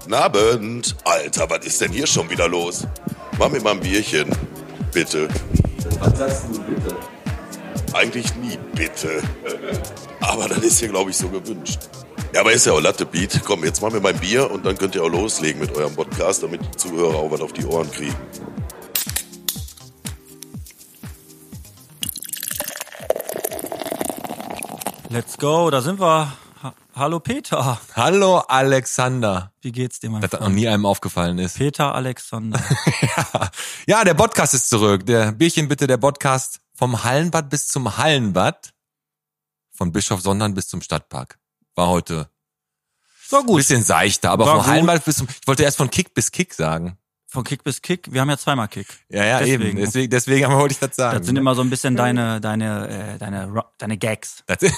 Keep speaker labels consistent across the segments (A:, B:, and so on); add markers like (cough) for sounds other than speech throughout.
A: Guten Abend. Alter, was ist denn hier schon wieder los? Mach mir mal ein Bierchen. Bitte.
B: Was sagst du bitte?
A: Eigentlich nie bitte. Aber das ist hier, glaube ich, so gewünscht. Ja, aber ist ja auch Latte Beat. Komm, jetzt machen wir mal ein Bier und dann könnt ihr auch loslegen mit eurem Podcast, damit die Zuhörer auch was auf die Ohren kriegen.
C: Let's go, da sind wir. Ha Hallo Peter.
B: Hallo Alexander.
C: Wie geht's dir, mein
B: Dass das
C: Freund?
B: noch nie einem aufgefallen ist. (laughs)
C: Peter Alexander.
B: ja. ja, der Podcast ist zurück. Der Bierchen bitte, der Podcast vom Hallenbad bis zum Hallenbad. Von Bischof Sondern bis zum Stadtpark. War heute
C: So
B: ein
C: gut.
B: bisschen seichter, aber
C: War
B: vom
C: gut.
B: Hallenbad bis zum, ich wollte erst von Kick bis Kick sagen.
C: Von Kick bis Kick. Wir haben ja zweimal Kick.
B: Ja, ja,
C: Deswegen. ne?
B: eben. Deswegen, deswegen wollte ich das sagen.
C: Das sind immer so ein bisschen deine, deine, äh, deine, Ro- deine Gags.
B: Das, das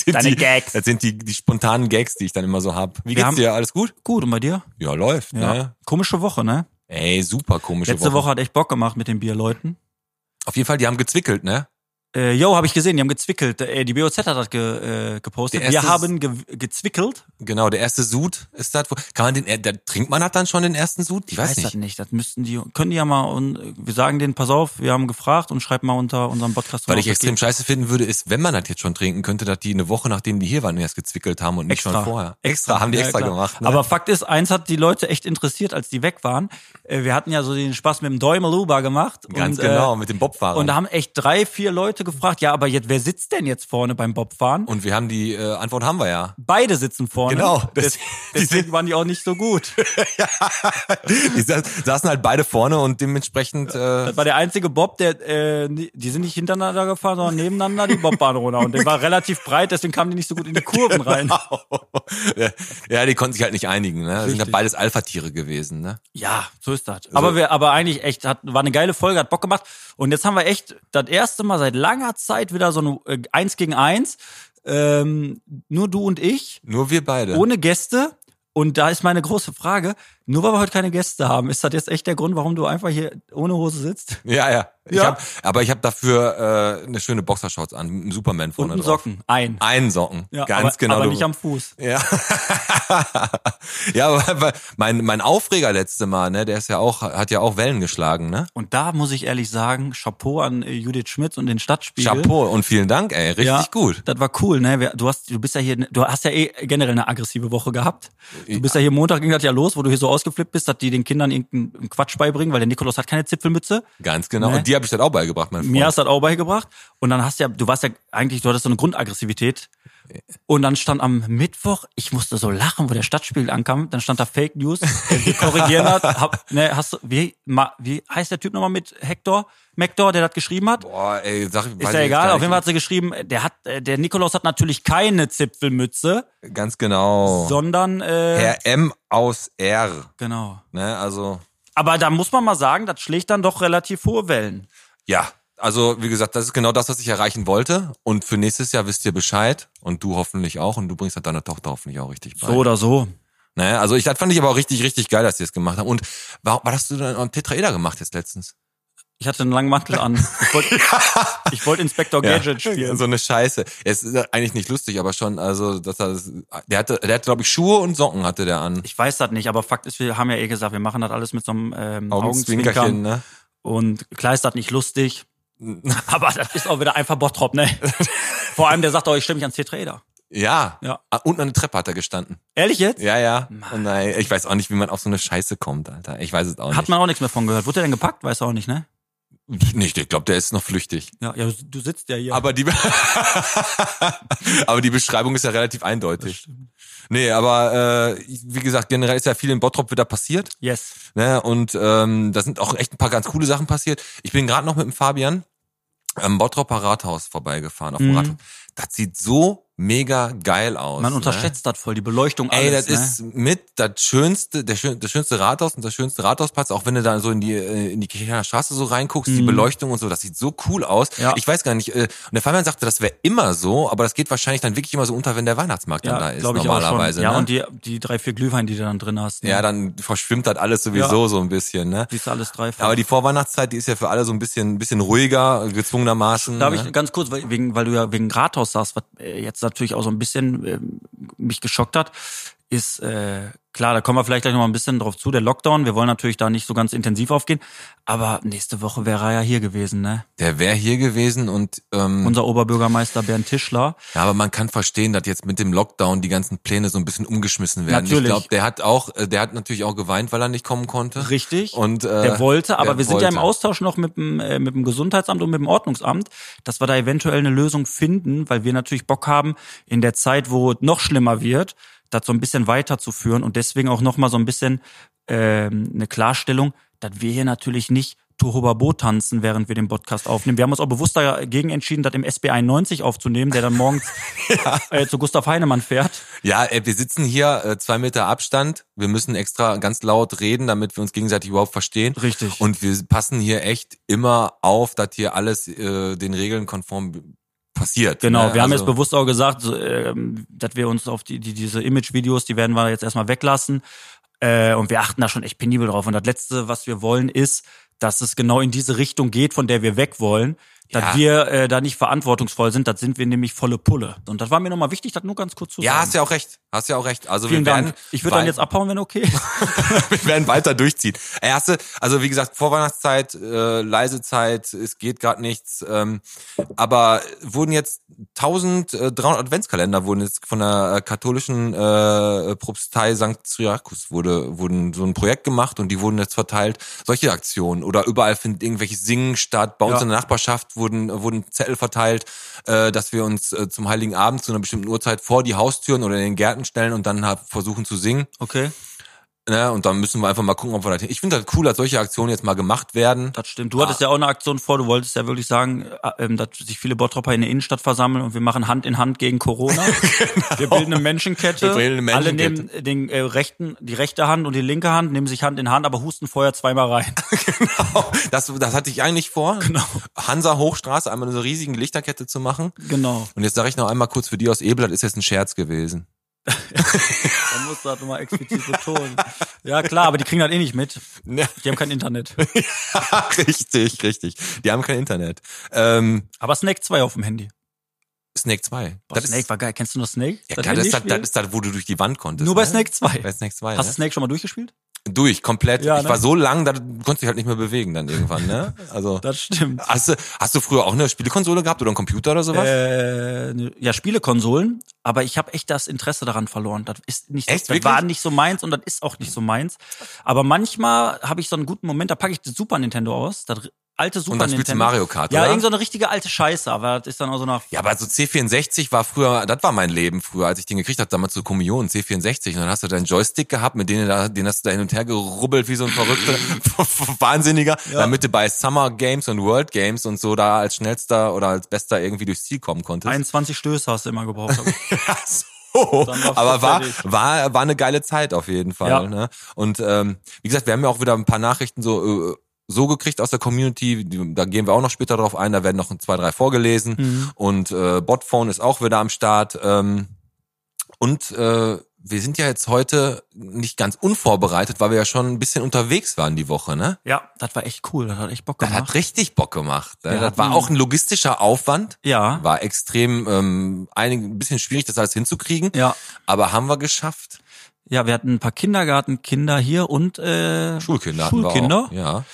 B: sind (laughs)
C: Deine
B: die,
C: Gags.
B: Das sind die, die spontanen Gags, die ich dann immer so hab. Wie
C: Wir
B: geht's
C: haben-
B: dir? Alles gut?
C: Gut, und bei dir?
B: Ja, läuft, ne?
C: Komische Woche, ne?
B: Ey, super komische
C: Letzte Woche hat echt Bock gemacht mit den Bierleuten.
B: Auf jeden Fall, die haben gezwickelt, ne?
C: Äh, yo, habe ich gesehen, die haben gezwickelt. Äh, die BOZ hat das ge, äh, gepostet.
B: Der
C: Wir
B: erste-
C: haben ge gezwickelt.
B: Genau, der erste Sud ist das. wo- Kann man den, äh, da, trinkt man das dann schon den ersten Sud? Ich weiß,
C: das
B: nicht.
C: nicht. Das müssten die, können die ja mal und äh, wir sagen denen, pass auf, wir haben gefragt und schreibt mal unter unserem Podcast.
B: Weil
C: drauf,
B: ich
C: das
B: extrem scheiße finden würde, ist, wenn man das jetzt schon trinken könnte, dass die eine Woche nachdem die hier waren, erst gezwickelt haben und nicht
C: Extra.
B: schon vorher. Extra, haben die
C: Ja,
B: extra
C: klar.
B: gemacht. Ne?
C: Aber Fakt ist, eins hat die Leute echt interessiert, als die weg waren. Äh, Wir hatten ja so den Spaß mit dem Däumeluba gemacht.
B: ganz
C: und,
B: genau,
C: Äh,
B: mit dem Bobfahrer.
C: und da
B: Und,
C: haben echt drei, vier Leute gefragt, ja, aber jetzt, wer sitzt denn jetzt vorne beim Bobfahren?
B: wir haben die äh, Antwort haben wir ja.
C: Beide sitzen vorne.
B: Genau.
C: Des,
B: Die sind-
C: deswegen waren die auch nicht
B: (laughs)
C: so gut.
B: Die sa- saßen halt beide vorne und dementsprechend
C: (laughs)
B: äh,
C: Das war der einzige Bob, der, äh, nie- die sind nicht hintereinander gefahren, sondern nebeneinander die Bobbahn runter. Und der war relativ breit, deswegen kamen die nicht so gut in die
B: (laughs)
C: Kurven rein.
B: ja, die konnten sich halt nicht einigen. Ne? Das sind ja beides Alpha-Tiere gewesen. Ne?
C: Ja, so ist das. Also Aber wir, aber eigentlich echt, hat, war eine geile Folge, hat Bock gemacht. Und jetzt haben wir echt das erste Mal seit langer Zeit wieder so eine äh, Eins gegen Eins. Ähm, nur du und ich,
B: Nur wir beide.
C: ohne Gäste. Und da ist meine große Frage, nur weil wir heute keine Gäste haben, ist das jetzt echt der Grund, warum du einfach hier ohne Hose sitzt?
B: ja, ja. Ich
C: Ja.
B: Hab, aber ich habe dafür äh, eine schöne Boxershorts an, mit einem Superman
C: Und
B: vorne
C: einen
B: drauf.
C: Socken, ein.
B: Einen Socken.
C: Ja,
B: Ganz
C: aber,
B: genau.
C: Aber
B: du-
C: nicht am Fuß.
B: ja. (laughs) ja, aber weil mein, mein Aufreger letzte Mal, ne, der ist ja auch, hat ja auch Wellen geschlagen, ne?
C: Und da muss ich ehrlich sagen, Chapeau an äh, Judith Schmitz und den Stadtspiegel.
B: Chapeau und vielen Dank, ey. Richtig
C: Ja,
B: gut.
C: Das war cool, ne? Wir- Du hast, du bist ja hier, du hast ja eh generell eine aggressive Woche gehabt. Du bist ja hier Montag ging das ja los, wo du hier so ausgeflippt bist, dass die den Kindern irgendeinen Quatsch beibringen, weil der Nikolaus hat keine Zipfelmütze.
B: Ganz genau.
C: Ne?
B: Und die habe ich dann auch beigebracht, mein Freund.
C: Mir hast du das auch beigebracht. Und dann hast du ja, du warst ja eigentlich, du hattest so eine Grundaggressivität. Und dann stand am Mittwoch, ich musste so lachen, wo der Stadtspiegel ankam, dann stand da Fake News, äh, wir korrigieren das. Hab, ne, hast du, wie, ma, wie heißt der Typ nochmal mit Hector, Mector, der das geschrieben hat?
B: Boah, ey, sag, weiß
C: Ist
B: ich
C: ja
B: jetzt
C: egal,
B: gar
C: auf jeden Fall
B: nicht.
C: hat sie geschrieben, der hat, äh, der Nikolaus hat natürlich keine Zipfelmütze,
B: Ganz genau.
C: sondern äh,
B: Herr M aus R.
C: genau.
B: Ne, also
C: Aber da muss man mal sagen, das schlägt dann doch relativ hohe Wellen.
B: ja, also wie gesagt, das ist genau das, was ich erreichen wollte. Und für nächstes Jahr wisst ihr Bescheid und du hoffentlich auch und du bringst das deiner Tochter hoffentlich auch richtig bei.
C: So oder so.
B: Ne, also ich, das fand ich aber auch richtig, richtig geil, dass die es gemacht haben. Und warum, was hast du denn am Tetraeder gemacht jetzt letztens?
C: Ich hatte einen langen Mantel an.
B: (laughs)
C: Ich wollte (laughs) ich wollte Inspector Gadget spielen.
B: so eine Scheiße. Es ist eigentlich nicht lustig, aber schon, also dass er, das- der hatte, der hatte glaube ich Schuhe und Socken hatte der an.
C: Ich weiß das nicht, aber Fakt ist, wir haben ja eh gesagt, wir machen das alles mit so einem ähm, Augenzwinkern.
B: Augenzwinkerchen, ne?
C: Und klar ist das
B: (laughs)
C: nicht lustig. aber das ist auch wieder einfach Bottrop, ne? Vor allem, der sagt auch, ich stelle mich ans T-Trader.
B: Ja.
C: Ja.
B: Ah, Unten an der Treppe hat er gestanden.
C: Ehrlich jetzt?
B: Ja, ja. Nein, ich weiß auch nicht, wie man auf so eine Scheiße kommt, Alter. Ich weiß es auch
C: Hat
B: nicht.
C: man auch nichts mehr von gehört. Wurde der denn gepackt? Weiß er auch nicht, ne?
B: Nicht, ich glaube, der ist noch flüchtig.
C: Ja, ja du sitzt ja hier.
B: Aber die, (laughs) aber die Beschreibung ist ja relativ eindeutig. Nee, aber äh, wie gesagt, generell ist ja viel in Bottrop wieder passiert.
C: yes.
B: Ne? Und ähm, da sind auch echt ein paar ganz coole Sachen passiert. Ich bin gerade noch mit dem Fabian am Bottroper Rathaus vorbeigefahren auf dem
C: Mhm.
B: Rathaus. Das sieht so mega geil aus.
C: Man
B: ne?
C: unterschätzt das äh, voll, die Beleuchtung
B: Ey,
C: alles. ne?
B: das ist mit das schönste, der, schön, das schönste Rathaus und das schönste Rathausplatz, auch wenn du da so in die, äh, in die Kirchner Straße so reinguckst, die Beleuchtung und so, das sieht so cool aus.
C: Mhm. Ja.
B: Ich weiß gar nicht, äh, und der Fabian sagte, das wäre immer so, aber das geht wahrscheinlich dann wirklich immer so unter, wenn der Weihnachtsmarkt dann da ist,
C: glaub ich auch schon.
B: normalerweise.
C: Ja,
B: ne?
C: und die, die drei, vier Glühwein, die du dann drin hast. ne?
B: ja, dann verschwimmt das alles sowieso so ein bisschen, ne?
C: siehst du alles dreifach.
B: Aber die Vorweihnachtszeit, die ist ja für alle so ein bisschen, ein bisschen ruhiger, gezwungenermaßen.
C: Darf
B: ne?
C: ich ganz kurz, weil, wegen, weil du ja wegen Rathaus sagst, was äh, jetzt natürlich auch so ein bisschen äh, mich ähm, geschockt hat. ist äh, klar, da kommen wir vielleicht gleich noch mal ein bisschen drauf zu, der Lockdown. Wir wollen natürlich da nicht so ganz intensiv aufgehen, aber nächste Woche wäre er ja hier gewesen, ne?
B: Der wäre hier gewesen und ähm,
C: Unser Oberbürgermeister Bernd Tischler.
B: Ja, aber man kann verstehen, dass jetzt mit dem Lockdown die ganzen Pläne so ein bisschen umgeschmissen werden. Ich
C: Natürlich.
B: glaube, der hat auch, äh, der hat natürlich auch geweint, weil er nicht kommen konnte.
C: Richtig.
B: Und äh,
C: Der wollte, aber
B: der
C: wir sind ja im
B: wollte.
C: Austausch noch mit dem, äh, mit dem Gesundheitsamt und mit dem Ordnungsamt, dass wir da eventuell eine Lösung finden, weil wir natürlich Bock haben, in der Zeit, wo es noch schlimmer wird, das so ein bisschen weiterzuführen und deswegen auch nochmal so ein bisschen ähm, eine Klarstellung, dass wir hier natürlich nicht Tuhobabo tanzen, während wir den Podcast aufnehmen. Wir haben uns auch bewusst dagegen entschieden, das im SB 91 aufzunehmen, der dann
B: (laughs)
C: morgens äh, zu Gustav Heinemann fährt.
B: Ja, ey, wir sitzen hier äh, zwei Meter Abstand. Wir müssen extra ganz laut reden, damit wir uns gegenseitig überhaupt verstehen.
C: Richtig.
B: Und wir passen hier echt immer auf, dass hier alles äh, den Regeln konform b- passiert.
C: Genau,
B: ne?
C: wir haben jetzt
B: Also-
C: bewusst auch gesagt, so, ähm, dass wir uns auf die, die diese Image-Videos, die werden wir jetzt erstmal weglassen. Äh, und wir achten da schon echt penibel drauf. Und das Letzte, was wir wollen, ist, dass es genau in diese Richtung geht, von der wir weg wollen. Dass
B: Ja.
C: wir äh, da nicht verantwortungsvoll sind, das sind wir nämlich volle Pulle. Und das war mir nochmal wichtig, das nur ganz kurz zu
B: Ja,
C: sagen.
B: hast ja auch recht. Hast ja auch recht. Also
C: Vielen
B: wir werden,
C: Dank. Ich würde dann
B: wei-
C: jetzt abhauen, wenn okay ist.
B: (laughs) wir werden weiter durchziehen. Ey, hast du, also wie gesagt, Vorweihnachtszeit, äh, leise Zeit, es geht gerade nichts. Ähm, aber wurden jetzt 1300 Adventskalender wurden jetzt von der äh, katholischen äh, Propstei St. Cyriakus wurde wurden so ein Projekt gemacht und die wurden jetzt verteilt. Solche Aktionen oder überall findet irgendwelches Singen statt. Bei uns
C: Ja.
B: in der Nachbarschaft wurden wurden Zettel verteilt, äh, dass wir uns äh, zum Heiligen Abend zu einer bestimmten Uhrzeit vor die Haustüren oder in den Gärten stellen und dann halt versuchen zu singen.
C: Okay,
B: Ne, und dann müssen wir einfach mal gucken, ob wir das hin. Ich finde das cool, dass solche Aktionen jetzt mal gemacht werden.
C: das stimmt. Du
B: Ah.
C: hattest ja auch eine Aktion vor, du wolltest ja wirklich sagen, äh, ähm, dass sich viele Bottropper in der Innenstadt versammeln und wir machen Hand in Hand gegen Corona.
B: (laughs)
C: Genau. Wir bilden eine Menschenkette.
B: Wir bilden eine
C: Alle
B: Menschenkette.
C: nehmen den äh, rechten, die rechte Hand und die linke Hand, nehmen sich Hand in Hand, aber husten vorher
B: (laughs)
C: zweimal rein.
B: Das, das hatte ich eigentlich vor. Genau. Hansa Hochstraße, einmal so eine riesige Lichterkette zu machen.
C: genau.
B: Und jetzt sage ich noch einmal kurz für die aus Ebel, das ist jetzt ein Scherz gewesen.
C: Dann musst du
B: halt
C: das nochmal explizit betonen. (laughs) Ja klar, aber die kriegen das eh nicht mit.
B: Ja,
C: Die haben kein Internet.
B: Ne, (laughs) richtig, richtig. Die haben kein Internet. Ähm,
C: Aber Snake 2 auf dem Handy.
B: Snake 2.
C: Boah, Snake war geil. Kennst du noch Snake?
B: ja, klar, das, ist das, das
C: Handyspiel?
B: ist das, wo du durch die Wand konntest.
C: Nur bei
B: ne?
C: Snake 2.
B: Bei Snake 2.
C: Hast du
B: ne?
C: Snake schon mal durchgespielt?
B: Durch, komplett.
C: Ja,
B: ich
C: ne?
B: war so lang, da konntest du dich halt nicht mehr bewegen dann irgendwann, ne?
C: (laughs)
B: Also.
C: Das stimmt.
B: Hast du, hast du früher auch eine Spielekonsole gehabt oder einen Computer oder sowas?
C: Äh, ne- ja, Spielekonsolen, aber ich habe echt das Interesse daran verloren. Das ist nicht,
B: Echt,
C: das
B: wirklich?
C: war nicht so meins und das ist auch nicht so meins. Aber manchmal habe ich so einen guten Moment, da packe ich das Super Nintendo aus, das alte Super
B: Und dann spielst du
C: Nintendo.
B: Mario Kart,
C: ja,
B: oder?
C: irgend so eine richtige alte Scheiße, aber das ist dann auch so nach
B: Ja, aber so C64 war früher, das war mein Leben früher, als ich den gekriegt habe, damals zur Kommunion, C64. Und dann hast du deinen Joystick gehabt, mit denen da, den hast du da hin und her gerubbelt wie so ein verrückter (laughs) Wahnsinniger, damit du bei Summer Games und World Games und so da als schnellster oder als bester irgendwie durchs Ziel kommen konntest.
C: 21 Stöße hast du immer gebraucht.
B: (laughs) Ach so.
C: Dann warst du
B: Aber war,
C: fertig.
B: war, war eine geile Zeit auf jeden Fall.
C: Ja.
B: Ne? Und ähm, wie gesagt, wir haben ja auch wieder ein paar Nachrichten so, äh, so gekriegt aus der Community. Die- Da gehen wir auch noch später drauf ein. Da werden noch ein, zwei, drei vorgelesen.
C: Mhm.
B: Und äh, Botphone ist auch wieder am Start. Ähm, und äh, wir sind ja jetzt heute nicht ganz unvorbereitet, weil wir ja schon ein bisschen unterwegs waren die Woche, ne?
C: ja, das war echt cool, das hat echt Bock
B: Das
C: gemacht.
B: hat richtig Bock gemacht. Ne?
C: Wir
B: das war
C: hatten-
B: auch ein logistischer Aufwand.
C: Ja.
B: War extrem, ähm, einig, ein bisschen schwierig, das alles hinzukriegen.
C: Ja.
B: Aber haben wir geschafft.
C: ja, wir hatten ein paar Kindergartenkinder hier und äh,
B: Schulkinder. hatten wir auch.
C: Schulkinder.
B: Ja.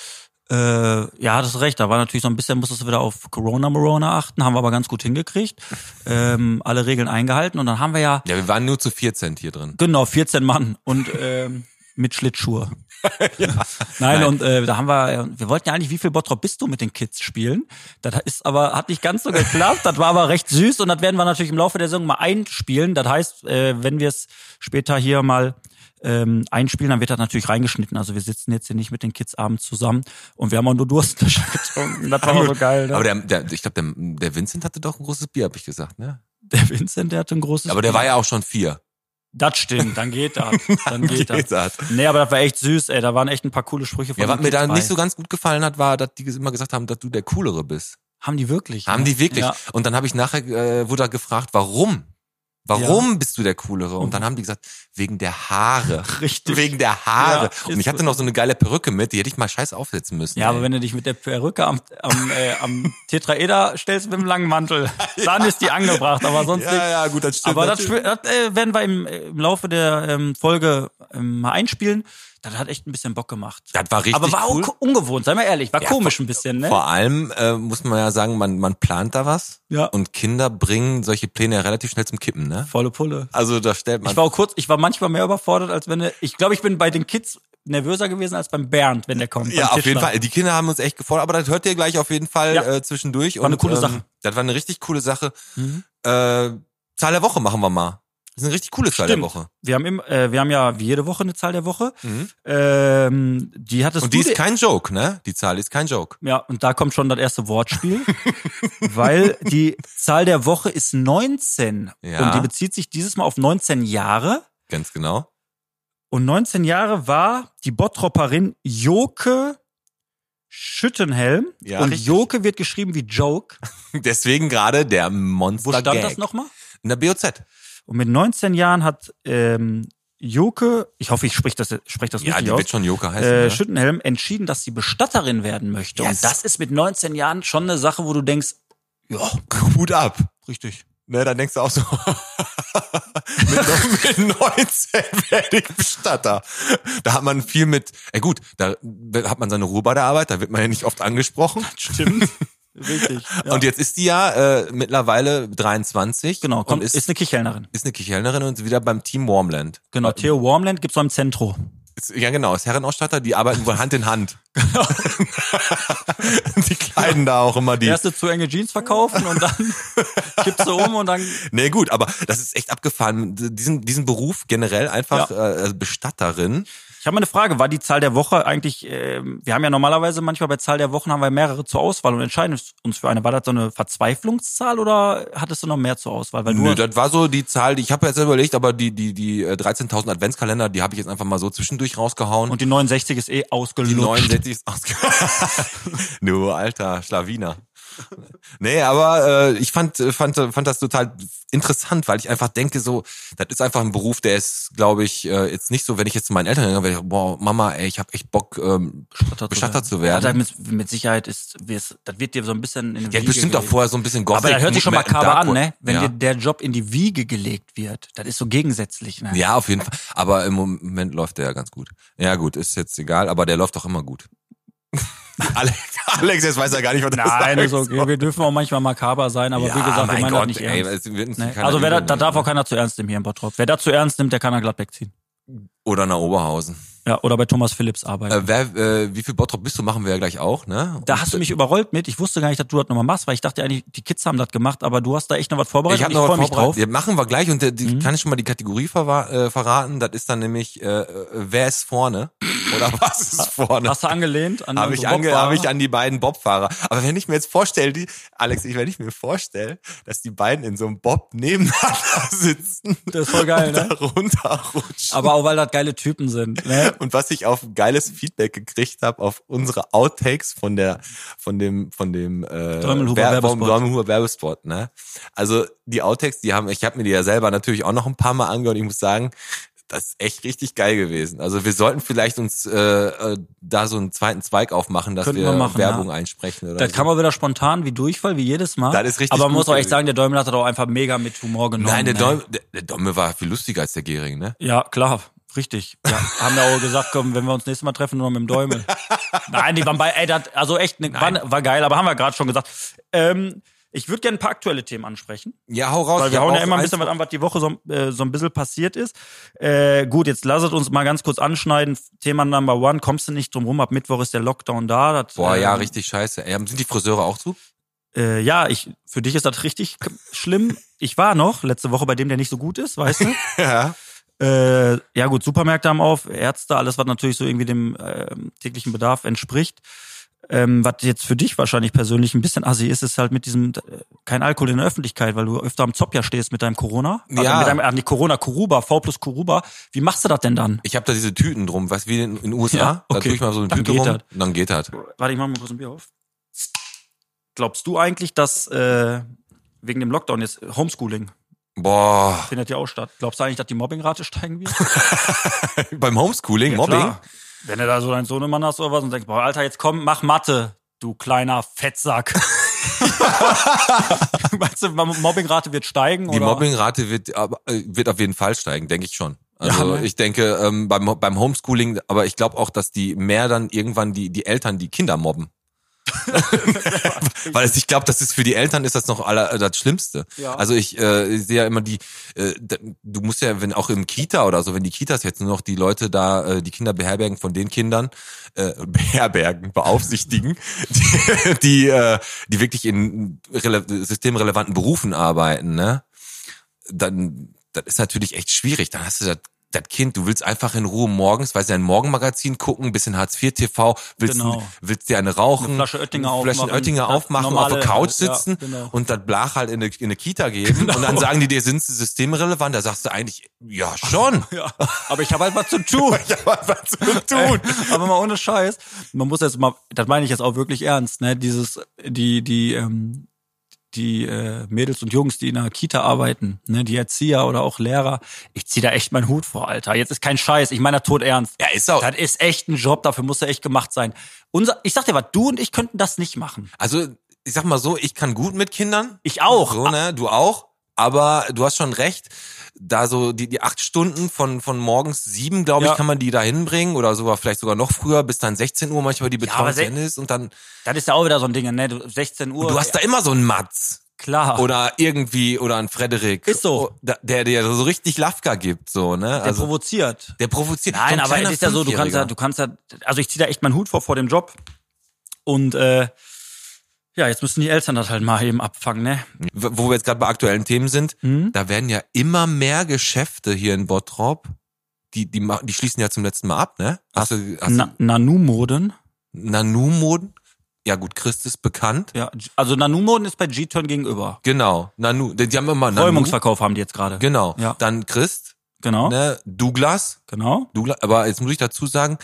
C: Äh, ja, das ist recht. Da war natürlich so ein bisschen, musstest du wieder auf Corona Morona achten, haben wir aber ganz gut hingekriegt. Ähm, alle Regeln eingehalten und dann haben wir ja
B: Ja, wir waren nur zu 14 hier drin.
C: genau 14 Mann und ähm,
B: (laughs)
C: mit Schlittschuhe. Nein, und äh, da haben wir, wir wollten ja eigentlich, wie viel Bottrop bist du mit den Kids spielen? Das ist aber, hat nicht ganz so geklappt, das war aber recht süß und das werden wir natürlich im Laufe der Saison mal einspielen. Das heißt, äh, wenn wir es später hier mal ähm, einspielen, dann wird das natürlich reingeschnitten. Also wir sitzen jetzt hier nicht mit den Kids abends zusammen und wir haben auch nur (laughs) Durstlöscher getrunken. Das war aber so geil, ne?
B: Aber der, der ich glaube, der, der Vincent hatte doch ein großes Bier, habe ich gesagt, ne?
C: der Vincent, der hatte ein großes
B: Aber der war ja auch schon vier.
C: Das stimmt, dann
B: (laughs)
C: geht das. Dann geht,
B: geht
C: das.
B: das.
C: Nee, aber das war echt süß, ey. Da waren echt ein paar coole Sprüche von
B: Ja,
C: den
B: was mir da
C: Kids
B: nicht
C: bei.
B: so ganz gut gefallen hat, war, dass die immer gesagt haben, dass du der Coolere bist.
C: Haben die wirklich?
B: Haben
C: ne?
B: die wirklich.
C: Ja.
B: Und dann habe ich nachher, äh, wurde da gefragt, warum? Warum bist du der Coolere? Und dann haben die gesagt, wegen der
C: (laughs)
B: Haare.
C: Richtig.
B: Wegen der Haare.
C: Ja,
B: und
C: ist
B: ich hatte noch so eine geile Perücke mit, die hätte ich mal scheiß aufsetzen müssen.
C: Ja,
B: ey.
C: aber wenn du dich mit der Perücke am, am, äh, am Tetraeder stellst mit dem langen
B: (laughs)
C: Mantel, dann ist die angebracht, aber sonst nicht.
B: ja, ja, gut, das stimmt.
C: Aber das,
B: natürlich.
C: spiel- das äh, werden wir im, äh, im Laufe der ähm, Folge ähm, mal einspielen. Das hat echt ein bisschen Bock gemacht.
B: Das war richtig
C: Aber war
B: cool.
C: auch ungewohnt, sei mal ehrlich. War komisch ein bisschen, ne?
B: Vor allem äh, muss man ja sagen, man, man plant da was.
C: Ja.
B: Und Kinder bringen solche Pläne ja relativ schnell zum Kippen, ne?
C: Volle Pulle.
B: Also da stellt man.
C: Ich war auch kurz, ich war manchmal mehr überfordert, als wenn, du- ich glaube, ich bin bei den Kids nervöser gewesen als beim Bernd, wenn der kommt.
B: ja,
C: beim
B: auf jeden
C: Tischler.
B: Fall. Die Kinder haben uns echt gefordert, aber das hört ihr gleich auf jeden Fall
C: Ja.
B: äh, zwischendurch.
C: War eine coole
B: ähm,
C: Sache. Mhm.
B: Das war eine richtig coole Sache. Äh, Zahl der Woche machen wir mal. Das ist eine richtig coole Zahl der
C: Stimmt.
B: Woche.
C: Wir haben, im, äh, wir haben ja wie jede Woche eine Zahl der Woche. Ähm, die hattest
B: Mhm. Und die
C: du dir-
B: ist kein Joke, ne? Die Zahl ist kein Joke.
C: Ja, und da kommt schon das
B: (laughs)
C: erste Wortspiel, weil die Zahl der Woche ist 19
B: Ja.
C: und die bezieht sich dieses Mal auf 19 Jahre.
B: Ganz genau. (laughs)
C: Und 19 Jahre war die Bottropperin Joke Schüttenhelm.
B: Ja,
C: und
B: richtig.
C: Joke wird geschrieben wie Joke.
B: Deswegen gerade der Monster.
C: Wo stand
B: Gag.
C: das nochmal?
B: In der BOZ.
C: Und mit 19 Jahren hat ähm, Joke, ich hoffe, ich spreche das, sprech das
B: Ja,
C: richtig
B: die
C: aus,
B: wird schon Joker heißen.
C: äh,
B: ne?
C: Schüttenhelm entschieden, dass sie Bestatterin werden möchte.
B: Yes.
C: Und das ist mit 19 Jahren schon eine Sache, wo du denkst, ja,
B: Hut ab.
C: richtig.
B: Ne, dann denkst du auch so, (laughs) mit, no- (laughs) mit 19 werde ich Bestatter. Da hat man viel mit, ey gut, da hat man seine Ruhe bei der Arbeit, da wird man ja nicht oft angesprochen. (laughs)
C: Stimmt. Richtig. Ja.
B: Und jetzt ist die ja äh, mittlerweile 23.
C: genau, kommt,
B: und
C: ist,
B: ist,
C: eine Kichelnerin.
B: ist eine Kichelnerin und ist wieder beim Team Warmland.
C: Genau, Theo Warmland gibt's auch im Zentro.
B: Ist, ja genau, ist Herrenausstatter, die arbeiten wohl Hand in Hand. (laughs) die kleiden da auch immer die.
C: Erste zu enge Jeans verkaufen
B: (laughs)
C: und dann kippst du um und dann
B: Nee, gut, aber das ist echt abgefahren. Diesen, diesen Beruf generell einfach äh, Bestatterin.
C: Ich habe mal eine Frage, war die Zahl der Woche eigentlich, ähm, wir haben ja normalerweise manchmal bei Zahl der Wochen haben wir mehrere zur Auswahl und entscheiden uns für eine. War das so eine Verzweiflungszahl oder hattest du noch mehr zur Auswahl? Weil du,
B: Nö, das war so die Zahl, die ich habe jetzt überlegt, aber die die die äh, 13.000 Adventskalender, die habe ich jetzt einfach mal so zwischendurch rausgehauen.
C: und die 69 ist eh
B: die
C: ausgelutscht.
B: 69 ist ausge (laughs) Nur alter Schlawiner. Nee, aber äh, ich fand fand fand das total interessant, weil ich einfach denke so, das ist einfach ein Beruf, der ist, glaube ich, äh, jetzt nicht so, wenn ich jetzt zu meinen Eltern gehe, ich, boah, Mama, ey, ich habe echt Bock ähm, Bestatter zu werden.
C: Ja, damit, mit Sicherheit ist, wir's- das wird dir so ein bisschen in
B: Ja,
C: die Wiege
B: bestimmt auch
C: gelegt.
B: vorher so ein bisschen Gothic.
C: Aber das hört sich schon mal
B: Movement
C: Kabe an,
B: Darkwood.
C: ne? Wenn
B: ja.
C: dir der Job in die Wiege gelegt wird, das ist so gegensätzlich, ne?
B: ja, auf jeden Fall. Aber im Moment läuft der ja ganz gut. Ja gut, ist jetzt egal, aber der läuft doch immer gut. (laughs) Alex, Alex, jetzt weiß er gar nicht, was
C: (laughs) Nein,
B: das (laughs)
C: ist okay. Wir dürfen auch manchmal makaber sein, aber
B: ja,
C: wie gesagt, wir
B: mein
C: meinen
B: Gott,
C: das nicht
B: ey,
C: ernst.
B: es wird uns
C: Ne?
B: keiner
C: Also wer da,
B: übel
C: da darf
B: nehmen.
C: auch keiner zu ernst nehmen hier im Bottrop. Wer da zu ernst nimmt, der kann er glatt wegziehen.
B: Oder nach Oberhausen.
C: Ja, oder bei Thomas Phillips arbeiten.
B: Äh, wer, äh, wie viel Bottrop bist du, machen wir ja gleich auch, ne?
C: da hast du mich überrollt mit. Ich wusste gar nicht, dass du das nochmal machst, weil ich dachte eigentlich, die Kids haben das gemacht, aber du hast da echt noch was vorbereitet.
B: ich habe
C: und
B: noch
C: freu
B: was
C: mich
B: vorbereitet.
C: drauf. Mhm.
B: Ja, machen wir gleich und äh, die, kann ich schon mal die Kategorie verwa- äh, verraten. Das ist dann nämlich, äh, äh, wer ist vorne? Oder was
C: (laughs)
B: ist vorne?
C: Hast du angelehnt? An
B: Habe
C: unsere
B: ich, ange,
C: Bobfahrer?
B: hab ich an die beiden Bobfahrer. Aber wenn ich mir jetzt vorstelle, die, Alex, ich, wenn ich mir vorstelle, dass die beiden in so einem Bob nebeneinander (laughs) sitzen.
C: Das ist voll geil,
B: und (laughs)
C: ne?
B: da runterrutschen.
C: Aber auch weil das geile Typen sind.
B: (laughs)
C: Ne?
B: und was ich auf geiles Feedback gekriegt habe auf unsere Outtakes von der von dem von dem äh,
C: Däumelhuber
B: Wer- vom
C: Werbespot.
B: Däumelhuber Werbespot, ne? Also die Outtakes, die haben ich habe mir die ja selber natürlich auch noch ein paar mal angehört, ich muss sagen, das ist echt richtig geil gewesen. Also wir sollten vielleicht uns äh, äh, da so einen zweiten Zweig aufmachen, dass
C: Könnten
B: wir
C: wir machen,
B: Werbung
C: ja.
B: einsprechen oder
C: Das
B: so.
C: kann man wieder spontan, wie Durchfall, wie jedes Mal.
B: Das ist richtig
C: Aber man
B: gut
C: muss auch echt
B: gewesen.
C: sagen, der Däumel hat das auch einfach mega mit Humor genommen.
B: Nein, der
C: ne?
B: Däum, der, der Däume war viel lustiger als der Gehring, ne?
C: Ja, klar, richtig. Ja,
B: (laughs)
C: haben ja auch gesagt, komm, wenn wir uns nächstes Mal treffen, nur noch mit dem Däumel. Nein, die waren bei, ey, das, also echt, ne, war, war geil, aber haben wir gerade schon gesagt. Ähm, ich würde gerne ein paar aktuelle Themen ansprechen,
B: Ja, hau raus.
C: weil
B: ich
C: wir
B: hab
C: hauen ja
B: auch
C: immer ein
B: eins-
C: bisschen was an, was die Woche so, äh, so ein bisschen passiert ist. Äh, gut, jetzt lasst uns mal ganz kurz anschneiden. Thema Number One, kommst du nicht drum rum, ab Mittwoch ist der Lockdown da. Das,
B: Boah, ja,
C: ähm,
B: richtig scheiße. Ey, sind die Friseure auch zu?
C: äh, ja, ich, für dich ist das richtig k- schlimm. Ich war noch letzte Woche bei dem, der nicht so gut ist, weißt (laughs) du?
B: Ja.
C: Äh, ja gut, Supermärkte haben auf, Ärzte, alles, was natürlich so irgendwie dem ähm, täglichen Bedarf entspricht. Ähm, was jetzt für dich wahrscheinlich persönlich ein bisschen assi ist, ist halt mit diesem äh, kein Alkohol in der Öffentlichkeit, weil du öfter am Zopp ja stehst mit deinem Corona.
B: Ja.
C: Also mit deinem, ah, nee, Corona, Kuruba, V plus Kuruba. Wie machst du das denn dann?
B: Ich habe da diese Tüten drum, weißt du, wie in den USA.
C: Ja,
B: Da
C: okay.
B: tue ich mal so eine
C: Dann
B: Tüte
C: geht
B: rum
C: das.
B: und dann geht das.
C: Warte, ich mach mal kurz ein Bier auf. Glaubst du eigentlich, dass äh, wegen dem Lockdown jetzt Homeschooling
B: Boah,
C: Findet ja auch statt. Glaubst du eigentlich, dass die Mobbingrate (laughs) steigen wird?
B: (laughs) beim Homeschooling, Mobbing.
C: Klar. Wenn du da so deinen Sohnemann hast oder was und denkst, boah, Alter, jetzt komm, mach Mathe, du kleiner
B: (laughs)
C: Fettsack. Meinst du, Mobbingrate wird steigen?
B: Die
C: oder?
B: Mobbingrate wird, aber, äh, wird auf jeden Fall steigen, denke ich schon. Also
C: ne?
B: ich denke ähm, beim, beim Homeschooling, aber ich glaube auch, dass die mehr dann irgendwann die, die Eltern die Kinder
C: (laughs)
B: mobben. Weil es, ich glaube, das ist für die Eltern ist das noch aller, äh, das Schlimmste.
C: Ja.
B: Also ich äh, sehe ja immer die, äh, d- du musst ja, wenn auch im Kita oder so, wenn die Kitas jetzt nur noch die Leute da, äh, die Kinder beherbergen von den Kindern, äh, (laughs) beherbergen, beaufsichtigen, die, die, äh, die wirklich in rele systemrelevanten Berufen arbeiten, ne? dann das ist natürlich echt schwierig. Dann hast du das, das Kind, du willst einfach in Ruhe morgens, weiß du, ein Morgenmagazin gucken, ein bisschen Hartz IV TV, willst,
C: Genau.
B: willst dir eine rauchen,
C: Eine Flasche Oettinger
B: eine Flasche
C: aufmachen,
B: Oettinger
C: das
B: aufmachen
C: normale-
B: auf der Couch
C: ja,
B: sitzen
C: genau.
B: und das Blach halt in eine, in eine Kita geben
C: (laughs)
B: und dann sagen die dir, sind sie systemrelevant? Da sagst du eigentlich, ja schon.
C: (laughs) Ja, aber ich habe halt was zu tun.
B: (laughs) ja, was was zu tun?
C: aber mal ohne Scheiß. Man muss jetzt mal, das meine ich jetzt auch wirklich ernst, ne? Dieses, die, die, ähm, die äh, Mädels und Jungs, die in der Kita arbeiten, ne, die Erzieher oder auch Lehrer, ich ziehe da echt meinen Hut vor, Alter. Jetzt ist kein Scheiß, ich meine das tot ernst.
B: Ja, ist auch.
C: Das ist echt ein Job, dafür muss er echt gemacht sein. Unser, ich sag dir was, du und ich könnten das nicht machen.
B: Also ich sag mal so, ich kann gut mit Kindern.
C: Ich auch.
B: So, ne? Du auch. Aber du hast schon recht, da so die, die acht Stunden von, von morgens sieben, glaube
C: Ja.
B: ich, kann man die da hinbringen oder sogar vielleicht sogar noch früher, bis dann 16 Uhr manchmal die Betreuung
C: aber
B: zu
C: se-
B: Ende ist und dann,
C: Das ist ja auch wieder so ein Ding, ne? Du- 16 Uhr.
B: du hast da immer so einen Matz
C: klar.
B: oder irgendwie oder einen Frederik.
C: Ist so.
B: Der, der dir so richtig Lafka gibt, so, ne?
C: der
B: Also,
C: provoziert.
B: der provoziert.
C: Nein,
B: So ein
C: aber
B: kleiner
C: es ist ja so, du kannst
B: Fünfjähriger.
C: ja, du kannst ja, also ich ziehe da echt meinen Hut vor vor dem Job. Und äh, ja, jetzt müssen die Eltern das halt mal eben abfangen, ne? Hm?
B: wo wir jetzt gerade bei aktuellen Themen sind, da werden ja immer mehr Geschäfte hier in Bottrop, die, die, ma- die schließen ja zum letzten Mal ab, ne? Hast du, hast
C: Na,
B: du
C: Nanu-Moden.
B: Nanu-Moden? Ja gut, Christ ist bekannt.
C: Ja, G- also Nanu-Moden ist bei G-Turn gegenüber.
B: Genau, Nanu, die, die haben immer Nanu.
C: Räumungsverkauf haben die jetzt gerade.
B: Genau,
C: Ja.
B: dann Christ,
C: Genau.
B: ne? Douglas,
C: Genau.
B: Douglas, aber jetzt muss ich dazu sagen,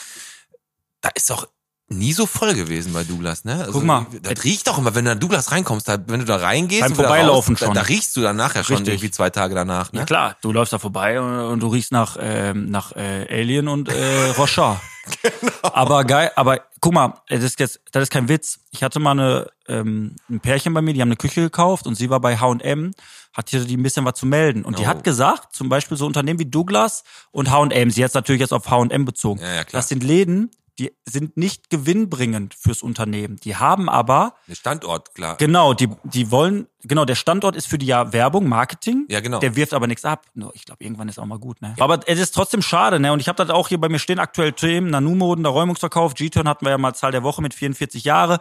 B: da ist auch nie so voll gewesen bei Douglas, ne? Also,
C: Guck mal.
B: Das riecht doch immer, wenn du an Douglas reinkommst, da, wenn du da reingehst,
C: Beim
B: und wieder
C: Vorbeilaufen
B: raus, da,
C: schon.
B: da riechst du dann nachher schon
C: Richtig.
B: irgendwie zwei Tage danach, ne?
C: Ja klar, du läufst da vorbei und, und du riechst nach ähm, nach äh, Alien
B: (laughs)
C: und äh, Rochard. genau. Aber geil, aber guck mal, das ist jetzt, das ist kein Witz. Ich hatte mal eine, ähm, ein Pärchen bei mir, die haben eine Küche gekauft und sie war bei H&M, hat hier die ein bisschen was zu melden und die
B: Oh.
C: hat gesagt, zum Beispiel so Unternehmen wie Douglas und H&M, sie hat natürlich jetzt auf H&M bezogen,
B: Ja, ja, klar.
C: das sind Läden, die sind nicht gewinnbringend fürs Unternehmen. Die haben aber
B: Standort, klar.
C: Genau, die, die wollen, genau, der Standort ist für die ja Werbung, Marketing.
B: Ja, genau.
C: Der wirft aber nichts ab. Nur, Ich glaube, irgendwann ist auch mal gut, ne? Aber es ist trotzdem schade, ne? Und ich habe das auch hier bei mir stehen, aktuell Themen, Nanu-Moden, der Räumungsverkauf, G-Turn hatten wir ja mal Zahl der Woche mit 44 Jahre.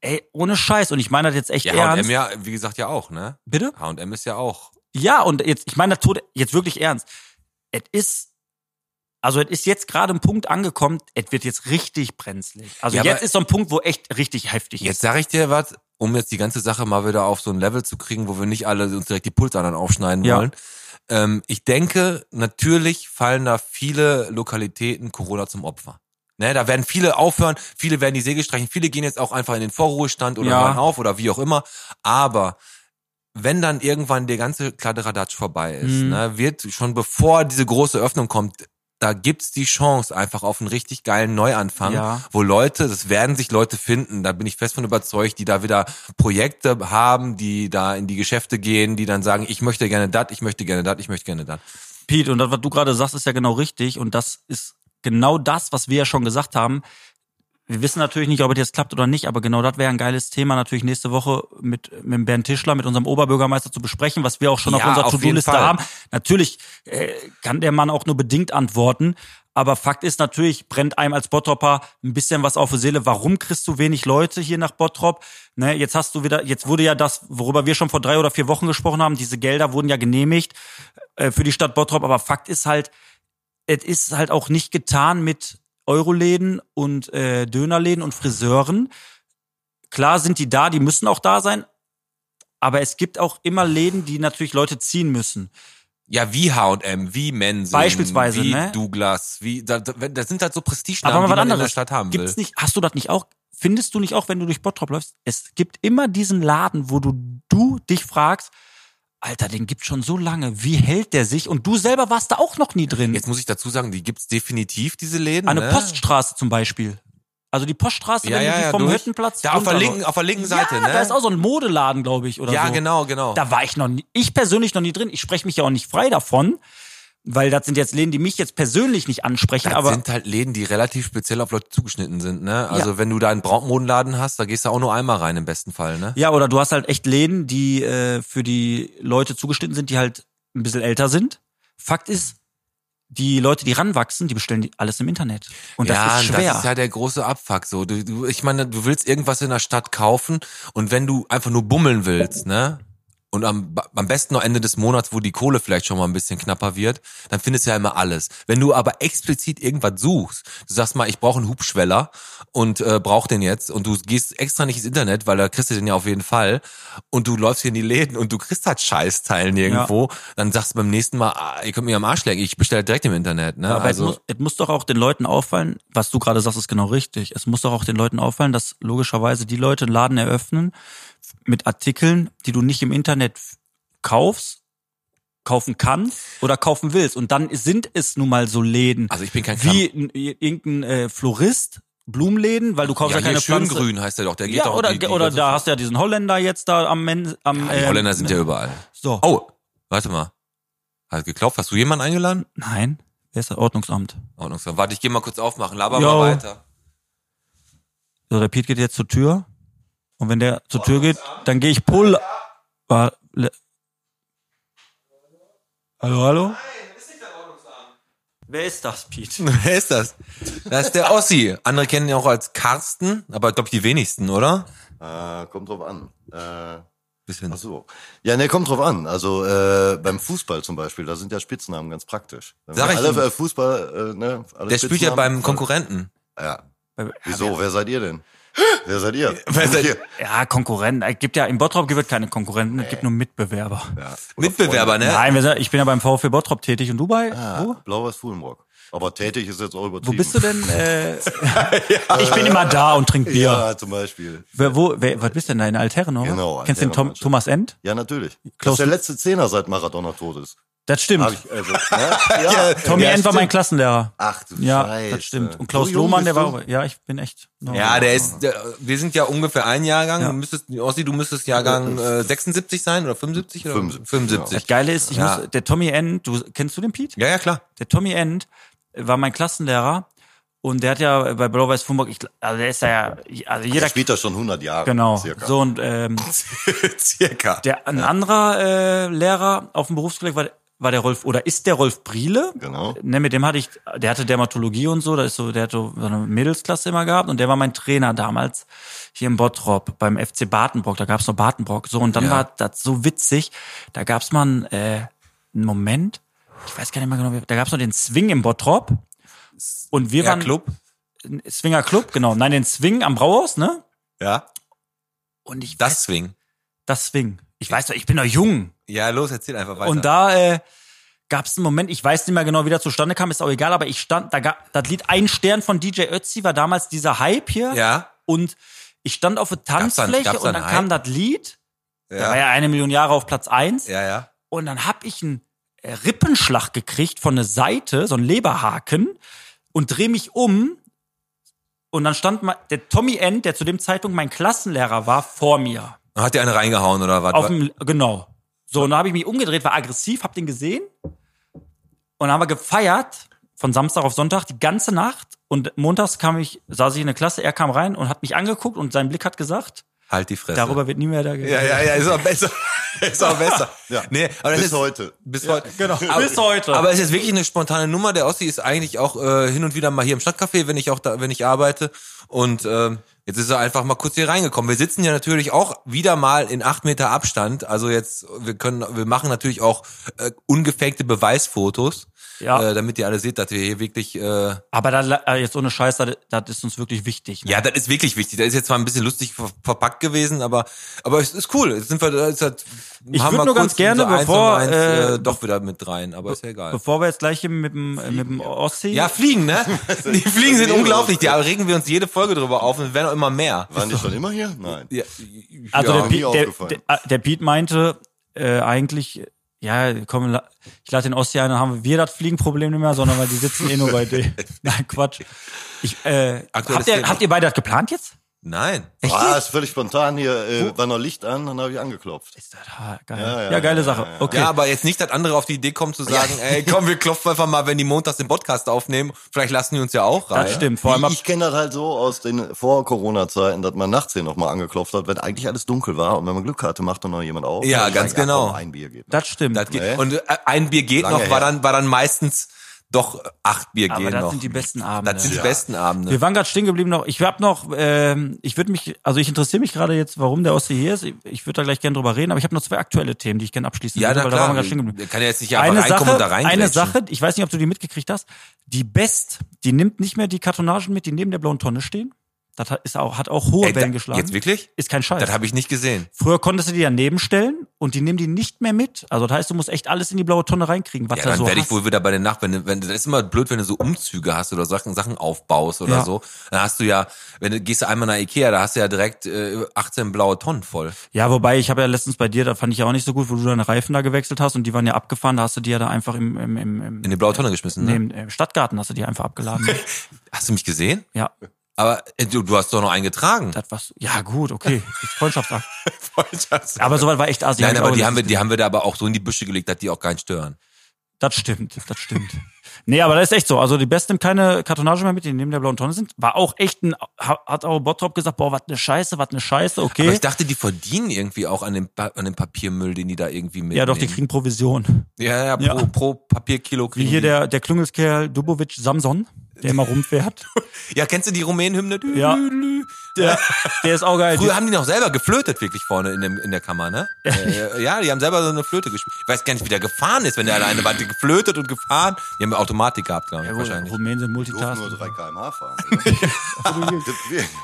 C: Ey, ohne Scheiß. Und ich meine das jetzt echt
B: Ja,
C: ernst.
B: H&M ja, wie gesagt, ja auch, ne?
C: Bitte?
B: H&M ist ja auch.
C: Ja, und jetzt, ich meine das tot, jetzt wirklich ernst. Es ist, also es ist jetzt gerade ein Punkt angekommen, es wird jetzt richtig brenzlig. Also
B: Ja,
C: jetzt
B: aber-
C: ist so ein Punkt, wo echt richtig heftig ist.
B: Jetzt sage ich dir was, um jetzt die ganze Sache mal wieder auf so ein Level zu kriegen, wo wir nicht alle uns direkt die Pulsadern aufschneiden
C: Ja.
B: wollen. Ähm, ich denke, natürlich fallen da viele Lokalitäten Corona zum Opfer. Ne, da werden viele aufhören, viele werden die Segel streichen, viele gehen jetzt auch einfach in den Vorruhestand oder
C: Ja.
B: hören auf oder wie auch immer. Aber wenn dann irgendwann der ganze Kladderadatsch vorbei ist,
C: Mhm.
B: ne, wird schon bevor diese große Öffnung kommt, da gibt's die Chance einfach auf einen richtig geilen Neuanfang,
C: Ja.
B: wo Leute, das werden sich Leute finden, da bin ich fest von überzeugt, die da wieder Projekte haben, die da in die Geschäfte gehen, die dann sagen, ich möchte gerne das, ich möchte gerne das, ich möchte gerne das.
C: Pete, und das, was du gerade sagst, ist ja genau richtig. Und das ist genau das, was wir ja schon gesagt haben. Wir wissen natürlich nicht, ob es jetzt klappt oder nicht, aber genau das wäre ein geiles Thema natürlich nächste Woche mit, mit Bernd Tischler, mit unserem Oberbürgermeister zu besprechen, was wir auch schon auf
B: Ja,
C: unserer
B: auf jeden
C: To-Do-Liste
B: Fall.
C: haben. Natürlich äh, kann der Mann auch nur bedingt antworten, aber Fakt ist natürlich, brennt einem als Bottropper ein bisschen was auf die Seele. Warum kriegst du wenig Leute hier nach Bottrop? Ne, jetzt hast du wieder, jetzt wurde ja das, worüber wir schon vor drei oder vier Wochen gesprochen haben, diese Gelder wurden ja genehmigt äh, für die Stadt Bottrop, aber Fakt ist halt, es ist halt auch nicht getan mit Euroläden und äh, Dönerläden und Friseuren. Klar sind die da, die müssen auch da sein, aber es gibt auch immer Läden, die natürlich Leute ziehen müssen.
B: Ja, wie H&M, wie Mensen,
C: Beispielsweise,
B: wie
C: ne?
B: Douglas, wie da, da, das sind halt so Prestigenamen,
C: Aber mal
B: die
C: was
B: man in der
C: anderes.
B: Stadt haben will.
C: Gibt's nicht, hast du das nicht auch? Findest du nicht auch, wenn du durch Bottrop läufst? Es gibt immer diesen Laden, wo du, du dich fragst, Alter, den gibt's schon so lange. Wie hält der sich? Und du selber warst da auch noch nie drin.
B: Jetzt muss ich dazu sagen, die gibt's definitiv, diese Läden.
C: Eine
B: ne?
C: Poststraße zum Beispiel. Also die Poststraße,
B: Ja,
C: wenn
B: ja,
C: du die
B: ja,
C: vom
B: durch.
C: Hüttenplatz
B: Da auf der
C: runter-
B: linken, auf der linken Seite,
C: ja,
B: ne?
C: da ist auch so ein Modeladen, glaube ich, oder
B: ja,
C: so.
B: genau, genau.
C: Da war ich noch nie, ich persönlich noch nie drin. Ich spreche mich ja auch nicht frei davon, weil das sind jetzt Läden, die mich jetzt persönlich nicht ansprechen,
B: Das
C: aber
B: sind halt Läden, die relativ speziell auf Leute zugeschnitten sind, ne? Also wenn du da einen Brautmodenladen hast, da gehst du auch nur einmal rein im besten Fall, ne?
C: ja, oder du hast halt echt Läden, die äh, für die Leute zugeschnitten sind, die halt ein bisschen älter sind. Fakt ist, die Leute, die ranwachsen, die bestellen die alles im Internet. Und das
B: ja,
C: ist schwer.
B: das ist ja der große Abfuck. So, du, du, ich meine, du willst irgendwas in der Stadt kaufen und wenn du einfach nur bummeln willst, ne? Und am, am besten noch Ende des Monats, wo die Kohle vielleicht schon mal ein bisschen knapper wird, dann findest du ja immer alles. Wenn du aber explizit irgendwas suchst, du sagst mal, ich brauche einen Hubschweller und äh, brauch den jetzt und du gehst extra nicht ins Internet, weil da kriegst du den ja auf jeden Fall und du läufst hier in die Läden und du kriegst halt Scheißteilen irgendwo, dann sagst du beim nächsten Mal, ah, ihr könnt mir am Arsch lecken, ich bestelle direkt im Internet. Ne?
C: Aber es, muss, es muss doch auch den Leuten auffallen, was du gerade sagst, ist genau richtig. Es muss doch auch den Leuten auffallen, dass logischerweise die Leute einen Laden eröffnen mit Artikeln, die du nicht im Internet f- kaufst, kaufen kannst oder kaufen willst. Und dann sind es nun mal so Läden
B: also ich bin kein
C: wie n- irgendein äh, Florist, Blumenläden, weil du kaufst ja,
B: hier
C: keine Pflanze.
B: Schöngrün heißt er doch. Der geht
C: Ja,
B: doch
C: oder,
B: die, die,
C: oder
B: die-
C: da hast du ja diesen Holländer jetzt da am, Men, am
B: Die
C: ähm,
B: Holländer sind ja überall.
C: So.
B: Oh, warte mal. Hat geklopft. Hast du jemanden eingeladen?
C: Nein, wer ist das Ordnungsamt?
B: Ordnungsam. Warte, ich geh mal kurz aufmachen. Laber
C: Jo.
B: mal weiter. (laughs)
C: So, der Pete geht jetzt zur Tür. Und wenn der zur Tür geht, dann gehe ich pull. Wa- le- Hallo, hallo? Wer ist das, Pete?
B: Wer ist das? Das ist der Ossi. Andere kennen ihn auch als Carsten, aber ich glaube die wenigsten, oder?
D: Äh, kommt drauf an. Äh,
B: Bisschen.
D: ach so. Ja, ne, kommt drauf an. Also äh, beim Fußball zum Beispiel, da sind ja Spitznamen ganz praktisch. Wenn
B: Sag
D: wir
B: ich
D: alle
B: ihm.
D: äh, Fußball, äh, ne, alle
B: Der spielt ja
D: Spitznamen-
B: beim Konkurrenten.
D: Ja. Wieso? Wer seid ihr denn? Wer seid ihr?
C: (laughs)
B: Wer seid ihr?
C: Ja, Konkurrenten. Es gibt ja, im Bottrop gibt es keine Konkurrenten, es gibt nur Mitbewerber.
D: Ja.
B: Mitbewerber, ne?
C: Nein, wir sind- ich bin ja beim VfB Bottrop tätig und du bei?
D: Ah,
C: Wo?
D: Blau-Weiß Fulenbrock. Aber tätig ist jetzt auch übertrieben.
C: Wo bist du denn? (laughs) Äh, Ich bin immer da und trink Bier.
D: (laughs) Ja, zum Beispiel.
C: Wer, wo, wer, was bist denn da in Altherren, oder?
D: Genau,
C: Kennst du den Tom,
D: Altherrenmannschaft.
C: Thomas End?
D: Ja, natürlich. Das
C: Klaus-
D: ist der letzte Zehner seit Maradona tot ist.
C: Das stimmt.
D: Hab ich,
C: (laughs)
D: also, ne? ja.
C: Tommy
D: ja,
C: End war mein
D: stimmt.
C: Klassenlehrer.
D: Ach du
C: Ja,
D: Scheiße.
C: das stimmt. Und Klaus
D: So jung
C: Lohmann, der
D: bist
C: war,
D: du?
C: auch- ja, ich bin echt. neu.
B: Ja, der ist, der, wir sind ja ungefähr ein Jahrgang.
C: Ja.
B: Du müsstest, Ossi, du müsstest Jahrgang äh, 76 sein oder 75 oder
D: 75,
C: Das Geile ist, ich
B: Ja.
C: muss, der Tommy End, du, kennst du den Pete?
B: Ja, ja, klar.
C: Der Tommy End war mein Klassenlehrer und der hat ja bei Blau-Weiß Fumburg, ich, gl- also der ist ja, also
D: Der
C: jeder,
D: spielt da schon 100 Jahre.
C: genau,
D: circa.
C: so und, ähm,
B: Circa.
C: der, ein anderer, äh, Lehrer auf dem Berufskolleg war, war der Rolf, oder ist der Rolf Briele?
D: Genau.
C: Ne, mit dem hatte ich, der hatte Dermatologie und so, da ist so, der hatte so eine Mädelsklasse immer gehabt und der war mein Trainer damals hier im Bottrop beim FC Badenbrock, da gab's noch Badenbrock. So, und dann
B: Ja.
C: war das so witzig, da gab's mal einen, äh, einen Moment, ich weiß gar nicht mehr genau, wie- da gab's noch den Swing im Bottrop und wir
B: Ja,
C: waren
B: Club.
C: Swinger Club, genau, nein, den Swing am Brauhaus, ne?
B: Ja.
C: Und ich,
B: Das Swing.
C: das Swing. Ich weiß doch, ich bin doch jung.
B: Ja, los, erzähl einfach weiter.
C: Und da äh, gab es einen Moment, ich weiß nicht mehr genau, wie das zustande kam, ist auch egal, aber ich stand, da gab das Lied Ein Stern von DJ Ötzi war damals dieser Hype hier.
B: ja,
C: Und ich stand auf der
B: Gab's da-
C: Tanzfläche
B: gab's da
C: und dann
B: einen
C: kam das Lied. Da war
B: ja,
C: ja eine Million Jahre auf Platz eins.
B: ja, ja.
C: Und dann hab ich einen äh, Rippenschlag gekriegt von der Seite, so einen Leberhaken, und dreh mich um. Und dann stand ma- der Tommy End, der zu dem Zeitpunkt mein Klassenlehrer war, vor mir.
B: Hat dir eine reingehauen oder was?
C: Auf dem, genau. So, und dann habe ich mich umgedreht, war aggressiv, hab den gesehen. Und dann haben wir gefeiert von Samstag auf Sonntag die ganze Nacht. Und montags kam ich, saß ich in der Klasse, er kam rein und hat mich angeguckt und sein Blick hat gesagt,
B: halt die Fresse.
C: darüber wird nie mehr da
B: ja,
C: geredet.
B: ja, ja, ist auch besser. (laughs) ist auch besser.
D: Ja.
B: Nee, aber das
D: Bis
B: ist,
D: heute.
B: Bis heute.
C: genau.
B: Aber,
C: Bis heute.
B: Aber es ist wirklich eine spontane Nummer. Der Ossi ist eigentlich auch äh, hin und wieder mal hier im Stadtcafé, wenn ich auch da, wenn ich arbeite. Und ähm, jetzt ist er einfach mal kurz hier reingekommen. Wir sitzen ja natürlich auch wieder mal in acht Meter Abstand. Also jetzt, wir können, wir machen natürlich auch äh, ungefakte Beweisfotos,
C: Ja.
B: äh, damit ihr alle seht, dass wir hier wirklich äh,
C: Aber da, äh, jetzt ohne Scheiß, das, das ist uns wirklich wichtig. Ne?
B: Ja, das ist wirklich wichtig. Das ist jetzt zwar ein bisschen lustig ver verpackt gewesen, aber aber es ist cool. Jetzt sind wir, da ist halt,
C: Ich
B: haben
C: würd
B: wir
C: nur
B: kurz
C: ganz gerne,
B: unser eins
C: bevor,
B: und eins,
C: äh,
B: äh, doch wieder mit rein, aber ist ja egal.
C: Bevor wir jetzt gleich hier mit dem, äh, mit dem Ossi.
B: Ja, Fliegen,
C: (laughs)
B: ne? Die Fliegen sind unglaublich. Da regen wir uns jede Folge drüber auf und es werden auch immer mehr.
D: Waren die schon immer hier? Nein.
B: Ja,
C: also
B: ja.
C: der,
D: mir
C: Piet, der,
D: aufgefallen.
C: der, äh, der Piet meinte, äh, eigentlich, ja, komm, la- ich lade den Ossi ein, dann haben wir das Fliegenproblem nicht mehr, sondern weil die sitzen eh nur
B: (laughs)
C: bei dir. Nein, Quatsch. Ich, äh,
B: Aktuelles
C: habt, ihr,
B: Thema.
C: habt ihr beide das geplant jetzt?
B: Nein.
D: Ah, ist völlig spontan hier. Äh, war noch Licht an, dann habe ich angeklopft.
C: Ist das ah, geil.
D: Ja,
C: Ja,
D: ja,
C: geile
D: ja,
C: Sache.
D: ja, ja.
C: Okay.
B: Ja, aber jetzt nicht, dass andere auf die Idee kommen zu sagen, ey, komm, wir klopfen einfach mal, wenn die montags den Podcast aufnehmen. Vielleicht lassen die uns ja auch rein.
C: das stimmt. Vor allem ab,
D: ich ich kenne das halt so aus den Vor-Corona-Zeiten, dass man nachts hier nochmal angeklopft hat, wenn eigentlich alles dunkel war und wenn man Glück hatte, macht dann noch jemand auf.
B: Ja,
D: Dann
B: ganz
D: sagen,
B: genau.
D: komm, ein Bier geht.
C: das stimmt.
B: Das geht,
D: Nee.
B: Und äh, ein Bier geht
D: Lange
B: noch, war
D: her.
B: dann, war dann meistens doch acht Bier
C: aber
B: gehen
C: das
B: noch.
C: sind die besten Abende.
B: das sind die besten Abende.
C: Wir waren gerade stehen geblieben noch. Ich hab noch, ähm, ich würde mich, also ich interessiere mich gerade jetzt, warum der Ossi hier ist. Ich, ich würde da gleich gerne drüber reden, aber ich habe noch zwei aktuelle Themen, die ich gerne abschließen
B: Ja,
C: würde,
B: na
C: weil da waren
B: klar.
C: wir gerade stehen geblieben.
B: Der kann ja jetzt nicht einfach
C: Eine
B: reinkommen
C: Sache,
B: und da rein.
C: eine Sache, ich weiß nicht, ob du die mitgekriegt hast. Die Best, die nimmt nicht mehr die Kartonagen mit, die neben der blauen Tonne stehen. Das hat, ist auch, hat auch hohe
B: Ey, da,
C: Wellen geschlagen.
B: jetzt wirklich?
C: Ist kein Scheiß.
B: Das habe ich nicht gesehen.
C: Früher konntest du die daneben stellen und die nehmen die nicht mehr mit. Also das heißt, du musst echt alles in die blaue Tonne reinkriegen, was
B: Ja,
C: da
B: dann
C: so
B: werde ich
C: hast.
B: wohl wieder bei den Nachbarn, wenn, das ist immer blöd, wenn du so Umzüge hast oder Sachen, Sachen aufbaust oder
C: Ja.
B: so. Dann hast du ja, wenn du gehst du einmal nach Ikea, da hast du ja direkt äh, 18 blaue Tonnen voll.
C: Ja, wobei, ich habe ja letztens bei dir, da fand ich ja auch nicht so gut, wo du deine Reifen da gewechselt hast und die waren ja abgefahren, da hast du die ja da einfach im, im, im, im,
B: In die blaue Tonne geschmissen. Ne?
C: nee, im, im Stadtgarten hast du die
B: (laughs)
C: einfach abgeladen.
B: Hast du mich gesehen?
C: ja,
B: Aber äh, du, du hast doch noch eingetragen. (laughs)
C: das war's. Ja, gut, okay. Ist Freundschaftsakt.
B: Das
C: Aber soweit war echt assi.
B: Nein,
C: ich
B: aber
C: auch
B: die
C: letztens
B: haben, wir, die haben wir da aber auch so in die Büsche gelegt, dass die auch keinen stören.
C: Das stimmt, das stimmt. nee, aber das ist echt so. Also die Best nimmt keine Kartonage mehr mit, die neben der blauen Tonne sind. War auch echt ein, ha- hat auch Bottrop gesagt, boah, was ne Scheiße, was ne Scheiße,
B: Aber
C: okay.
B: ich dachte, die verdienen irgendwie auch an dem, Pa- an dem Papiermüll, den die da irgendwie mitnehmen.
C: Ja, doch, die kriegen Provision.
B: Ja, ja, pro,
C: Ja.
B: pro Papierkilo kriegen
C: Wie hier
B: die.
C: der, der Klüngelskerl Dubovic Samson, der
B: (laughs)
C: immer rumfährt.
B: Ja, kennst du die Rumänen-Hymne? Dü,
C: Ja.
B: dü, dü.
C: Der, der ist auch geil.
B: Früher haben die noch selber geflötet, wirklich vorne in, dem, in der Kammer,
C: (laughs)
B: ne? Äh, ja, die haben selber so eine Flöte gespielt. Ich weiß gar nicht, wie der gefahren ist, wenn der alleine war. Die geflötet und gefahren. Die haben Automatik gehabt, glaube ich,
C: Ja, gut,
B: wahrscheinlich.
C: Rumänen sind
D: Durften nur
C: Multitasking.
D: 3 kmh fahren. oder?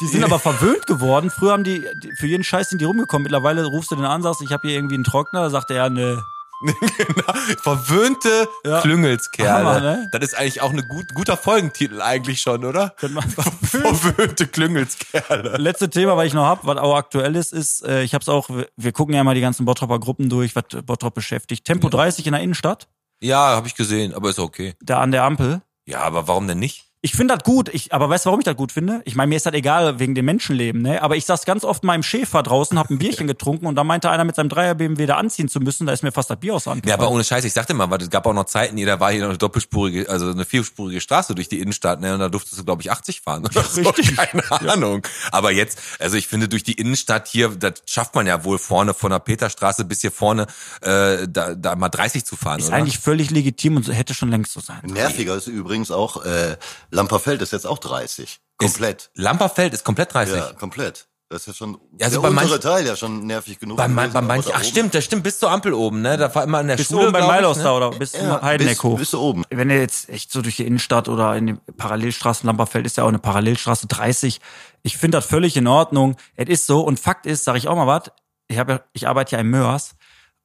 C: Die sind aber verwöhnt geworden. Früher haben die, die für jeden Scheiß sind die rumgekommen. Mittlerweile rufst du den an, sagst, ich habe hier irgendwie einen Trockner, sagt er, ne.
B: (laughs) Verwöhnte
C: Ja.
B: Klüngelskerle.
C: Hammer, ne?
B: Das ist eigentlich auch ein gut, guter Folgentitel eigentlich schon, oder?
C: Könnte man
B: (laughs) Verwöhnte Klüngelskerle.
C: Letzte Thema, was ich noch hab, was auch aktuell ist, ist, äh, ich hab's auch, wir- wir gucken ja mal die ganzen Bottroper Gruppen durch, was Bottrop beschäftigt. Tempo 30 in der Innenstadt,
B: Ja, habe ich gesehen, aber ist okay.
C: da an der Ampel.
B: Ja, aber warum denn nicht?
C: Ich finde das gut, ich, aber weißt du, warum ich das gut finde? Ich meine, mir ist das egal wegen dem Menschenleben, ne? Aber ich saß ganz oft mal im Schäfer draußen, hab
B: (laughs)
C: ein Bierchen getrunken und da meinte einer mit seinem Dreier BMW da anziehen zu müssen, da ist mir fast das Bier aus der Hand
B: Ja, aber
C: gefallen.
B: ohne Scheiß, ich sagte mal, weil es gab auch noch Zeiten, hier, da war hier noch eine doppelspurige, also eine vierspurige Straße durch die Innenstadt, ne, und da durftest du, glaube ich, 80 fahren. Oder so. (laughs)
C: richtig.
B: Keine Ahnung. Aber jetzt, also ich finde, durch die Innenstadt hier, das schafft man ja wohl vorne von der Peterstraße bis hier vorne, äh, da, da mal 30 zu fahren,
C: Ist
B: oder?
C: eigentlich völlig legitim und hätte schon längst so sein.
D: Nerviger ist übrigens auch, äh, Lamperfeld ist jetzt auch 30. Komplett.
B: Lamperfeld ist komplett 30.
D: ja, komplett. Das ist ja schon
B: Ja, also
D: der
B: bei manch-
D: untere Teil ja schon nervig genug.
B: Bei, man,
D: gewesen,
B: bei
D: aber
B: manch,
D: da
B: ach
D: oben-
B: stimmt, das stimmt, bis zur Ampel oben, ne? Da war immer in der
C: Bist du
B: Schule.
C: oben bei
B: glaub ich,
C: Meilaus
B: ne?
C: da oder bist du
D: Ja,
C: ja, Heidenegg
D: bis,
C: hoch?
D: bis oben.
C: wenn ihr jetzt echt so durch die Innenstadt oder in den Parallelstraßen, Lamperfeld ist ja auch eine Parallelstraße 30. Ich finde das völlig in Ordnung. Es ist so und Fakt ist, sage ich auch mal was, ich, hab ja, ich arbeite ja in Mörs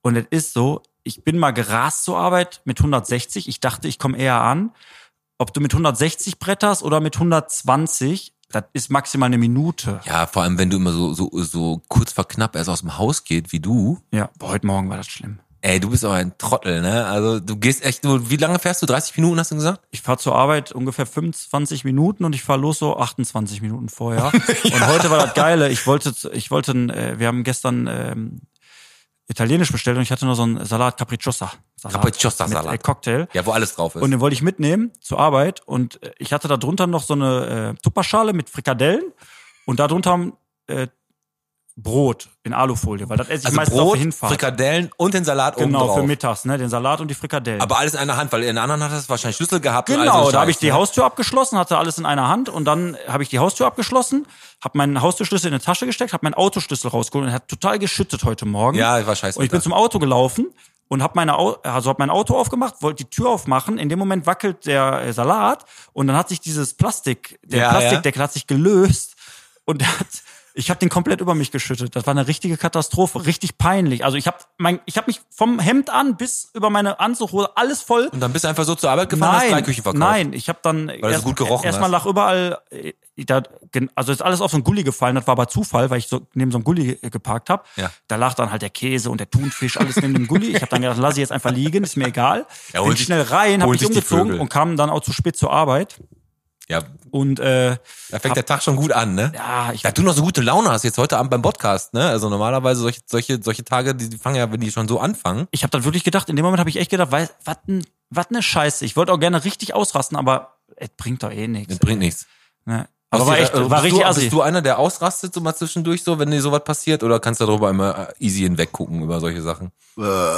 C: und es ist so, ich bin mal gerast zur Arbeit mit 160. Ich dachte, ich komme eher an. Ob du mit 160 bretterst oder mit 120, das ist maximal eine Minute.
B: Ja, vor allem, wenn du immer so, so, so kurz vor knapp erst aus dem Haus geht, wie du,
C: Ja, boah, heute Morgen war das schlimm.
B: Ey, du bist auch ein Trottel, ne? Also du gehst echt nur, wie lange fährst du? 30 Minuten hast du gesagt?
C: ich fahre zur Arbeit ungefähr 25 Minuten und ich fahre los so 28
B: (laughs)
C: Minuten vorher. Und heute war das Geile. Ich wollte, zu- ich wollte, ein, äh, wir haben gestern ähm, italienisch bestellt und ich hatte nur so einen Salat Capricciosa. Salat
B: Capricciosa-Salat.
C: Mit, äh, Cocktail.
B: Ja, wo alles drauf ist.
C: Und den wollte ich mitnehmen zur Arbeit und äh, ich hatte da drunter noch so eine äh, Tupperschale mit Frikadellen und da drunter äh, Brot in Alufolie, weil das esse
B: also
C: ich meistens auf
B: Brot,
C: der Hinfahrt.
B: Frikadellen und den Salat oben
C: Genau,
B: drauf.
C: für mittags, ne, den Salat und die Frikadellen.
B: Aber alles in einer Hand, weil in der anderen hattest du wahrscheinlich Schlüssel gehabt. und all so
C: Genau,
B: ein
C: da
B: Scheiß,
C: habe ich die
B: ne?
C: Haustür abgeschlossen, hatte alles in einer Hand und dann habe ich die Haustür abgeschlossen, habe meinen Haustürschlüssel in eine Tasche gesteckt, habe meinen Autoschlüssel rausgeholt und hat total geschüttet heute Morgen.
B: Ja, war scheiße.
C: Und ich bin
B: Alter.
C: zum Auto gelaufen und habe meine Au also hab mein Auto aufgemacht, wollte die Tür aufmachen. In dem Moment wackelt der äh, Salat und dann hat sich dieses Plastik, der
B: Ja,
C: Plastikdeckel hat sich gelöst und der hat ich habe den komplett über mich geschüttet. Das war eine richtige Katastrophe, richtig peinlich. Also ich habe mein, ich habe mich vom Hemd an bis über meine Anzughose alles voll
B: und dann bist du einfach so zur Arbeit gefahren, hast drei Küchen verkauft.
C: Nein, ich habe dann
B: du so gut gerochen
C: erstmal
B: hast.
C: lag überall äh, da, gen- also ist alles auf so einen Gully gefallen, das war aber Zufall, weil ich so neben so einem Gully geparkt habe.
B: Ja.
C: Da lag dann halt der Käse und der Thunfisch, alles neben dem Gully. Ich habe dann gedacht, lass ich jetzt einfach liegen, ist mir egal.
B: Ja,
C: Ja,
B: holt
C: Bin
B: sich-
C: schnell rein, habe
B: holt
C: mich
B: sich die
C: umgezogen
B: Vögel.
C: und kam dann auch zu spät zur Arbeit.
B: Ja,
C: Und äh,
B: da fängt der Tag schon gut an, ne?
C: ja, ich
B: Ja, du noch so gute Laune hast jetzt heute Abend beim Podcast, ne? Also normalerweise solche, solche, solche Tage, die die fangen ja, wenn die schon so anfangen.
C: ich habe dann wirklich gedacht, in dem Moment habe ich echt gedacht, weil was was ne Scheiße. Ich wollte auch gerne richtig ausrasten, aber es bringt doch eh nichts.
B: Das bringt nichts.
C: Ne. Aber war
B: Hast du-
C: echt,
B: äh,
C: war
B: bist
C: richtig
B: du,
C: assi.
B: Bist du einer, der ausrastet so mal zwischendurch so, wenn dir sowas passiert? Oder kannst du darüber immer äh, easy hinweggucken über solche Sachen?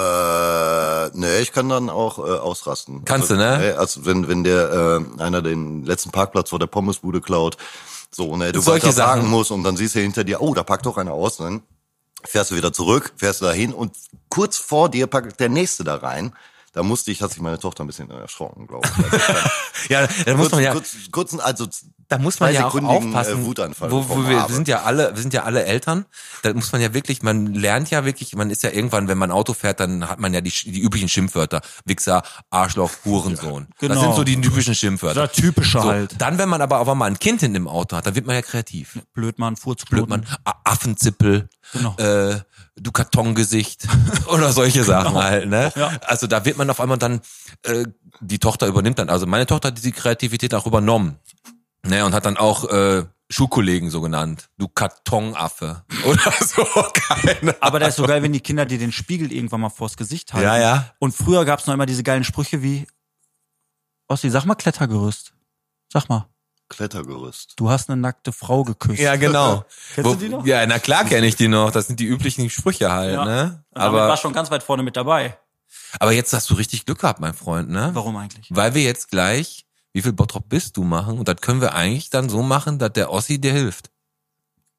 D: Äh, nee, ich kann dann auch äh, ausrasten.
B: Kannst
D: also,
B: du, ne?
D: nee, also wenn, wenn der äh, einer den letzten Parkplatz vor der Pommesbude klaut, so, ne, du
B: Solche
D: solche Sachen
B: Sachen.
D: musst und dann siehst du hinter dir, oh, da packt doch einer aus, ne? Fährst du wieder zurück, fährst du dahin und kurz vor dir packt der nächste da rein. Da musste ich, hat sich meine Tochter ein bisschen erschrocken, glaube
B: (laughs)
D: ich. Also,
B: Ja, da
D: kurz, kurz, kurzen, also
B: da muss man
D: zwei
B: ja auch
D: sekündigen,
B: aufpassen,
D: äh, Wutanfall
B: wo, wo
D: bekommen
B: wir
D: habe.
B: sind ja alle, wir sind ja alle Eltern. Da muss man ja wirklich, man lernt ja wirklich, man ist ja irgendwann, wenn man Auto fährt, dann hat man ja die, sch- die üblichen Schimpfwörter: Wichser, Arschloch, Hurensohn. Das
C: genau.
B: sind so die typischen Schimpfwörter.
C: Ja, typische halt.
B: Dann, wenn man aber auch mal ein Kind in dem Auto hat, dann wird man ja kreativ.
C: Blödmann, Furzblödmann.
B: Blöd man, A- Affenzippel,
C: Mhm. Genau.
B: äh, du Kartongesicht (laughs) oder solche Sachen halt, ne? Also da wird man auf einmal dann, äh, die Tochter übernimmt dann, also meine Tochter hat die Kreativität auch übernommen, ne? Und hat dann auch äh, Schulkollegen so genannt, du Kartonaffe (laughs) oder so, keine
C: Aber da ist so geil, wenn die Kinder dir den Spiegel irgendwann mal vors Gesicht halten.
B: Also- Ja, ja.
C: Und früher gab's noch immer diese geilen Sprüche wie, Ossi, sag mal Klettergerüst. Sag mal,
D: Klettergerüst.
C: du hast eine nackte Frau geküsst.
B: Ja, (laughs) genau.
C: (laughs) Kennst du die noch?
B: Ja, na klar kenne ich die noch, das sind die üblichen Sprüche halt,
C: Ja.
B: ne?
C: Und damit war
B: Aber,
C: schon ganz weit vorne mit dabei.
B: aber jetzt hast du richtig Glück gehabt, mein Freund, ne?
C: Warum eigentlich?
B: weil wir jetzt gleich, wie viel Bottrop bist du machen? Und das können wir eigentlich dann so machen, dass der Ossi dir hilft.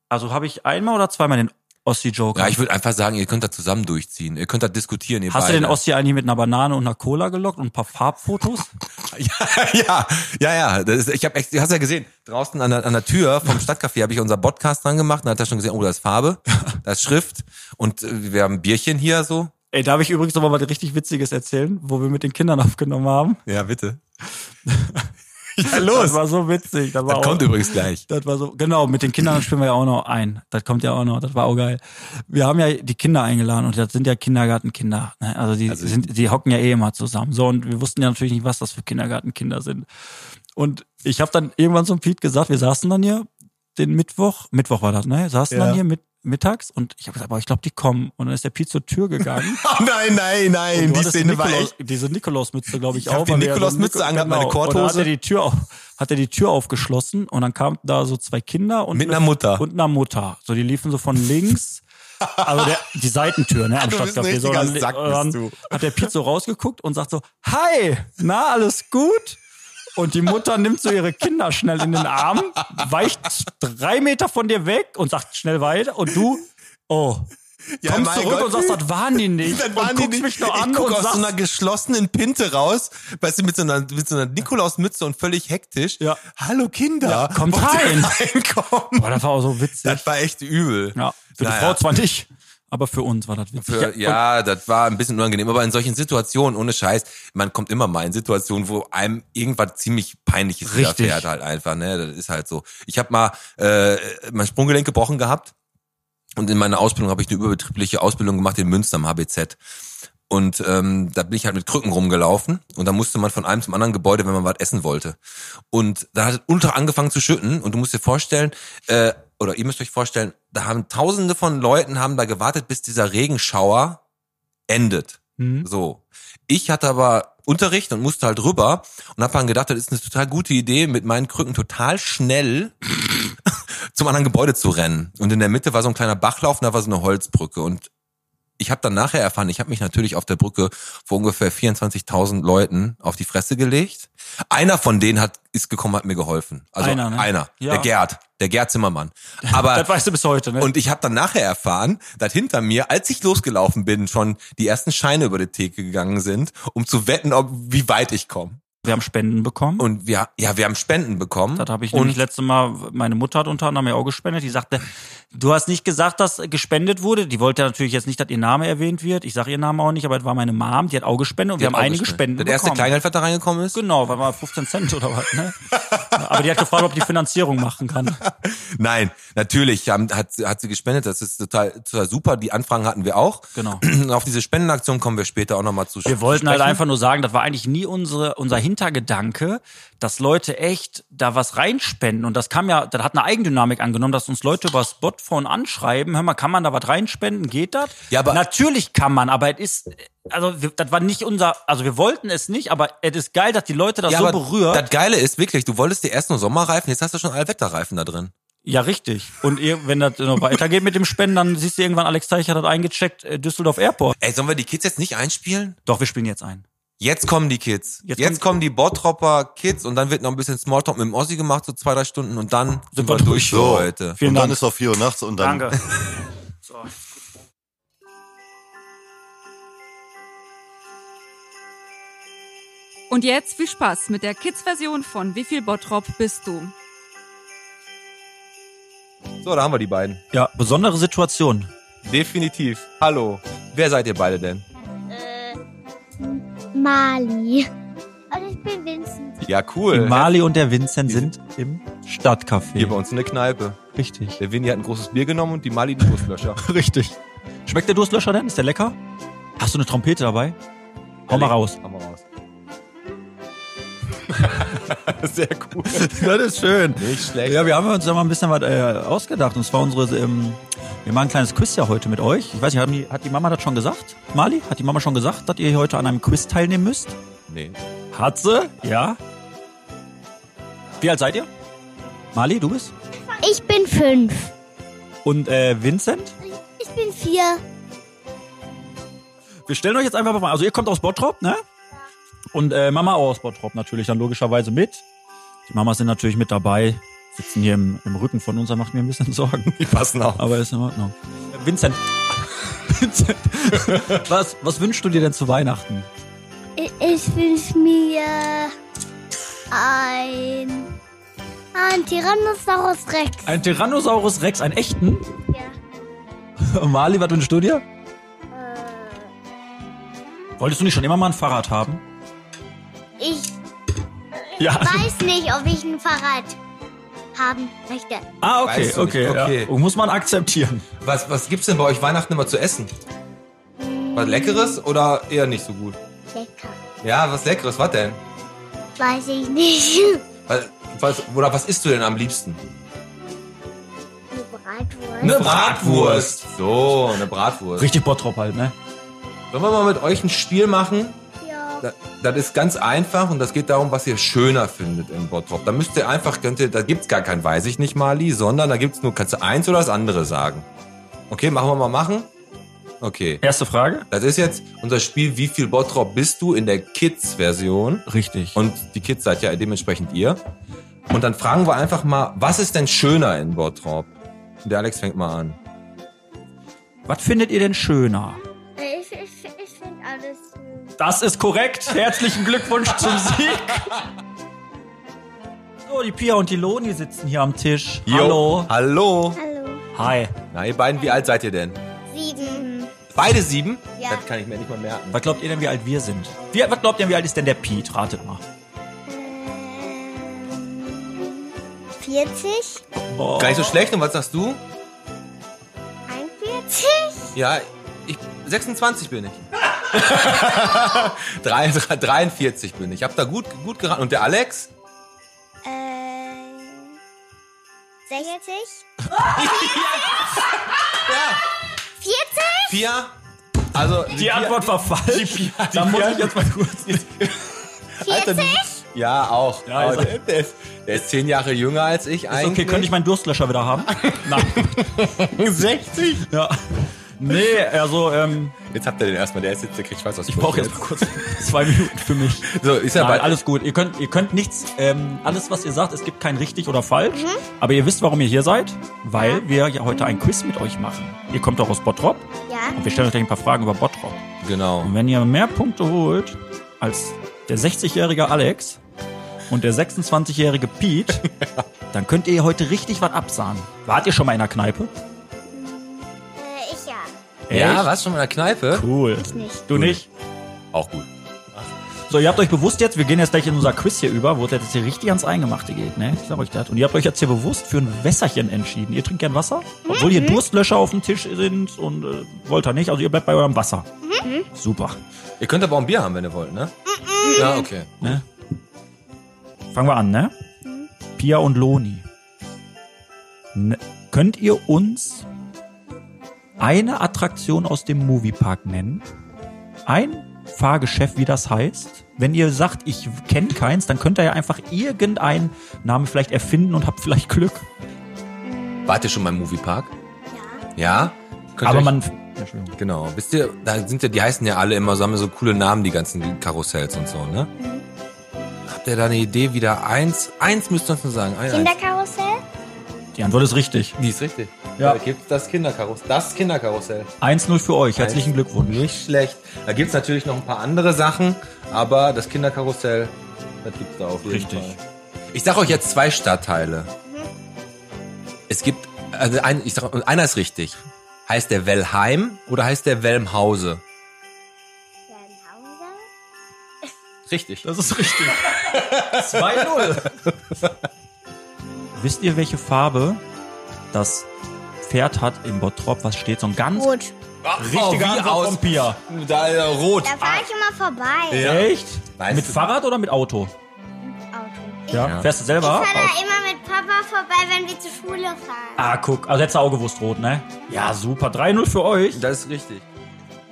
C: Also habe ich einmal oder zweimal den Ossi-Joker?
B: Ja, ich würde einfach sagen, ihr könnt das zusammen durchziehen. Ihr könnt das diskutieren. Ihr
C: Hast du
B: beide.
C: den Ossi eigentlich mit einer Banane und einer Cola gelockt und ein paar Farbfotos?
B: (laughs) Ja, ja, ja, ja. Das ist, ich habe echt, du hast ja gesehen, draußen an der, an der Tür vom Stadtcafé habe ich unser Podcast dran gemacht. Dann hat er schon gesehen, oh, da ist
C: (laughs)
B: Farbe, da ist Schrift und äh, wir haben ein Bierchen hier so.
C: Ey, darf ich übrigens nochmal was richtig Witziges erzählen, wo wir mit den Kindern aufgenommen haben?
B: Ja, (laughs) bitte.
C: Ja, los! Das war so witzig. Das, war
B: Das
C: auch-
B: kommt übrigens gleich.
C: Das war so, genau, mit den Kindern spielen wir ja auch noch ein. Das kommt ja auch noch, das war auch geil. Wir haben ja die Kinder eingeladen und das sind ja Kindergartenkinder. Ne? Also die sind, die hocken ja eh immer zusammen. So, und wir wussten ja natürlich nicht, was das für Kindergartenkinder sind. Und ich habe dann irgendwann zum Piet gesagt, wir saßen dann hier den Mittwoch, Mittwoch war das, ne? Saßen dann hier mit, mittags und ich habe gesagt, aber ich glaube, die kommen. Und dann ist der Piet zur Tür gegangen.
B: Oh, (laughs) nein, nein,
C: Und
B: nein.
C: du hattest Nikolaus, Diese Nikolausmütze, glaube ich,
B: Ich hab
C: auch.
B: die
C: weil wir ja
B: Nikolausmütze
C: so ein Nico-
B: angehabt, meine
C: Und dann hat
B: Korthose.
C: er die Tür auf, hat er die Tür aufgeschlossen und dann kamen da so zwei Kinder und
B: Mit einer Mutter.
C: Und einer Mutter. So, die liefen so von links. Also der, die Seitentür, ne, am
B: Du bist ein
C: Stadtcafé. So,
B: richtiger
C: dann,
B: Sack, bist
C: dann
B: du.
C: hat der Piet so rausgeguckt und sagt so, hi, na, alles gut? Und die Mutter nimmt so ihre Kinder schnell in den Arm, weicht drei Meter von dir weg und sagt schnell weiter und du, oh,
B: Ja,
C: kommst
B: mein
C: zurück
B: Gott.
C: und sagst, das waren die nicht.
B: Dann
C: und
B: waren die
C: guckst
B: nicht,
C: mich nur an
B: ich guck
C: und
B: aus
C: sagst,
B: so einer geschlossenen Pinte raus, weißt du, mit so einer, mit so einer Nikolausmütze und völlig hektisch.
C: Ja.
B: Hallo Kinder,
C: Ja, kommt
B: wollt ihr
C: rein. (laughs)
B: reinkommen?
C: Boah, das war auch so witzig.
B: Das war echt übel.
C: Ja, für die
B: Naja.
C: Frau zwar nicht, aber für uns war das witzig.
B: Für,
C: und
B: ja, das war ein bisschen unangenehm, aber in solchen Situationen, ohne Scheiß, man kommt immer mal in Situationen, wo einem irgendwas ziemlich peinliches
C: Richtig.
B: widerfährt halt einfach, ne, das ist halt so. Ich habe mal äh, mein Sprunggelenk gebrochen gehabt und in meiner Ausbildung habe ich eine überbetriebliche Ausbildung gemacht in Münster am HBZ. Und ähm, da bin ich halt mit Krücken rumgelaufen und da musste man von einem zum anderen Gebäude, wenn man was essen wollte. Und da hat es ultra angefangen zu schütten und du musst dir vorstellen, äh, oder ihr müsst euch vorstellen, da haben tausende von Leuten haben da gewartet, bis dieser Regenschauer endet.
C: Mhm.
B: So. Ich hatte aber Unterricht und musste halt rüber und habe dann gedacht, das ist eine total gute Idee, mit meinen Krücken total schnell (laughs) zum anderen Gebäude zu rennen. Und in der Mitte war so ein kleiner Bachlauf und da war so eine Holzbrücke. Und ich habe dann nachher erfahren, ich habe mich natürlich auf der Brücke vor ungefähr 24.000 Leuten auf die Fresse gelegt. Einer von denen hat ist gekommen, hat mir geholfen. Also einer,
C: Einer, ne? Ja.
B: der Gerd, der Gerd
C: (laughs)
B: Zimmermann. Aber
C: das weißt du bis heute, ne?
B: und ich habe dann nachher erfahren, dass hinter mir, als ich losgelaufen bin, schon die ersten Scheine über die Theke gegangen sind, um zu wetten, ob, wie weit ich komme.
C: Wir haben Spenden bekommen.
B: Und wir, ja, wir haben Spenden bekommen.
C: Das habe ich
B: und
C: nämlich letzte Mal, meine Mutter hat unter anderem ja auch gespendet. Die sagte, du hast nicht gesagt, dass gespendet wurde. Die wollte natürlich jetzt nicht, dass ihr Name erwähnt wird. Ich sage ihren Namen auch nicht, aber es war meine Mom, die hat auch gespendet und wir haben
B: auch
C: einige
B: gespendet.
C: Spenden
B: Das erste
C: bekommen.
B: Kleingeld, was da reingekommen ist?
C: genau, war mal 15 Cent oder
B: (laughs)
C: was, ne? aber die hat gefragt, ob die Finanzierung machen kann.
B: Nein, natürlich haben, hat, sie- hat sie gespendet. Das ist total, total super. Die Anfragen hatten wir auch.
C: Genau.
B: (clears throat) Auf diese Spendenaktion kommen wir später auch nochmal zu
C: Wir wollten halt
B: sprechen.
C: einfach nur sagen, das war eigentlich nie unsere, unser Hintergedanke, dass Leute echt da was reinspenden. Und das kam ja, das hat eine Eigendynamik angenommen, dass uns Leute über Spotphone anschreiben. Hör mal, kann man da was reinspenden? Geht das?
B: Ja, aber-
C: Natürlich kann man, aber es ist, also wir, das war nicht unser, also wir wollten es nicht, aber es ist geil, dass die Leute das
B: ja,
C: so
B: aber
C: berührt.
B: Das Geile ist wirklich, du wolltest dir erst nur Sommerreifen, jetzt hast du schon Allwetterreifen da drin.
C: ja, richtig. Und ihr, wenn das noch weitergeht mit dem Spenden, dann siehst du irgendwann, Alex Teicher hat eingecheckt, äh, Düsseldorf Airport.
B: Ey, sollen wir die Kids jetzt nicht einspielen?
C: Doch, wir spielen jetzt ein.
B: Jetzt kommen die Kids. Jetzt,
C: Jetzt
B: kommen die Bottropper Kids und dann wird noch ein bisschen Smalltalk mit dem Ossi gemacht, so zwei, drei Stunden und dann sind wir durch für
D: So.
B: heute.
C: Vielen
D: und dann
C: Dank.
D: ist auch 4 Uhr nachts und dann.
C: Danke. (laughs)
E: Und jetzt viel Spaß mit der Kids-Version von Wie viel Bottrop bist du?
B: So, da haben wir die beiden.
C: Ja, besondere Situation.
B: Definitiv. Hallo. Wer seid ihr beide denn?
F: Mali. Und Also ich bin Vincent.
B: Ja, cool.
C: Äh, Die Mali und der Vincent sind
B: Hier
C: im
B: bei
C: Stadtcafé.
B: uns in der Kneipe.
C: Richtig.
B: Der Winnie hat ein großes Bier genommen und die Mali die Durstlöscher.
C: (laughs) Richtig. Schmeckt der Durstlöscher denn? Ist der lecker? Hast du eine Trompete dabei? Hau mal raus.
B: Hau mal raus. (laughs) Sehr cool.
C: (laughs) Das ist schön.
B: Nicht schlecht.
C: Ja, wir haben uns da mal ein bisschen was äh, ausgedacht. Und zwar unsere, ähm, wir machen ein kleines Quiz ja heute mit euch. Ich weiß nicht, haben die, hat die Mama das schon gesagt? Mali, hat die Mama schon gesagt, dass ihr heute an einem Quiz teilnehmen müsst?
B: Nee.
C: Hat sie? Ja. Wie alt seid ihr? Mali, du bist?
F: Ich bin fünf.
C: Und äh, Vincent?
F: Ich bin vier.
C: Wir stellen euch jetzt einfach mal, also ihr kommt aus Bottrop, ne? Und äh, Mama auch aus Bottrop natürlich, dann logischerweise mit. Die Mamas sind natürlich mit dabei, sitzen hier im, im Rücken von uns, da macht mir ein bisschen (laughs) Sorgen.
B: Die passen auf.
C: Aber ist in Ordnung. Äh, Vincent. (laughs) Vincent. was, was wünschst du dir denn zu Weihnachten?
F: Ich, ich wünsche mir ein, ein Tyrannosaurus Rex.
C: Ein Tyrannosaurus Rex, einen echten? (laughs)
F: Ja.
C: Und Marley, was wünschst du dir? Wolltest du nicht schon immer mal ein Fahrrad haben?
F: Ich
C: Ja.
F: weiß nicht, ob ich ein Fahrrad haben möchte.
C: Ah, okay,
B: Weißt du nicht,
C: okay.
B: okay.
C: Ja. Und Muss man akzeptieren.
B: Was, was gibt's denn bei euch Weihnachten immer zu essen? Was Leckeres oder eher nicht so gut?
F: Lecker.
B: Ja, was Leckeres, was denn?
F: Weiß ich nicht. (laughs)
B: Was, was, oder was isst du denn am liebsten?
F: Eine Bratwurst.
B: Eine Bratwurst. So, eine Bratwurst.
C: Richtig Bottrop halt, ne?
B: Sollen wir mal mit euch ein Spiel machen?
F: Ja.
B: Da- Das ist ganz einfach und das geht darum, was ihr schöner findet in Bottrop. Da müsst ihr einfach, könnt ihr, da gibt's gar kein Weiß ich nicht, Mali, sondern da gibt's nur, kannst du eins oder das andere sagen. Okay, machen wir mal machen? Okay.
C: Erste Frage?
B: Das ist jetzt unser Spiel, wie viel Bottrop bist du in der Kids-Version?
C: Richtig.
B: Und die Kids seid ja dementsprechend ihr. Und dann fragen wir einfach mal, was ist denn schöner in Bottrop? Und der Alex fängt mal an.
C: was findet ihr denn schöner?
F: Ich, ich, ich finde alles schön.
C: Das ist korrekt. Herzlichen Glückwunsch zum Sieg. So, die Pia und die Loni sitzen hier am Tisch. Hallo.
B: Hallo.
F: Hallo.
C: Hi.
B: Na, ihr beiden, wie alt seid ihr denn?
F: Sieben.
B: Beide sieben?
F: Ja.
B: Das kann ich mir nicht mal merken.
C: Was glaubt ihr denn, wie alt wir sind? Wie, was glaubt ihr, wie alt ist denn der Piet? Ratet mal.
F: Ähm, 40?
C: Oh.
B: Gar nicht so schlecht. Und was sagst du?
F: 41?
B: Ja, ich 26 bin ich. (laughs) Drei- 43 bin ich. Ich hab da gut, gut geraten. Und der Alex? (laughs)
F: Äh, 60?
B: Ja.
F: 40?
B: Vier. Also
C: Die Antwort war falsch. da muss ich jetzt mal kurz.
B: Alter, du- ja, auch.
C: Ja, ist
B: Aber der, der ist, der ist zehn Jahre jünger als ich
C: Ist okay,
B: eigentlich.
C: könnte ich meinen Durstlöscher wieder haben? (laughs) Nein.
B: 60?
C: Ja. Nee, also, ähm,
B: Jetzt habt ihr den erstmal. Der ist jetzt, der kriegt Schweiß aus
C: ich brauche jetzt mal kurz zwei Minuten für mich. (laughs)
B: So, ist ja
C: Nein,
B: bald.
C: alles gut. Ihr könnt, ihr könnt nichts, ähm, alles was ihr sagt, es gibt kein richtig oder falsch. Aber ihr wisst, warum ihr hier seid, weil wir ja heute ein Quiz mit euch machen. Ihr kommt auch aus Bottrop
F: Ja.
C: und wir stellen euch gleich ein paar Fragen über Bottrop.
B: Genau.
C: Und wenn ihr mehr Punkte holt als der 60-jährige Alex und der
B: (laughs)
C: 26-jährige Pete, dann könnt ihr heute richtig was absahen. Wart ihr schon mal in einer Kneipe?
F: Äh, ich ja.
B: Ja,
C: Echt?
B: warst schon mal in der Kneipe?
C: Cool.
F: Ich nicht.
C: Du nicht?
B: Auch gut.
C: So, ihr habt euch bewusst jetzt, wir gehen jetzt gleich in unser Quiz hier über, wo das jetzt hier richtig ans Eingemachte geht, ne? Ich sag euch das. Und ihr habt euch jetzt hier bewusst für ein Wässerchen entschieden. Ihr trinkt gern Wasser, obwohl hier Durstlöscher auf dem Tisch sind und äh, wollt ihr nicht. Also ihr bleibt bei eurem Wasser. Super.
B: Ihr könnt aber auch ein Bier haben, wenn ihr wollt, ne? Ja, okay.
C: Ne? Fangen wir an, ne? Pia und Loni. Ne, könnt ihr uns eine Attraktion aus dem Moviepark nennen? Ein Fahrgeschäft, wie das heißt? Wenn ihr sagt, ich kenne keins, dann könnt ihr ja einfach irgendeinen Namen vielleicht erfinden und habt vielleicht Glück.
B: Wart ihr schon mal im Moviepark? Ja. Ja? Könnt
C: Aber
B: ihr
C: man.
B: euch- Genau. Wisst ihr, da sind ja, die heißen ja alle immer, so haben ja so coole Namen, die ganzen Karussells und so, ne? Habt ihr da eine Idee, wie da eins, eins müsst ihr uns nur sagen. Ein, eins.
F: Kinderkarussell?
C: Die Antwort ist richtig.
B: Die ist richtig.
C: Ja.
B: Da gibt's das Kinderkarussell. Das Kinderkarussell.
C: 1-0 für euch. Herzlichen Glückwunsch.
B: Nicht schlecht. Da gibt's natürlich noch ein paar andere Sachen, aber das Kinderkarussell, das gibt's da auf jeden
C: Richtig. Mhm.
B: Fall. Ich sag euch jetzt zwei Stadtteile. Es gibt, also ein, ich sag, einer ist richtig. Heißt der Wellheim oder heißt der Welmhause?
F: Wernhauser?
B: Richtig.
C: Das ist (laughs) richtig. 2-0. Wisst ihr, welche Farbe das Pferd hat im Bottrop? Was steht so ein ganz
F: Gut.
B: oh, wie
C: richtiger Antwort
B: aus-
C: von Pia?
B: Da, äh, rot.
F: Da fahre ich immer vorbei.
B: Ja.
C: Echt?
B: Weißt
C: mit
B: du-
C: Fahrrad oder mit Auto?
F: Auto.
C: Ja. Fährst du selber?
F: Ich fahre da immer mit Papa vorbei, wenn wir zur Schule fahren.
C: Ah, guck. Also hättest du auch gewusst, rot, ne? Ja, super. 3-0 für euch.
B: Das ist richtig.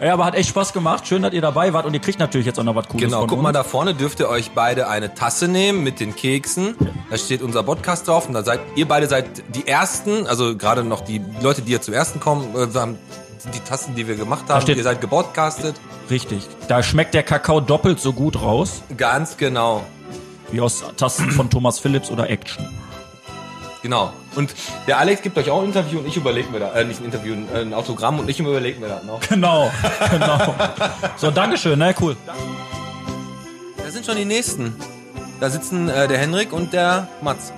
C: Ey, aber hat echt Spaß gemacht. Schön, dass ihr dabei wart. Und ihr kriegt natürlich jetzt auch noch was Cooles
B: Genau,
C: von
B: guck
C: uns.
B: mal, da vorne dürft ihr euch beide eine Tasse nehmen mit den Keksen. Da steht unser Podcast drauf und da seid ihr beide seid die ersten, also gerade noch die Leute, die hier zum ersten kommen, äh, wir haben die Tassen, die wir gemacht haben,
C: steht-
B: ihr seid gebodcastet.
C: Richtig. Da schmeckt der Kakao doppelt so gut raus,
B: Ganz genau.
C: wie aus
B: (clears throat)
C: Tasten von Thomas Phillips oder Action.
B: Genau. Und der Alex gibt euch auch ein Interview und ich überlege mir da, äh, nicht ein Interview, ein, äh, ein Autogramm und ich überlege mir das noch.
C: Genau, genau. So, Dankeschön, ne? Cool.
B: Da sind schon die nächsten. Da sitzen äh, der Henrik und der Mats.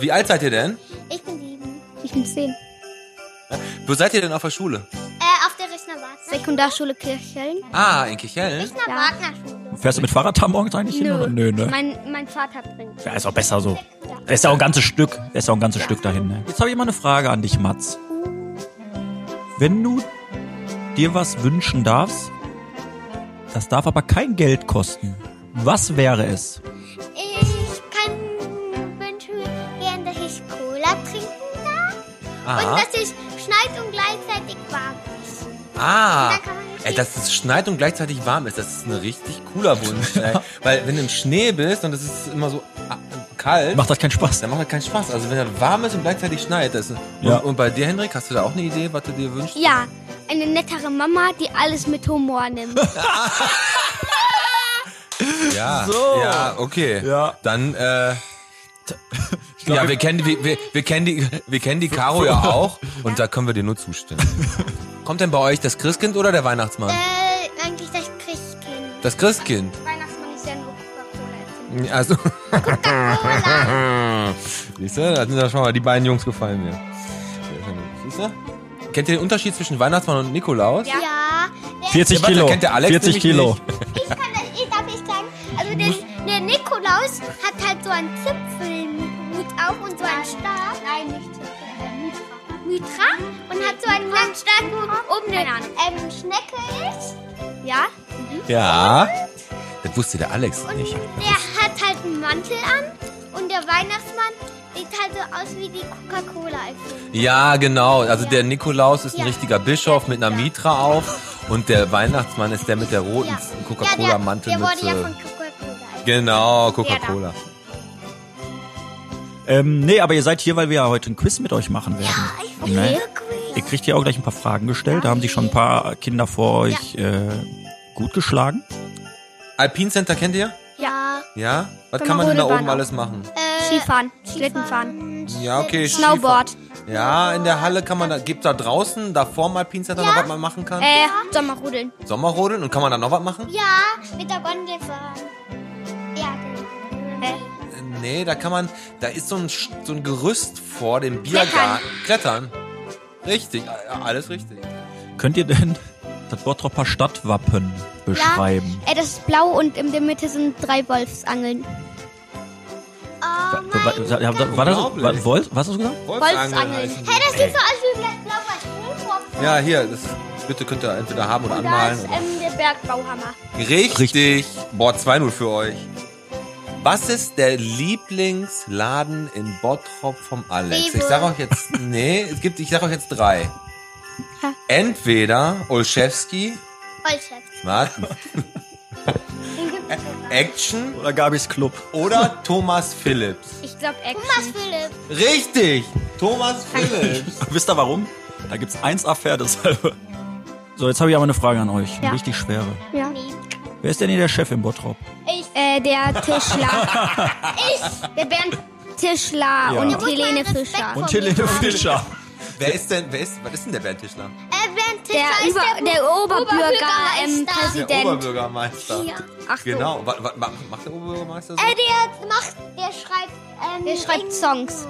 B: Wie alt seid ihr denn?
F: Ich bin sieben. Ich bin zehn.
B: Wo seid ihr denn auf der Schule?
F: Äh, auf der Rechner Wagner.
G: Sekundarschule Kirchhellen.
B: Ah, in Kichellen.
F: Rechner Wagner Schule.
C: Fährst du mit Fahrrad da morgens eigentlich hin?
B: Genau,
C: Oder? Nö, ne?
G: Mein, mein Vater bringt.
C: Ja, ist auch besser so. Da ist ja auch ein ganzes Stück. Da ist ja auch ein ganzes Stück dahin, ne? Jetzt habe ich mal eine Frage an dich, Mats. Wenn du dir was wünschen darfst, das darf aber kein Geld kosten. Was wäre es?
F: Ich kann wünsche mir gern, dass ich Cola trinken darf. Und
B: Aha.
F: dass ich schneit und gleichzeitig warm ist.
B: Ah,
F: Dann kann man nicht
B: ey, dass es schneit und gleichzeitig warm ist, das ist ein richtig cooler Wunsch.
C: (laughs)
B: Ey. Weil wenn du im Schnee bist und es ist immer so ah, kalt,
C: Macht das keinen Spaß?
B: dann macht das keinen Spaß. Also wenn er warm ist und gleichzeitig schneit, das ist,
C: Ja.
B: und, und bei dir, Henrik, hast du da auch eine Idee, was du dir
C: (laughs)
B: wünschst?
G: Ja, eine nettere Mama, die alles mit Humor nimmt.
B: Ja,
C: So.
B: ja okay.
C: Ja.
B: Dann, äh,
C: (laughs)
B: ja, wir kennen, die, wir, wir kennen die, wir kennen die Caro ja auch und da können wir dir nur
C: (laughs)
B: zustimmen. Kommt denn bei euch das Christkind oder der Weihnachtsmann?
F: Äh, eigentlich das Christkind.
B: Das Christkind.
G: Weihnachtsmann ist ja nur Coca-Cola.
B: Also. Siehst du, da sind ja schon mal die beiden Jungs gefallen mir. Sehr schön. Siehst du? Kennt ihr den Unterschied zwischen Weihnachtsmann und Nikolaus?
F: Ja.
C: 40
B: warte,
C: Kilo.
B: kennt der Alex
C: 40
B: nämlich
C: Kilo.
B: nicht.
F: Ich kann das, ich darf nicht sagen. Also der, der Nikolaus hat halt so einen Zipfelhut auf und so einen Stab.
G: Nein, nicht Mitra.
F: Mitra und hat so einen ganz starken oben eine ähm, Schnecke ist. Ja.
B: Ja. Das wusste der Alex nicht.
F: Der hat halt einen Mantel an und der Weihnachtsmann sieht halt so aus wie die Coca-Cola. erfüllt.
B: Ja, genau. Also der Nikolaus ist ein
F: Ja.
B: richtiger Bischof mit einer Mitra auf und der Weihnachtsmann ist der mit der roten
F: Ja. ja, der, der wurde ja von
B: Coca-Cola-Mantelmütze.
F: Coca-Cola. erfüllt.
B: äh, Genau, Coca-Cola.
C: Ähm, nee, aber ihr seid hier, weil wir ja heute ein Quiz mit euch machen werden. Ja, ich ne? Ihr kriegt hier auch gleich ein paar Fragen gestellt. Da haben sich schon ein paar Kinder vor euch äh, gut geschlagen.
B: Alpine Center kennt ihr?
G: Ja.
B: Ja? Was
G: Wenn
B: kann man denn
G: man
B: da oben
F: Äh,
G: Rodelbahn
B: alles machen?
G: Skifahren, Schlittenfahren,
B: Ja, okay.
G: Snowboard.
B: Skifahren. Ja, in der Halle kann man da, gibt da draußen, davor mal Pincenter noch was man machen kann?
G: Äh, Sommerrudeln.
B: Sommerrodeln und kann man da noch was machen?
F: Ja, mit der Gondel fahren. Ja, genau.
B: Nee, da kann man, da ist so ein, Sch- so ein Gerüst vor dem Biergarten. Klettern. Richtig, a- a- alles richtig.
C: Könnt ihr denn (laughs) das Bottropper Stadtwappen beschreiben?
G: Äh, das ist blau und in der Mitte sind drei Wolfsangeln.
F: Oh mein
C: War, ja, war das, war,
B: Unglaublich.
C: Wolf- was hast du gesagt?
G: Wolfsangeln.
B: heißen die.
F: Hey, das sieht so aus wie vielleicht blauer Sprühkopf.
B: Ja, hier, das bitte könnt ihr entweder haben oder
G: Und da
B: anmalen.
G: ist
B: oder-
G: ähm, der Bergbauhammer.
B: Richtig. Boah, 2-0 für euch. Was ist der Lieblingsladen in Bottrop vom Alex?
F: Rewe.
B: Ich sag euch
F: (laughs)
B: jetzt, nee, es gibt, ich sag euch jetzt drei. Entweder Olszewski,
F: Vollchef. (laughs)
B: Martin,
F: Den gibt's sogar.
B: Action
C: Oder Gabis Club?
B: oder Thomas Phillips.
G: Ich glaube
F: Was
G: Action.
F: Philipp?
B: Richtig, Thomas Phillips.
C: (laughs) Wisst ihr warum? Da gibt's 1A-Pferde deshalb. So, jetzt habe ich aber eine Frage an euch. Eine
G: Ja.
C: richtig schwere.
G: Ja.
C: Wer ist denn hier der Chef im Bottrop?
F: Ich.
G: Äh, der Tischler.
B: (laughs)
G: ich. Der Bernd Tischler
C: Ja.
G: und
C: Da
F: muss man
G: Helene
F: Respekt
G: Fischer.
F: vor-
C: Helene Fischer.
B: wer ist denn, wer ist, was ist denn der Bernd Tischler?
F: Äh, Bernd
G: Der,
F: Tischler ist
G: Über der Oberbürger, ähm,
F: Oberbürgermeister.
B: Der
G: Präsident.
B: Oberbürgermeister.
G: Ja. Ach so.
B: Genau, wa, wa, ma- macht der Oberbürgermeister so?
F: Äh, der macht, der schreibt, ähm,
G: Der schreibt
F: Ring-
G: Songs.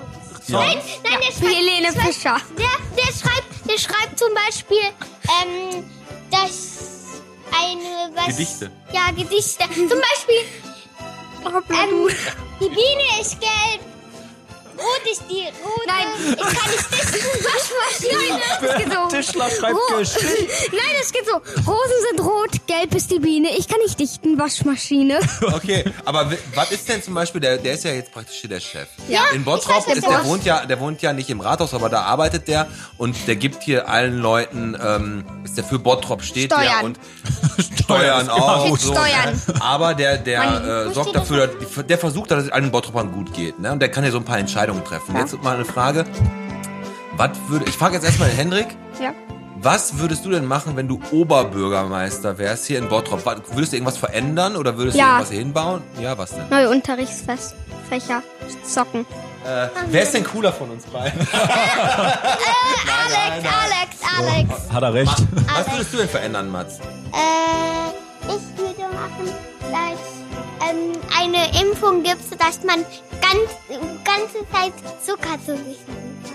F: Nein, nein, der
G: Für
F: schreibt,
G: Helene Fischer.
F: (laughs) der, der schreibt, der schreibt zum Beispiel, ähm, dass eine, was?
B: Gedichte.
F: Ja, Gedichte. Zum Beispiel, ähm, die Biene ist gelb, rot ist die rote.
G: Nein.
F: ich kann nicht dichten, (laughs) Waschmaschine.
C: Tischler schreibt
G: Ro-
C: Geschichten.
G: (laughs) Nein, es geht so. Rosen sind rot, gelb ist die Biene. Ich kann nicht dichten, Waschmaschine.
B: Okay, aber w- was ist denn zum Beispiel, der, der ist ja jetzt praktisch hier der Chef.
G: Ja.
B: In Bottrop
F: Ich weiß,
B: ist
F: der
B: der
F: Boss.
B: wohnt ja, der wohnt ja nicht im Rathaus, aber da arbeitet der und der gibt hier allen Leuten, ähm, ist der für Bottrop steht der
G: Steuern.
B: und Steuern auch.
G: Kriegt
B: so,
G: Steuern.
B: Ne? Aber der, der äh,
F: muss
B: sorgt
F: die
B: dafür, dass- der versucht, dass es allen Bottropern gut geht. Ne? Und der kann hier so ein paar Entscheidungen treffen. Jetzt mal eine Frage. Was würde, ich frage jetzt erstmal den Hendrik.
G: Ja.
B: Was würdest du denn machen, wenn du Oberbürgermeister wärst hier in Bottrop? Was- Würdest du irgendwas verändern oder würdest
G: Ja.
B: du irgendwas hinbauen? Ja, was denn?
G: Neue Unterrichtsfächer. Zocken.
B: (laughs) Wer ist denn cooler von uns (laughs) beiden? Genau.
F: Alex, Alex, Alex.
C: Hat er recht.
B: Was würdest du denn verändern, Mats?
F: Äh, ich würde machen, dass ähm, eine Impfung gibt, dass man ganz ganze Zeit Zucker zu sich nehmen kann.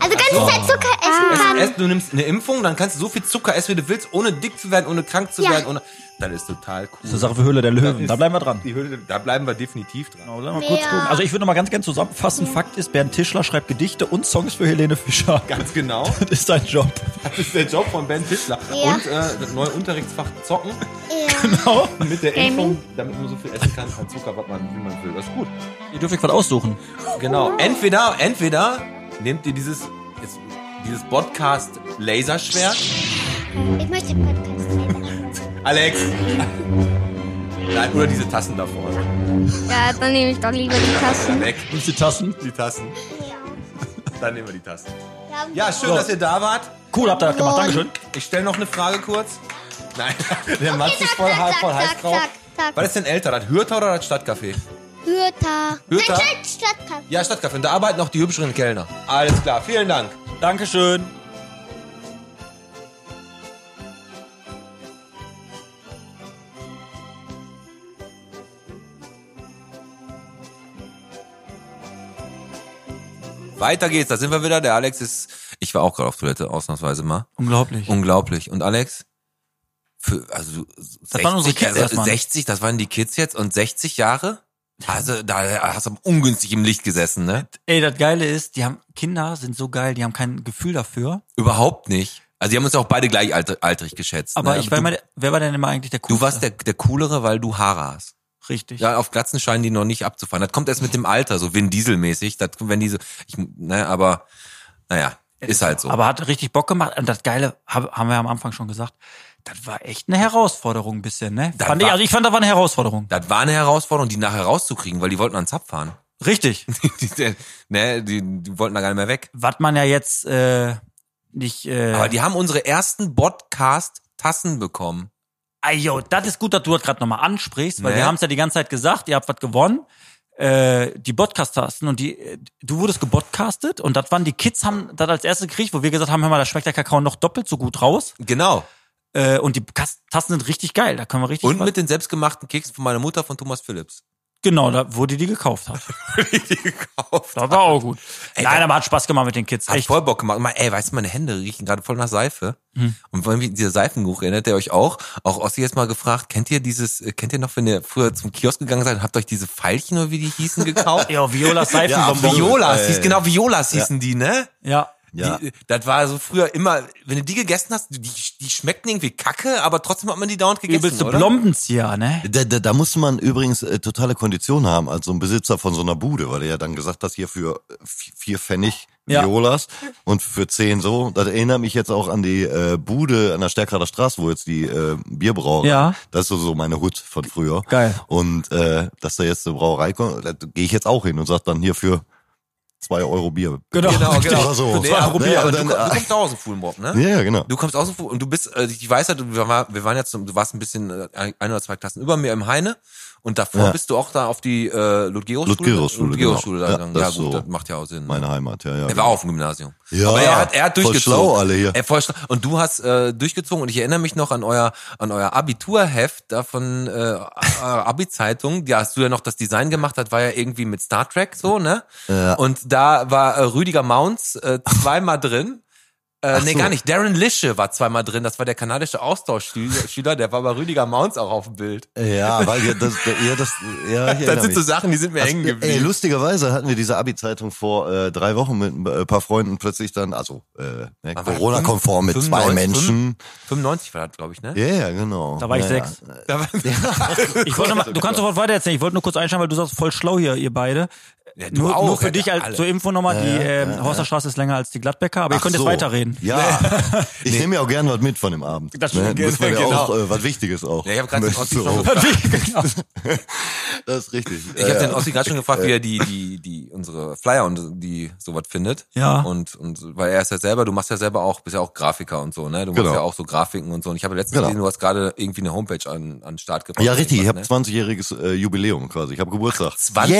F: Also ganze Zeit Zucker
B: Ah.
F: essen kann.
B: Erst, du nimmst eine Impfung, dann kannst du so viel Zucker essen, wie du willst, ohne dick zu werden, ohne krank zu
F: Ja.
B: werden. Ohne das ist total
C: Das ist eine
B: cool.
C: Sache für Höhle der Löwen.
B: ist-
C: Da bleiben wir dran.
B: Die Höhle, da bleiben wir definitiv dran.
C: Mal kurz gucken. Also ich würde noch mal ganz gerne zusammenfassen. Fakt ist, Bernd Tischler schreibt Gedichte und Songs für Helene Fischer. (laughs)
B: Ganz (laughs) genau.
C: Das ist sein Job. (laughs)
B: Das ist der Job von Ben Tischler.
F: Ja.
B: Und äh, das neue Unterrichtsfach zocken
F: Ja.
C: Genau.
B: mit der
G: Gaming.
B: Impfung, damit man so viel essen kann an Zucker, was man, wie man will. Das ist gut.
C: Ihr dürft euch was aussuchen.
B: Genau. Entweder, entweder nehmt ihr dieses, jetzt- dieses Podcast Laserschwert.
F: Ich möchte den Podcast nicht.
B: Alex! (laughs) Nein, oder diese Tassen da vorne.
G: Ja, dann nehme ich doch lieber die Tassen.
B: Weg.
C: Nimmst die Tassen.
B: Die Tassen. (laughs) Dann nehmen wir die Tassen.
F: Ja.
B: Ja, schön,
C: So.
B: dass ihr da wart.
C: Cool, habt ihr das gemacht. Dankeschön.
B: Ich stelle noch eine Frage kurz. Nein, (laughs) der Mats ist
F: zack,
B: voll,
F: zack,
B: heiß- voll
F: zack,
B: heiß
F: zack,
B: drauf.
F: zack, zack.
B: Was ist denn älter, das Hürter oder das Stadtcafé?
F: Hürter.
B: Hürter?
F: Nein, Stadtkaffee.
B: Ja, Stadtcafé. Und da arbeiten auch die hübscheren Kellner. Alles klar, vielen Dank.
C: Dankeschön.
B: Weiter geht's, da sind wir wieder. Der Alex ist, ich war auch gerade auf Toilette, ausnahmsweise mal.
C: Unglaublich.
B: Unglaublich. Und Alex? Für, also,
C: Das waren unsere Kids erstmal.
B: 60, das waren die Kids jetzt und 60 Jahre? Also, da hast du ungünstig im Licht gesessen, ne?
C: Ey, das Geile ist, die haben Kinder sind so geil, die haben kein Gefühl dafür.
B: Überhaupt nicht. Also, die haben uns auch beide gleich alter- altrig geschätzt.
C: Aber
B: ne?
C: ich war
B: du,
C: immer, der- wer war denn immer eigentlich der Coolste?
B: du warst der, der Coolere, weil du Haare hast.
C: Richtig.
B: Ja, auf Glatzen scheinen die noch nicht abzufahren. Das kommt erst mit dem Alter, so Vin Diesel-mäßig. Das, wenn diese, ich, ne, aber, naja, ist halt so.
C: Aber hat richtig Bock gemacht. Und das Geile, hab, haben wir am Anfang schon gesagt, das war echt eine Herausforderung ein bisschen, ne?
B: Das
C: Fand ich,
B: war-
C: also ich fand, das war eine Herausforderung.
B: das war eine Herausforderung, die nachher rauszukriegen, weil die wollten ans Zapf fahren. (laughs)
C: Richtig.
B: die, die, ne, die, die wollten da gar nicht mehr weg.
C: Was man ja jetzt äh, nicht... Äh,
B: Aber die haben unsere ersten Podcast-Tassen bekommen.
C: Ey, yo, das ist gut, dass du das gerade nochmal ansprichst, weil
B: Ne?
C: wir haben es ja die ganze Zeit gesagt, ihr habt was gewonnen. Äh, äh, die Podcastasten und die, äh, du wurdest gebodcastet und das waren die Kids haben das als erstes gekriegt, wo wir gesagt haben, hör mal, da schmeckt der Kakao noch doppelt so gut raus.
B: Genau.
C: Äh, und die Kas- Tassen sind richtig geil, da können wir richtig.
B: Und
C: was-
B: mit den selbstgemachten Keksen von meiner Mutter von Thomas Phillips.
C: genau, da, wo die die
B: (laughs)
C: gekauft hat.
B: Die gekauft.
C: Das war auch gut. Nein, aber hat Spaß gemacht mit den Kids.
B: Hat
C: Echt.
B: voll Bock gemacht. Mal, ey, weißt du, meine Hände riechen gerade voll nach Seife.
C: Hm.
B: Und vor allem dieser Seifengeruch erinnert ihr euch auch? Auch Ossi jetzt mal gefragt, kennt ihr dieses, äh, kennt ihr noch, wenn ihr früher zum Kiosk gegangen seid und habt euch diese Pfeilchen oder wie die hießen gekauft?
C: (laughs) Ja,
B: (laughs)
C: Viola Seifenbonbon.
D: Viola.
B: Violas, hieß,
D: Ey.
B: genau, Violas hießen die, ne?
C: Ja.
D: Ja.
B: Die, das war so früher immer, wenn du die gegessen hast, die, die schmeckten irgendwie kacke, aber trotzdem hat man die dauernd gegessen,
C: Übelste
B: oder?
C: Blombenzieher, ne?
D: Da, da, da musste man übrigens äh, totale Kondition haben als so ein Besitzer von so einer Bude, weil er ja dann gesagt hat, hier für äh, vi- vier Pfennig
C: Ja.
D: Violas und für zehn so. Das erinnert mich jetzt auch an die äh, Bude an der Stärkrader Straße, wo jetzt die äh, Bierbrauerei.
C: Ja.
D: Das ist so- so meine Hut von früher.
C: Geil.
D: Und äh, dass da jetzt eine Brauerei kommt, da gehe ich jetzt auch hin und sag dann hier für zwei Euro Bier.
B: Genau, genau.
D: Oder so.
B: Nee, aber, nee,
D: Ja,
B: aber
D: dann,
B: du, komm- du
D: äh,
B: kommst auch aus dem Fuhlenbrock, ne?
D: ja, genau.
B: Du kommst aus dem Fu- und du bist, äh, ich weiß ja, du, wir, war, wir waren jetzt, du warst ein bisschen äh, ein ein oder zwei Klassen über mir im Heine und davor
D: Ja.
B: bist du auch da auf die äh, Ludgero-Schule
D: Ludgero-Schule,
B: Ludgero-Schule da
D: genau. Ja,
B: gegangen.
D: das
B: Ja,
D: ist
B: gut,
D: so
B: das macht ja auch Sinn. ne?
D: Meine Heimat, ja, ja.
B: Er war auch im Gymnasium.
D: Ja,
B: aber er hat, er hat
D: voll
B: durchgezogen.
D: schlau alle hier.
B: Er voll schlau. Und du hast äh, durchgezogen und ich erinnere mich noch an euer an euer Abiturheft da von äh, (laughs) eurer Abi-Zeitung. Da hast du ja noch das Design gemacht, das war ja irgendwie mit Star Trek so, ne?
D: Ja.
B: Und da war äh, Rüdiger Mounts äh, zweimal drin. Äh, nee,
D: so.
B: gar nicht. Darren Lische war zweimal drin. Das war der kanadische Austauschschüler, Schüler, der war bei Rüdiger Mounts auch auf dem Bild.
D: Ja, weil ja, das, ja, das, ja,
B: (laughs)
D: ich
B: Das sind
D: erinnere
B: so
D: mich.
B: Sachen, die sind mir
D: Also,
B: hängen
D: Ey,
B: geblieben.
D: lustigerweise hatten wir diese Abi-Zeitung vor äh, drei Wochen mit ein paar Freunden plötzlich dann, also äh, ne,
B: Aber
D: Corona-konform mit zwei
B: 95,
D: Menschen.
B: 95 war das, glaube ich, ne?
D: Ja, ja, genau.
C: Da war ich
D: ja,
C: sechs.
D: Ja.
B: Da war,
C: Ich wollte mal, du kannst sofort weiter erzählen. Ich wollte nur kurz einschalten, weil du sagst voll schlau hier, ihr beide.
B: du
C: nur,
B: auch,
C: nur für
B: ja,
C: dich als
B: alle.
C: zur Info nochmal, die äh, Horsterstraße ist länger als die Gladbecker, aber ihr
D: Ach
C: könnt
D: so.
C: jetzt weiterreden.
D: Ja, (laughs) ich nehme ja auch gern was mit von dem Abend.
C: Das
D: ne?
C: stimmt,
D: Muss man ja
B: genau.
D: auch äh, was Wichtiges auch.
B: Ja, ich hab grad den Ossi
D: Möchtest du
B: schon (laughs)
D: (laughs) auch.
B: gefragt.
D: Das ist richtig.
B: Ich habe
D: Ja,
B: den
D: ja.
B: Ossi gerade schon gefragt, wie
D: äh,
B: er die, die, die, unsere Flyer und die sowas findet.
C: Ja.
B: Und, und weil er ist ja selber, du machst ja selber auch, bist ja auch Grafiker und so, ne? Du machst
D: Genau.
B: ja auch so Grafiken und so. Und ich habe letztens
D: Genau.
B: gesehen, du hast gerade irgendwie eine Homepage an, an den Start gebracht.
D: Ja, richtig. Ich habe
B: Irgendwas,
D: 20-jähriges äh, Jubiläum quasi. Ich habe Geburtstag.
B: 20-jähriges-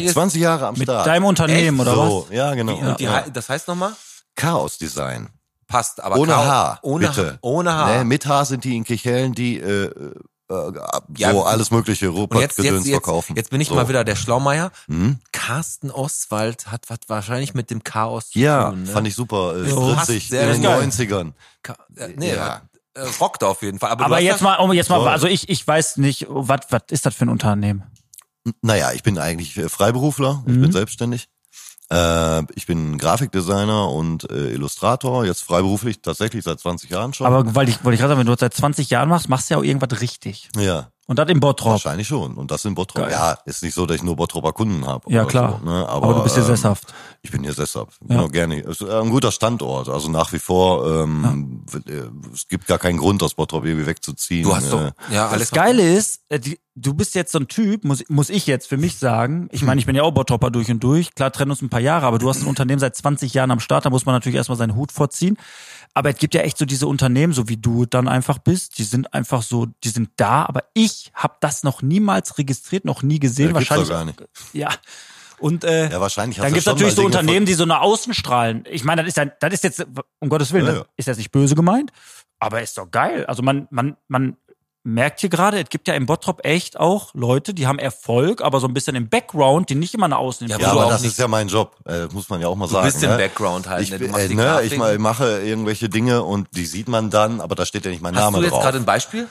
D: Yeah, 20 Jahre am
C: Mit
D: Start.
C: deinem Unternehmen
B: Echt?
C: oder
D: so, ja, genau.
B: ne? Und die,
D: ja.
B: hei- Das heißt nochmal?
D: Chaos-Design.
B: Passt, aber
D: ohne
B: kau-
D: Haar,
B: Ohne
D: bitte.
B: Haar. Ohne Haar.
D: Ne, mit Haar sind die in Kichellen, die äh, äh, ab- so
B: Ja,
D: alles mögliche
B: Und jetzt, jetzt,
D: Rupert-Gedöns
B: jetzt,
D: verkaufen.
B: jetzt bin ich
D: so.
B: mal wieder der Schlaumeier.
D: Hm?
B: Carsten Oswald hat was wahrscheinlich mit dem Chaos zu
D: Ja,
B: tun. Ne?
D: fand ich super. Äh,
B: Jo.
D: spritzig
B: Passt sehr
D: in den
B: geil.
D: 90ern.
B: Ka äh, nee,
D: Ja.
B: äh, rockt auf jeden Fall. Aber, du
C: Aber
B: hast
C: jetzt
B: das-
C: mal, um jetzt mal,
D: Soll.
C: also ich, ich weiß nicht, was, was ist das für ein Unternehmen?
D: Naja, ich bin eigentlich äh, Freiberufler,
B: Mhm.
D: ich bin selbstständig. Äh, ich bin Grafikdesigner und äh, Illustrator, jetzt freiberuflich tatsächlich seit 20 Jahren schon.
C: Aber weil ich, wollte ich gerade sagen, wenn du das seit 20 Jahren machst, machst du ja auch irgendwas richtig.
D: ja.
C: Und das im Bottrop.
D: Wahrscheinlich schon. Und das sind Bottrop.
C: Geil.
D: Ja, ist nicht so, dass ich nur Bottroper Kunden habe.
C: Ja,
D: oder
C: klar.
D: So, ne?
C: aber, du bist hier
D: ähm,
C: sesshaft.
D: Ich bin hier sesshaft. Genau, gerne. Es ist ein guter Standort. Also nach wie vor, ähm, w- äh, es gibt gar keinen Grund, aus Bottrop irgendwie wegzuziehen.
B: Du hast
D: Äh,
B: doch, ja,
C: Das
B: alles
C: Geile ist, äh, die, du bist jetzt so ein Typ, muss, muss ich jetzt für mich sagen.
D: Hm.
C: Ich meine, ich bin ja auch Bottropper durch und durch. Klar, trennen uns ein paar Jahre, aber du hast ein Unternehmen seit 20 Jahren am Start, da muss man natürlich erstmal seinen Hut vorziehen. Aber es gibt ja echt so diese Unternehmen, so wie du dann einfach bist, die sind einfach so, die sind da, aber ich habe das noch niemals registriert, noch nie gesehen.
D: Ja, gibt's doch
C: wahrscheinlich.
D: gar nicht.
C: Ja. Und äh,
D: Ja, wahrscheinlich hast
C: dann
D: du
C: gibt's
D: schon
C: natürlich
D: mal
C: so
D: Dinge
C: Unternehmen, die so nach außen strahlen. Ich meine, das ist ja, das ist jetzt, um Gottes Willen,
D: Ja,
C: das
D: ja.
C: ist jetzt nicht böse gemeint, aber ist doch geil. Also man, man, man merkt hier gerade, es gibt ja im Bottrop echt auch Leute, die haben Erfolg, aber so ein bisschen im Background, die nicht immer nach außen
B: Ja,
C: im
D: von- Ja,
B: wo du
D: aber
B: auch
D: das
B: nicht-
D: ist ja mein Job. Äh, muss man ja auch mal
B: Du
D: sagen.
B: bist im
D: ne?
B: Background halt,
D: Ich,
B: ne? Du
D: bin-
B: machst
D: äh,
B: die
D: ne? ich
B: Grafiken.
D: mal- mache irgendwelche Dinge und die sieht man dann, aber da steht ja nicht mein
B: Hast
D: Name
B: du jetzt
D: drauf.
B: gerade ein Beispiel?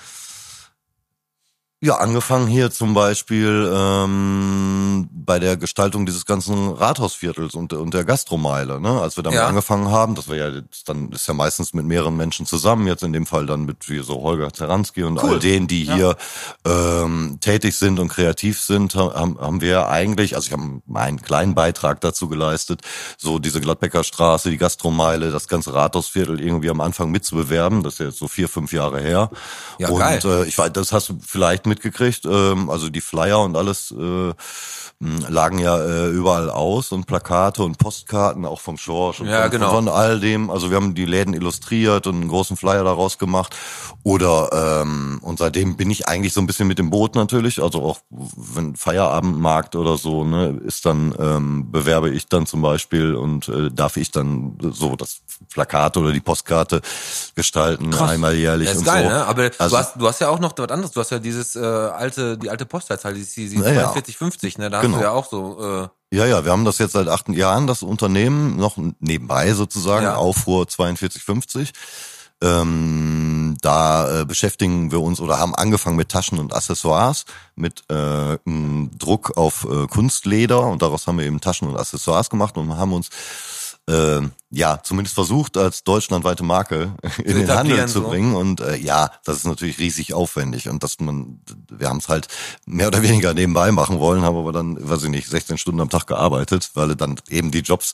D: Ja, angefangen hier zum Beispiel ähm, bei der Gestaltung dieses ganzen Rathausviertels und, und der Gastromeile, ne? Als wir damit
B: Ja.
D: angefangen haben, das war ja jetzt dann ist ja meistens mit mehreren Menschen zusammen, jetzt in dem Fall dann mit wie so Holger Zeranski und all denen, die hier ähm, tätig sind und kreativ sind, ha- haben, haben wir eigentlich, also ich habe meinen kleinen Beitrag dazu geleistet, so diese Gladbecker Straße, die Gastromeile, das ganze Rathausviertel irgendwie am Anfang mitzubewerben. Das ist ja jetzt so vier, fünf Jahre her.
B: Ja,
D: und
B: geil.
D: äh, ich weiß, das hast du vielleicht mitgekriegt. Ähm, also die Flyer und alles äh, mh, lagen ja äh, überall aus und Plakate und Postkarten auch vom Schorsch und
B: Ja,
D: von,
B: genau.
D: von all dem. Also wir haben die Läden illustriert und einen großen Flyer daraus gemacht. Oder ähm, und seitdem bin ich eigentlich so ein bisschen mit dem Boot natürlich. Also auch wenn Feierabendmarkt oder so ne, ist dann ähm, bewerbe ich dann zum Beispiel und äh, darf ich dann so das Plakat oder die Postkarte gestalten einmal jährlich
B: Das ist
D: und
B: geil,
D: so.
B: ne? Aber
D: Also-
B: du, hast, du hast ja auch noch was anderes. Du hast ja dieses äh, alte, die alte Postleitzahl, die CC
D: Naja.
B: 4250, ne? Da
D: Genau.
B: hast du ja auch so. Äh,
D: Ja, ja, wir haben das jetzt seit acht Jahren, das Unternehmen, noch nebenbei sozusagen,
B: Ja.
D: Aufruhr 4250. Ähm, da äh, beschäftigen wir uns oder haben angefangen mit Taschen und Accessoires, mit äh, einem Druck auf äh, Kunstleder und daraus haben wir eben Taschen und Accessoires gemacht und haben uns äh, ja zumindest versucht, als deutschlandweite Marke in den
B: etablieren,
D: Handel zu
B: so.
D: bringen. Und äh, ja, das ist natürlich riesig aufwendig und dass man, wir haben es halt mehr oder weniger nebenbei machen wollen, haben aber dann, weiß ich nicht, 16 Stunden am Tag gearbeitet, weil du dann eben die Jobs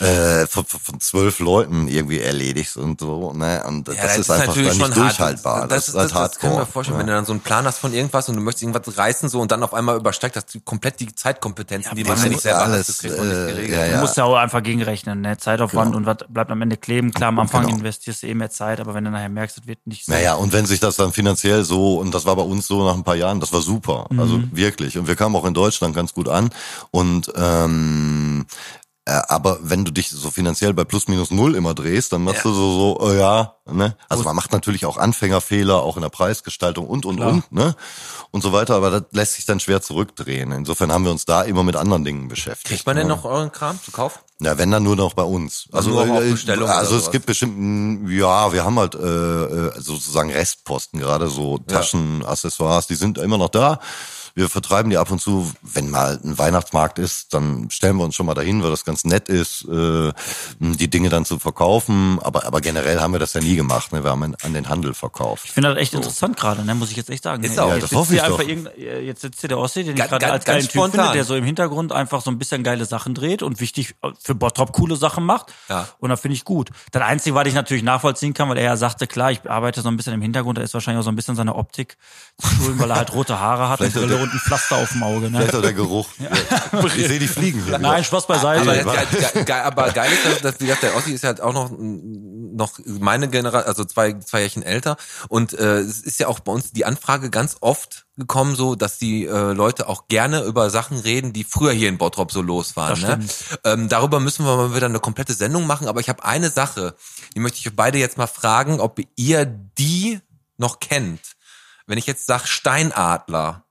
D: äh, von, von von zwölf Leuten irgendwie erledigst und so, ne? Und das, ist, einfach dann nicht durchhaltbar.
B: Hart. Das, das, das,
D: halt
B: das kann ich mir vorstellen,
D: ja.
B: wenn du dann so einen Plan hast von irgendwas und du möchtest irgendwas reißen so und dann auf einmal übersteigt das die- komplett die Zeitkompetenzen, die man
D: das
B: ja nicht
D: muss
B: selber
D: alles,
B: hat. Das kriegt man nicht
D: äh,
B: geregelt.
D: ja, ja.
C: Du musst ja auch einfach gegenrechnen, ne? Zeitaufwand und was bleibt am Ende kleben. Klar, am Anfang
D: Genau.
C: investierst du eh mehr Zeit, aber wenn du nachher merkst, es wird nicht so.
D: Naja, und wenn sich das dann finanziell so, und das war bei uns so nach ein paar Jahren, das war super. Also
B: Mhm.
D: wirklich. Und wir kamen auch in Deutschland ganz gut an. Und ähm, äh, aber wenn du dich so finanziell bei plus minus null immer drehst, dann machst
B: Ja.
D: du so, so, äh, ja, ne? Also man macht natürlich auch Anfängerfehler, auch in der Preisgestaltung und und und, ne? Und so weiter, aber das lässt sich dann schwer zurückdrehen. Insofern haben wir uns da immer mit anderen Dingen beschäftigt.
B: Kriegt man denn
D: ne?
B: noch euren Kram zu kaufen?
D: Na, wenn dann nur noch bei uns. Also,
B: Nur auf
D: äh,
B: Bestellung oder
D: also es
B: sowas.
D: gibt bestimmt, mm, ja, wir haben halt äh, äh, sozusagen Restposten, gerade so Taschen, Accessoires, die sind immer noch da. Wir vertreiben die ab und zu, wenn mal ein Weihnachtsmarkt ist, dann stellen wir uns schon mal dahin, weil das ganz nett ist, äh, die Dinge dann zu verkaufen. Aber, aber generell haben wir das ja nie gemacht. Ne? Wir haben an den Handel verkauft.
C: Ich finde das echt interessant gerade, ne? muss ich jetzt echt sagen.
B: Ist
C: Ne,
B: auch.
C: jetzt
B: Ja,
D: das
C: sitzt
D: hoffe
C: hier
D: ich
C: einfach
D: doch.
C: irgend- äh, Jetzt sitzt hier der Ossi, den ich
B: Ganz-
C: gerade
B: ganz-
C: als geilen
B: ganz
C: Typ finde,
B: spontan.
C: der so im Hintergrund einfach so ein bisschen geile Sachen dreht und wichtig äh, für Bottrop coole Sachen macht.
B: Ja.
C: Und da finde ich gut. Das Einzige, was ich natürlich nachvollziehen kann, weil er ja sagte, klar, ich arbeite so ein bisschen im Hintergrund, da ist wahrscheinlich auch so ein bisschen seine Optik zu schulden, weil er halt rote Haare hat und
D: Vielleicht-
C: Brille und ein Pflaster auf dem Auge. Ne?
D: Vielleicht auch der Geruch. Ich sehe die Fliegen hier.
C: Nein, Spaß beiseite.
B: Aber,
D: Ja,
B: das, ge, ge, aber geil ist, dass, dass wie gesagt, der Ossi ist halt auch noch, noch meine Generation, also zwei, zwei Jährchen älter. Und äh, es ist ja auch bei uns die Anfrage ganz oft gekommen, so dass die äh, Leute auch gerne über Sachen reden, die früher hier in Bottrop so los waren. Ne? Ähm, darüber müssen wir mal wieder eine komplette Sendung machen, aber ich habe eine Sache, die möchte ich euch beide jetzt mal fragen, ob ihr die noch kennt. Wenn ich jetzt sage Steinadler,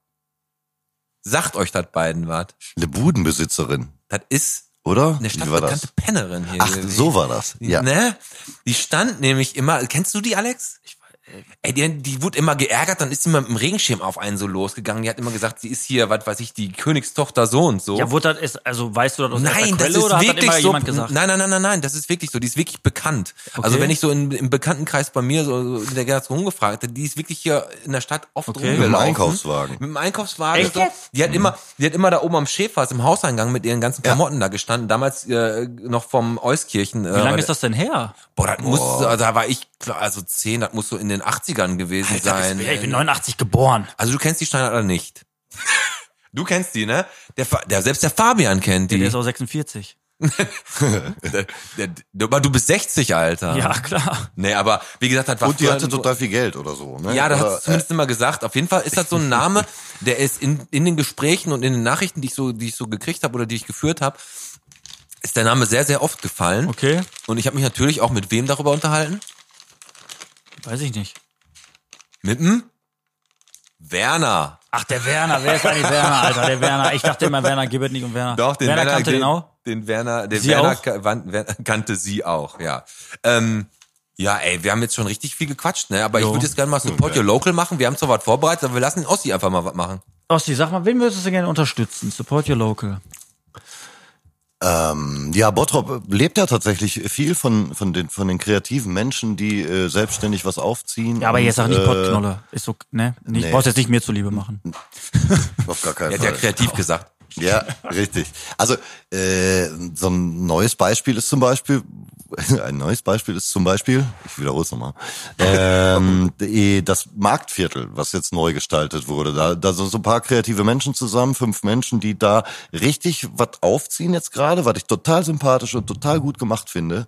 B: sagt euch das beiden was?
D: Eine Budenbesitzerin,
B: Das ist
D: oder?
B: eine
D: Wie war das?
B: stadtbekannte Pennerin hier.
D: Ach,
B: gewesen.
D: so war das.
B: Die,
D: Ja.
B: Ne? Die stand nämlich immer, kennst du die, Alex? äh, Ey, die, die wurde immer geärgert, dann ist sie mal mit dem Regenschirm auf einen so losgegangen. Die hat immer gesagt, sie ist hier, was weiß ich, die Königstochter so und so.
C: Ja, wurde das, ist, also weißt du das aus erster
B: nein, das
C: Quelle
B: ist
C: oder hat das
B: wirklich
C: immer
B: so.
C: jemand gesagt?
B: Nein, nein, nein, nein, nein, das ist wirklich so. Die ist wirklich bekannt. Also wenn ich so in, im Bekanntenkreis bei mir so in der Generation gefragt hätte, die ist wirklich hier in der Stadt oft okay. rumgelaufen.
D: Mit dem Einkaufswagen.
B: Mit dem Einkaufswagen.
C: Echt
B: so.
C: jetzt?
B: Die hat immer, die hat immer da oben am Schäfers im Hauseingang mit ihren ganzen Klamotten da gestanden. Damals äh, noch vom Euskirchen. äh,
C: Wie lange ist das denn her?
B: Boah, das muss, also da war ich, klar, also 10, das muss so in den 80ern gewesen sein.
C: Ja, ich bin 89 geboren.
B: also du kennst die Steinadler nicht. (laughs) du kennst die, ne? Der, Fa- der, selbst der Fabian kennt
C: Der
B: die.
C: ist auch 46.
B: Der- der- der- Aber du bist 60, Alter.
C: Ja, klar.
B: Nee, aber wie gesagt, das war
D: Und die
B: früher
D: hatte
B: nur-
D: total viel Geld oder so. Ne?
B: Ja, das
D: Oder,
B: hat zumindest immer gesagt. Auf jeden Fall ist das so ein Name, (laughs) der ist in, in den Gesprächen und in den Nachrichten, die ich so, die ich so gekriegt habe oder die ich geführt habe, ist der Name sehr, sehr oft gefallen.
C: Okay.
B: Und ich habe mich natürlich auch mit wem darüber unterhalten?
C: Weiß ich nicht.
B: Mit dem Werner.
C: Ach, der Werner. Wer ist eigentlich Werner, Alter? Der Werner. Ich dachte immer, Werner Gibbert nicht und Werner. Werner kannte
B: den,
C: den auch.
B: Den Werner, den
C: Sie
B: Werner
C: auch?
B: ka- wan- Werner kannte sie auch, ja. Ähm, ja, ey, wir haben jetzt schon richtig viel gequatscht, ne? Aber ich
C: Jo.
B: würde jetzt gerne mal Support Your Local machen. Wir haben zwar was vorbereitet, aber wir lassen den Ossi einfach mal was machen.
C: Ossi, sag mal, wen würdest du gerne unterstützen? Support your local.
D: ähm, ja, Bottrop lebt ja tatsächlich viel von, von, den, von den kreativen Menschen, die äh, selbstständig was aufziehen.
C: Ja, aber
D: Und,
C: jetzt auch nicht
D: äh,
C: Pottknolle. Ist so, ne? Nicht,
D: nee.
C: Brauchst jetzt nicht mir zuliebe machen.
D: Auf gar keinen
B: Der hat ja
D: Fall. (laughs)
B: kreativ gesagt.
D: Ja, richtig. Also äh, so ein neues Beispiel ist zum Beispiel, (laughs) ein neues Beispiel ist zum Beispiel, ich wiederhole es nochmal, ähm, die- das Marktviertel, was jetzt neu gestaltet wurde. Da, da sind so ein paar kreative Menschen zusammen, fünf Menschen, die da richtig was aufziehen jetzt gerade, was ich total sympathisch und total gut gemacht finde.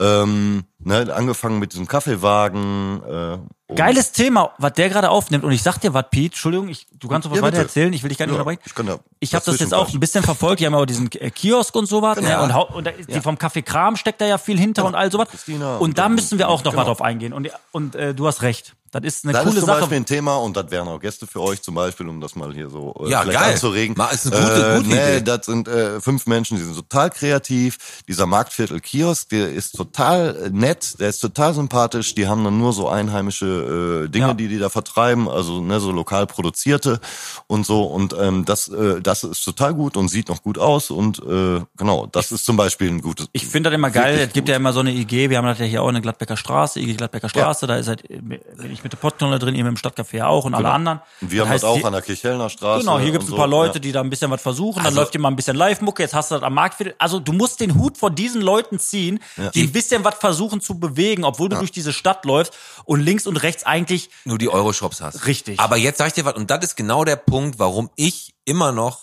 D: Ähm, ne, angefangen mit diesem Kaffeewagen. Äh, und-
C: Geiles Thema, was der gerade aufnimmt. Und ich sag dir was, Pete, Entschuldigung, ich, du kannst doch was
D: Ja,
C: weiter
D: bitte.
C: erzählen, ich will dich gar nicht
D: Ja,
C: unterbrechen.
D: ich kann ja
C: ich habe das
D: dazwischen
C: jetzt auch
D: quatschen.
C: ein bisschen verfolgt. Die haben ja auch diesen äh, Kiosk und sowas.
D: Genau.
C: Ne? Und, hau- und da, die vom Café Kram steckt da ja viel hinter und all sowas.
D: Christina
C: und
D: und-
C: da müssen wir auch noch mal
D: genau.
C: drauf eingehen. Und, und äh, du hast recht. Das ist eine
D: Das
C: coole
D: ist zum
C: Sache.
D: Beispiel ein Thema und das wären auch Gäste für euch zum Beispiel, um das mal hier so äh,
B: Ja,
D: vielleicht
B: geil.
D: anzuregen.
B: Ma, ist eine gute-
D: äh,
B: gute
D: nee,
B: Idee.
D: Das sind äh, fünf Menschen, die sind total kreativ. Dieser Marktviertel Kiosk, der ist total äh, nett, der ist total sympathisch. Die haben dann nur so einheimische äh, Dinge,
C: Ja.
D: die die da vertreiben, also ne, so lokal produzierte und so. Und ähm, das, äh, das ist total gut und sieht noch gut aus. Und äh, genau, das ist zum Beispiel ein gutes.
C: Ich finde das immer geil.
D: Wirklich
C: Es gibt ja immer so eine IG. Wir haben das ja hier auch eine Gladbecker Straße, IG Gladbecker Straße. Da ist halt, äh, bin ich mit der Pottnolle drin, eben im Stadtcafé auch und alle anderen.
D: Genau. Und wir haben das
C: heißt,
D: auch
C: hier-
D: an der Kirchhellner Straße.
C: Genau, hier gibt es
D: und
C: ein paar
D: so,
C: Leute,
D: ja. Also
C: die da ein bisschen was versuchen. Dann läuft hier mal ein bisschen Live-Mucke. Jetzt hast du das am Marktviertel. Also du musst den Hut vor diesen Leuten ziehen, die ein bisschen was versuchen zu bewegen, obwohl du durch diese Stadt läufst und links und rechts eigentlich
B: nur die Euroshops hast.
C: Richtig.
B: Aber jetzt sag ich dir was, und das ist genau der Punkt, warum ich immer noch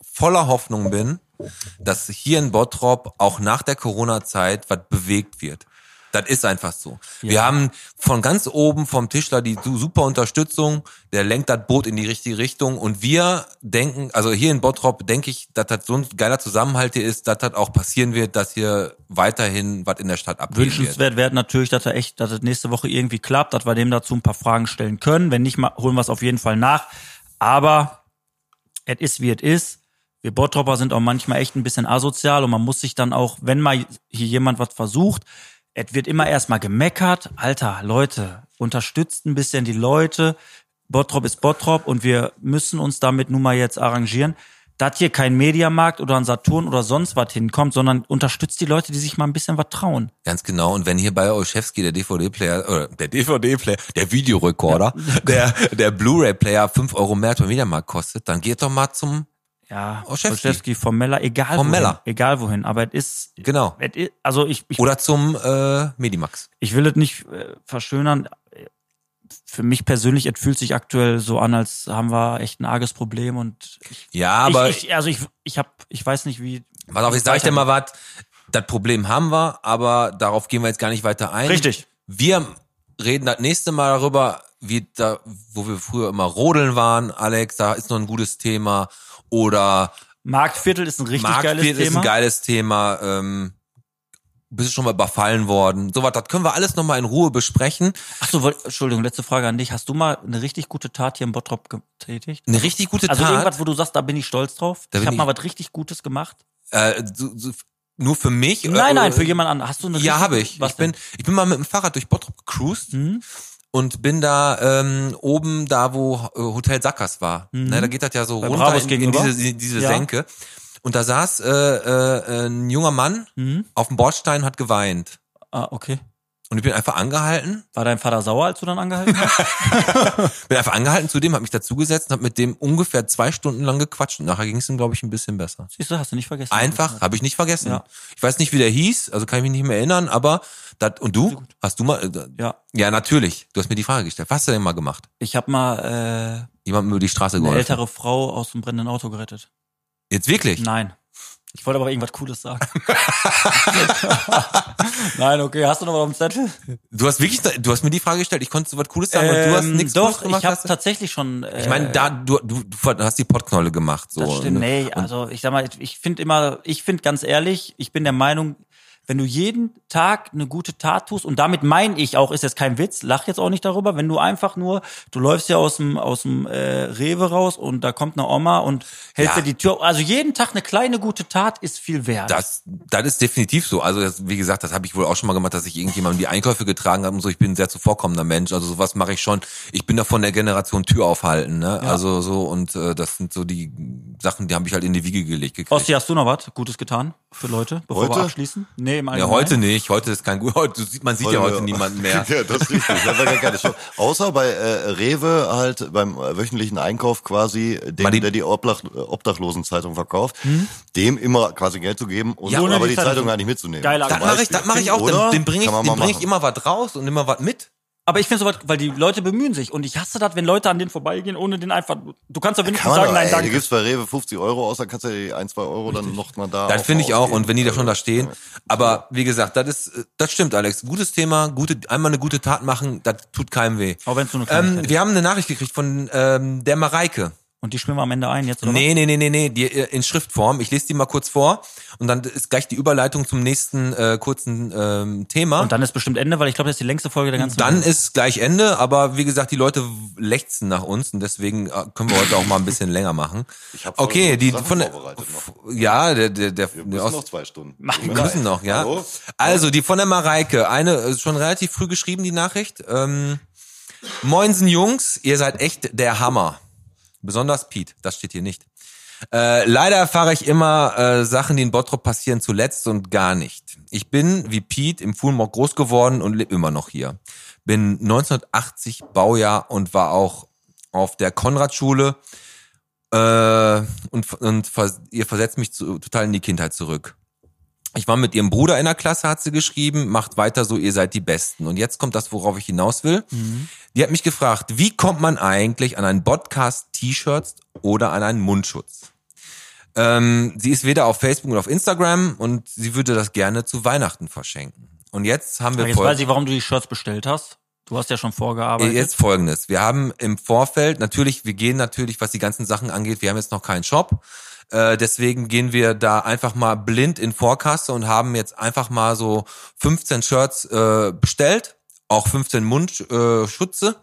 B: voller Hoffnung bin, dass hier in Bottrop auch nach der Corona-Zeit was bewegt wird. Das ist einfach so. Wir haben von ganz oben vom Tischler die su- super Unterstützung, der lenkt das Boot in die richtige Richtung und wir denken, also hier in Bottrop denke ich, dass das so ein geiler Zusammenhalt hier ist, dass das auch passieren wird, dass hier weiterhin was in der Stadt abgeht.
C: wünschenswert wäre natürlich, dass er echt, dass es nächste Woche irgendwie klappt, dass wir dem dazu ein paar Fragen stellen können. Wenn nicht, mal, holen wir es auf jeden Fall nach. Aber es ist, wie es ist. Wir Bottropper sind auch manchmal echt ein bisschen asozial und man muss sich dann auch, wenn mal hier jemand was versucht, es wird immer erstmal gemeckert. Alter, Leute, unterstützt ein bisschen die Leute. Bottrop ist Bottrop und wir müssen uns damit nun mal jetzt arrangieren, dass hier kein Mediamarkt oder ein Saturn oder sonst was hinkommt, sondern unterstützt die Leute, die sich mal ein bisschen was trauen.
B: Ganz genau. Und wenn hier bei Olszewski der DVD-Player, oder der DVD-Player, der Videorekorder,
C: (laughs)
B: der, der Blu-ray-Player 5 Euro mehr als beim Mediamarkt kostet, dann geht doch mal zum,
C: Ja,
B: Olszewski.
C: Olszewski, formeller, egal
B: Vom
C: wohin.
B: Meller.
C: Egal wohin, aber es ist,
B: genau.
C: es ist also ich, ich,
B: Oder zum äh, Medimax.
C: ich will es nicht äh, verschönern. Für mich persönlich, es fühlt sich aktuell so an, als haben wir echt ein arges Problem und ich,
B: Ja, aber
C: ich, ich also ich, ich hab, ich weiß nicht wie.
B: pass auf, jetzt sag ich dir mal was. Das Problem haben wir, aber darauf gehen wir jetzt gar nicht weiter ein.
C: Richtig.
B: Wir reden das nächste Mal darüber, wie da, wo wir früher immer rodeln waren. Alex, da ist noch ein gutes Thema. Oder
C: Marktviertel ist ein richtig geiles
B: Marktwert
C: Thema.
B: ist ein geiles Thema. Ähm, bist du schon mal überfallen worden? Sowas, das können wir alles nochmal in Ruhe besprechen.
C: Achso, woll- Entschuldigung, letzte Frage an dich. Hast du mal eine richtig gute Tat hier in Bottrop getätigt?
B: Eine richtig gute
C: Also irgendwas,
B: Tat.
C: wo du sagst, da bin ich stolz drauf.
B: Da
C: ich
B: bin
C: habe
B: ich-
C: mal was richtig Gutes gemacht.
B: Äh, so, so, nur für mich?
C: Nein,
B: Äh,
C: nein, für jemand anderen. Hast du eine
B: Ja,
C: richtig-
B: habe ich.
C: Was Hm?
B: Ich bin, ich bin mal mit dem Fahrrad durch Bottrop gecruised und bin da ähm, oben da, wo äh, Hotel Sackers war. Ne, da geht das ja so
C: Mhm. Bei
B: runter
C: Brabus
B: in, in
C: gegenüber?
B: diese, in diese
C: Ja.
B: Senke. Und da saß äh, äh, ein junger Mann
C: Hm?
B: auf dem Bordstein, hat geweint.
C: Ah, okay.
B: Und ich bin einfach angehalten
C: War dein Vater sauer, als du dann angehalten
B: (laughs)
C: hast?
B: Bin einfach angehalten zu dem, hab mich dazugesetzt und hab mit dem ungefähr zwei Stunden lang gequatscht und nachher ging es ihm, glaube ich, ein bisschen besser.
C: Siehst du, hast du nicht vergessen.
B: Einfach, habe ich nicht vergessen.
C: Ja.
B: Ich weiß nicht, wie der hieß, also kann ich mich nicht mehr erinnern, aber dat, und du? Hast du mal äh, da-
C: Ja.
B: Ja, natürlich. Du hast mir die Frage gestellt. Was hast du denn mal gemacht?
C: Ich habe mal
B: Jemandem über die Straße
C: äh, eine
B: geholfen.
C: ältere Frau aus dem brennenden Auto gerettet.
B: Jetzt wirklich?
C: Nein. Ich wollte aber irgendwas
B: (laughs)
C: Cooles sagen. (laughs) Nein, okay. Hast du noch was auf dem Zettel?
B: Du hast wirklich du hast mir die Frage gestellt. Ich konnte so was cooles sagen und du hast
C: Ähm,
B: nichts
C: Doch,
B: cooles gemacht.
C: ich habe
B: hast du?
C: tatsächlich schon. Äh,
B: ich meine, da du, du, du hast die Pottknolle gemacht so.
C: Das stimmt.
B: ne?
C: Nee, also ich sag mal, ich finde immer, ich finde ganz ehrlich, ich bin der Meinung, wenn du jeden Tag eine gute Tat tust, und damit meine ich auch, ist jetzt kein Witz, lach jetzt auch nicht darüber, wenn du einfach nur, du läufst ja aus dem, aus dem äh, Rewe raus und da kommt eine Oma und hältst
B: Ja.
C: dir die Tür. auf. Also jeden Tag eine kleine gute Tat ist viel wert.
B: Das, das ist definitiv so. Also das, wie gesagt, das habe ich wohl auch schon mal gemacht, dass ich irgendjemandem die Einkäufe getragen habe und so. Ich bin ein sehr zuvorkommender Mensch. Also sowas mache ich schon. Ich bin da von der Generation Tür aufhalten. Ne? Also so und äh, das sind so die Sachen, die habe ich halt in die Wiege gelegt gekriegt.
C: Osti, hast du noch was Gutes getan für Leute, bevor wir
D: Heute?
C: abschließen? Nee, Nee, im
B: Ja,
C: Allgemeinen.
B: heute nicht. Heute ist kein gut. (laughs) Heute sieht man sieht ja heute niemanden mehr.
D: (laughs) ja, das ist richtig. Das war gar keine Chance. Außer bei äh, Rewe halt beim äh, wöchentlichen Einkauf quasi, dem,
B: Mal die-
D: der die Obdach, Obdachlosenzeitung verkauft, dem immer quasi Geld zu geben und
B: Ja,
D: aber
B: ohne
D: die,
C: die
D: Zeitung,
C: Zeitung.
D: gar nicht mitzunehmen.
C: Geile
B: Das
D: Zum
B: mache ich,
D: Beispiel.
B: das mache ich auch.
D: Oder?
B: Dann, den bringe ich,
D: Kann man
B: den
D: mal
B: bring ich
D: machen.
B: immer was raus und immer was mit.
C: Aber ich finde sowas, weil die Leute bemühen sich und ich hasse das, wenn Leute an denen vorbeigehen, ohne den einfach. Du kannst doch wenigstens
D: Kann man
C: sagen,
D: doch,
C: nein,
D: ey, Du
C: danke.
D: gibst bei Rewe 50 Euro aus, dann kannst du die 1, 2 Euro dann noch mal da.
B: Das finde ich auch.
D: ausgeben.
B: Und wenn die da schon da
D: Also,
B: stehen. Aber wie gesagt, das ist, äh, das stimmt, Alex. Gutes Thema. Gute, einmal eine gute Tat machen, das tut keinem weh.
C: Auch wenn's nur eine Kleinigkeit
B: ähm,
C: ist.
B: wir haben eine Nachricht gekriegt von ähm, der Mareike.
C: Und die spielen wir am Ende ein jetzt, oder?
B: Nee, nee, nee, nee, nee, die äh, in Schriftform. Ich lese die mal kurz vor und dann ist gleich die Überleitung zum nächsten äh, kurzen ähm, Thema.
C: was? Und dann ist bestimmt Ende, weil ich glaube, das ist die längste Folge der ganzen
B: Dann ist gleich Ende, aber wie gesagt, die Leute lechzen nach uns und deswegen äh, können wir heute auch mal ein bisschen (laughs) länger machen.
D: Ich hab voll
B: okay,
D: gute
B: die
D: Sachen
B: von der-
D: vorbereitet noch.
B: ja, der der der
D: Wir müssen noch zwei Stunden.
B: wir müssen noch, ja.
D: Hallo?
B: Also, die von der Mareike, eine äh, schon relativ früh geschrieben die Nachricht. Ähm, Moinsen Jungs, ihr seid echt der Hammer. Besonders Pete, das steht hier nicht. Äh, leider erfahre ich immer äh, Sachen, die in Bottrop passieren, zuletzt und gar nicht. Ich bin, wie Pete, im Fulmrock groß geworden und lebe immer noch hier. Bin 1980 Baujahr und war auch auf der Konradschule. Äh, und und vers ihr versetzt mich zu, total in die Kindheit zurück. Ich war mit ihrem Bruder in der Klasse, hat sie geschrieben, macht weiter so, ihr seid die Besten. Und jetzt kommt das, worauf ich hinaus will.
C: Mhm.
B: Die hat mich gefragt, wie kommt man eigentlich an ein Podcast-T-Shirt oder an einen Mundschutz? Ähm, sie ist weder auf Facebook noch auf Instagram und sie würde das gerne zu Weihnachten verschenken. Und jetzt haben wir
C: Aber jetzt
B: folgendes-
C: weiß ich, warum du die Shirts bestellt hast. Du hast ja schon vorgearbeitet.
B: Jetzt folgendes. Wir haben im Vorfeld, natürlich, wir gehen natürlich, was die ganzen Sachen angeht, wir haben jetzt noch keinen Shop. Äh, deswegen gehen wir da einfach mal blind in Vorkasse und haben jetzt einfach mal so 15 Shirts äh, bestellt, auch 15 Mundschutze. Äh, Schutze.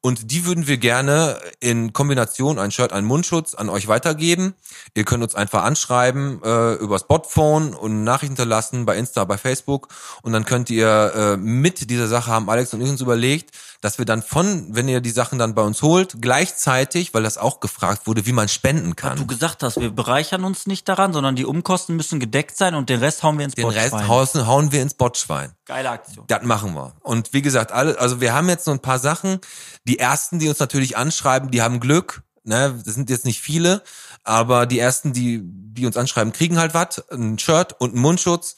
B: und die würden wir gerne in Kombination ein Shirt, ein Mundschutz an euch weitergeben. Ihr könnt uns einfach anschreiben äh, über Spotphone und Nachrichten hinterlassen bei Insta, bei Facebook und dann könnt ihr äh, mit dieser Sache haben Alex und ich uns überlegt, dass wir dann von, wenn ihr die Sachen dann bei uns holt, gleichzeitig, weil das auch gefragt wurde, wie man spenden kann.
C: du gesagt hast, wir bereichern uns nicht daran, sondern die Umkosten müssen gedeckt sein und den Rest hauen wir ins
B: Den
C: Botschwein.
B: Rest hauen, hauen wir ins Botschwein.
C: Geile Aktion.
B: Das machen wir. Und wie gesagt, alle, also wir haben jetzt so ein paar Sachen. Die ersten, die uns natürlich anschreiben, die haben Glück. Ne, das sind jetzt nicht viele, aber die ersten, die, die uns anschreiben, kriegen halt was, ein Shirt und einen Mundschutz.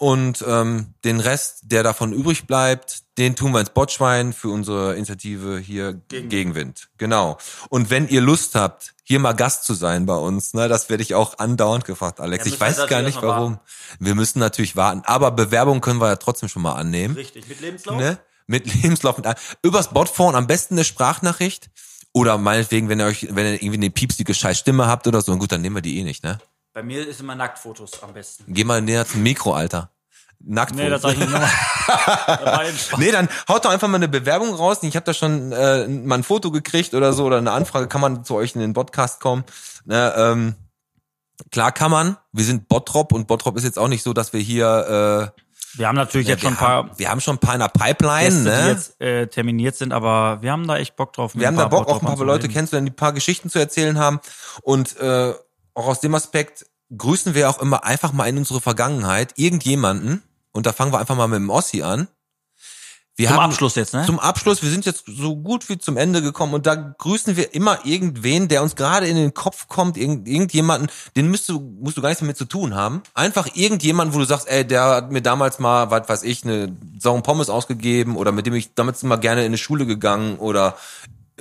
B: Und ähm, den Rest, der davon übrig bleibt, den tun wir ins Botschwein für unsere Initiative hier Gegenwind. Genau. Und wenn ihr Lust habt, hier mal Gast zu sein bei uns, ne, das werde ich auch andauernd gefragt, Alex.
C: Ja,
B: ich
C: müssen wir
B: weiß gar
C: natürlich
B: nicht
C: erstmal
B: warum. Wir müssen natürlich warten, aber Bewerbungen können wir ja trotzdem schon mal annehmen.
C: Richtig, mit Lebenslauf?
B: Ne? Mit Lebenslauf mit allem. Übers Botphone am besten eine Sprachnachricht. Oder meinetwegen, wenn ihr euch, wenn ihr irgendwie eine piepsige scheiß Stimme habt oder so, gut, dann nehmen wir die eh nicht, ne?
C: Bei mir ist immer Nacktfotos am besten.
B: Geh mal näher zum Mikro, Alter. Nackt. (laughs)
C: Nee, das sag ich nicht nochmal. Das war ein Spaß.
B: Nee, dann haut doch einfach mal eine Bewerbung raus. Ich habe da schon äh, mal ein Foto gekriegt oder so oder eine Anfrage. Kann man zu euch in den Podcast kommen? Ne, ähm, klar kann man. Wir sind Bottrop und Bottrop ist jetzt auch nicht so, dass wir hier. Äh,
C: (laughs) Wir haben natürlich jetzt
B: wir
C: schon ein paar
B: Haben, wir haben schon ein paar in der Pipeline,
C: Gäste,
B: ne?
C: die jetzt äh, terminiert sind, aber wir haben da echt Bock drauf. mit
B: Wir haben da Bock,
C: paar
B: auch ein
C: Bottropern
B: paar
C: zu
B: Leute
C: reden.
B: kennenzulernen, die ein paar Geschichten zu erzählen haben. Und äh, auch aus dem Aspekt grüßen wir auch immer einfach mal in unsere Vergangenheit irgendjemanden. Und da fangen wir einfach mal mit dem Ossi an. Wir
C: Zum
B: haben,
C: Abschluss jetzt, ne?
B: Zum Abschluss, wir sind jetzt so gut wie zum Ende gekommen und da grüßen wir immer irgendwen, der uns gerade in den Kopf kommt, irgend, irgendjemanden, den müsst du, musst du gar nichts damit zu tun haben. Einfach irgendjemanden, wo du sagst, ey, der hat mir damals mal, was weiß ich, eine Sauren Pommes ausgegeben oder mit dem ich damals mal gerne in eine Schule gegangen oder